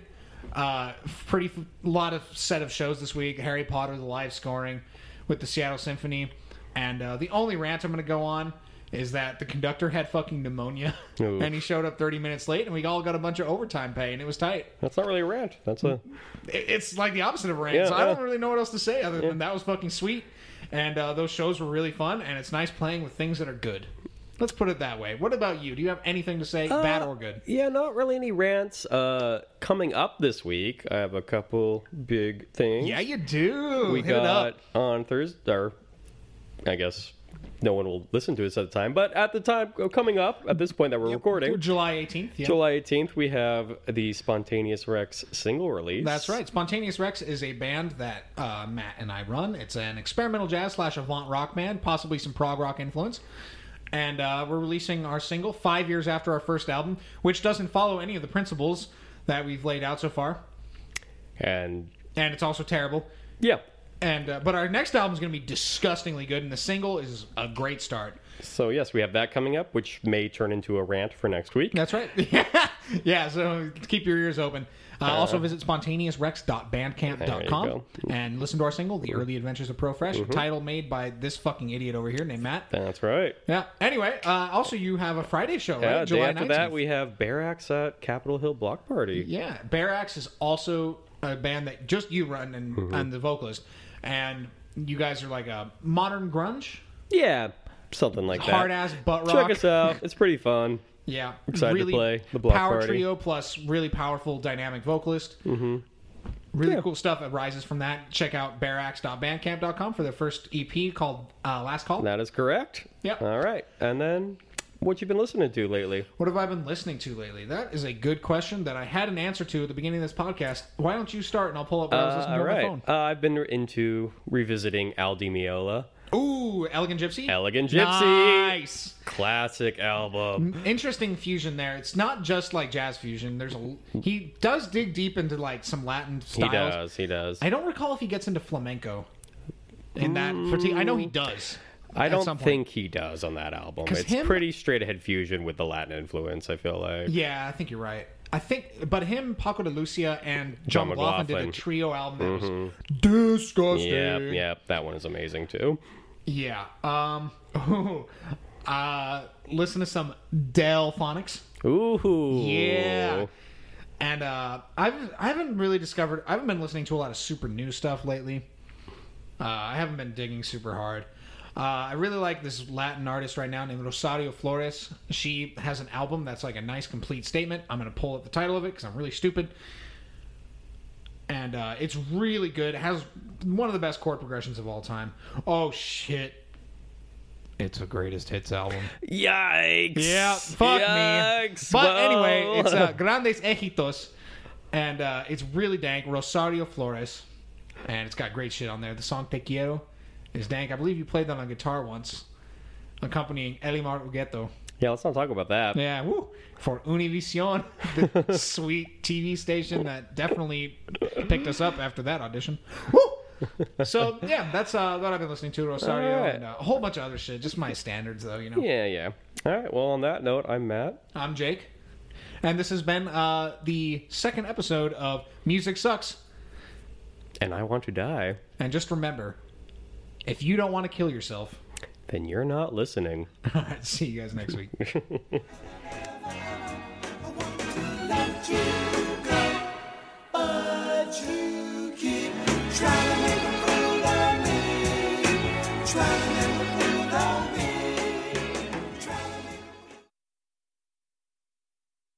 Speaker 2: uh, pretty f- lot of set of shows this week. Harry Potter, the live scoring with the Seattle Symphony, and uh, the only rant I'm going to go on is that the conductor had fucking pneumonia,
Speaker 1: Oof.
Speaker 2: and he showed up 30 minutes late, and we all got a bunch of overtime pay, and it was tight.
Speaker 1: That's not really a rant. That's a
Speaker 2: It- It's like the opposite of rant.
Speaker 1: Yeah,
Speaker 2: so I don't
Speaker 1: yeah.
Speaker 2: really know what else to say other than that was fucking sweet, and uh, those shows were really fun, and it's nice playing with things that are good. Let's put it that way. What about you? Do you have anything to say,
Speaker 1: Uh,
Speaker 2: bad or good?
Speaker 1: Yeah, not really any rants. Uh, coming up this week, I have a couple big things.
Speaker 2: Yeah, you do.
Speaker 1: we
Speaker 2: Hit it
Speaker 1: got
Speaker 2: up.
Speaker 1: on Thursday. Or I guess no one will listen to us at the time, but at the time uh, coming up at this point that we're recording,
Speaker 2: July 18th. Yeah.
Speaker 1: July 18th, we have the Spontaneous Rex single release.
Speaker 2: That's right. Spontaneous Rex is a band that uh, Matt and I run. It's an experimental jazz slash avant rock band, possibly some prog rock influence. And uh, we're releasing our single five years after our first album, which doesn't follow any of the principles that we've laid out so far.
Speaker 1: And
Speaker 2: And it's also terrible.
Speaker 1: yeah,
Speaker 2: And uh, but our next album is going to be disgustingly good, and the single is a great start.
Speaker 1: so yes, we have that coming up, which may turn into a rant for next week.
Speaker 2: That's right. yeah, so keep your ears open. Uh, also visit
Speaker 1: There you
Speaker 2: spontaneousrex.bandcamp.com and listen to our single, The Early Adventures of Pro Fresh,
Speaker 1: Mm-hmm.
Speaker 2: a title made by this fucking idiot over here named Matt.
Speaker 1: That's right.
Speaker 2: Yeah. Anyway, uh, also you have a Friday show, right?
Speaker 1: Yeah, day
Speaker 2: July
Speaker 1: after that,
Speaker 2: 19th.
Speaker 1: we have Bear Axe at Capitol Hill Block Party.
Speaker 2: Yeah, Bear Axe is also a band that just you run and,
Speaker 1: Mm-hmm.
Speaker 2: and the vocalist, and you guys are like a modern grunge,
Speaker 1: Yeah, something like that.
Speaker 2: hard ass butt rock.
Speaker 1: Check us out. It's pretty fun.
Speaker 2: Yeah,
Speaker 1: Excited to
Speaker 2: really
Speaker 1: play the block
Speaker 2: power
Speaker 1: party.
Speaker 2: trio plus really powerful dynamic vocalist. Mm-hmm. Really cool stuff that rises from that. Check out barracks.bandcamp.com for their first EP called uh, Last Call.
Speaker 1: That is correct.
Speaker 2: Yep.
Speaker 1: All right. And then what you been listening to lately?
Speaker 2: What have I been listening to lately? That is a good question that I had an answer to at the beginning of this podcast. Why don't you start and I'll pull up what I was
Speaker 1: Uh,
Speaker 2: listening
Speaker 1: all
Speaker 2: to on
Speaker 1: right.
Speaker 2: my phone.
Speaker 1: Uh, I've been into revisiting Al Di Meola,
Speaker 2: Ooh, Elegant Gypsy.
Speaker 1: Elegant Gypsy,
Speaker 2: Nice.
Speaker 1: classic
Speaker 2: Mm,
Speaker 1: album.
Speaker 2: Interesting fusion there. It's not just like jazz fusion. There's a he does dig deep into like some Latin
Speaker 1: He
Speaker 2: styles.
Speaker 1: does. He does.
Speaker 2: I don't recall if he gets into flamenco in that particular. I know he does.
Speaker 1: Mm. I
Speaker 2: at some
Speaker 1: don't
Speaker 2: point.
Speaker 1: think he does on that album.
Speaker 2: 'Cause
Speaker 1: It's
Speaker 2: him-
Speaker 1: pretty straight ahead fusion with the Latin influence. I feel like.
Speaker 2: Yeah, I think you're right. I think, but him, Paco de Lucia, and John,
Speaker 1: John
Speaker 2: McLaughlin did a
Speaker 1: McLaughlin. Mm-hmm.
Speaker 2: trio album that was disgusting.
Speaker 1: Yeah, yeah, that one is amazing too.
Speaker 2: yeah. Um, ooh, uh, listen to some Del Phonics.
Speaker 1: Ooh,
Speaker 2: Yeah. And uh, I've I haven't really discovered. I haven't been listening to a lot of super new stuff lately. Uh, I haven't been digging super hard. Uh, I really like this Latin artist right now named Rosario Flores. She has an album that's like a nice complete statement. I'm gonna pull up the title of it because I'm really stupid. And uh, it's really good. It has one of the best chord progressions of all time. Oh shit! It's a greatest hits album.
Speaker 1: Yikes.
Speaker 2: Yeah, fuck
Speaker 1: Yikes.
Speaker 2: me. But
Speaker 1: Whoa.
Speaker 2: anyway, it's uh, Grandes Ejitos, and uh, it's really dank. Rosario Flores, and it's got great shit on there. The song Te Quiero is dank. I believe you played that on guitar once, accompanying Elimar Ugueto.
Speaker 1: yeah, let's not talk about that.
Speaker 2: Yeah, woo. For Univision, the sweet TV station that definitely picked us up after that audition. Woo! So, yeah, that's uh, what I've been listening to, Rosario,
Speaker 1: All right.
Speaker 2: and uh, a whole bunch of other shit. Just my standards, though, you know.
Speaker 1: Yeah, yeah. All right. Well, on that note, I'm Matt.
Speaker 2: I'm Jake, and this has been uh, the second episode of Music Sucks.
Speaker 1: And I want to die.
Speaker 2: And just remember, if you don't want to kill yourself,
Speaker 1: Then you're not listening.
Speaker 2: all right, see you guys next week.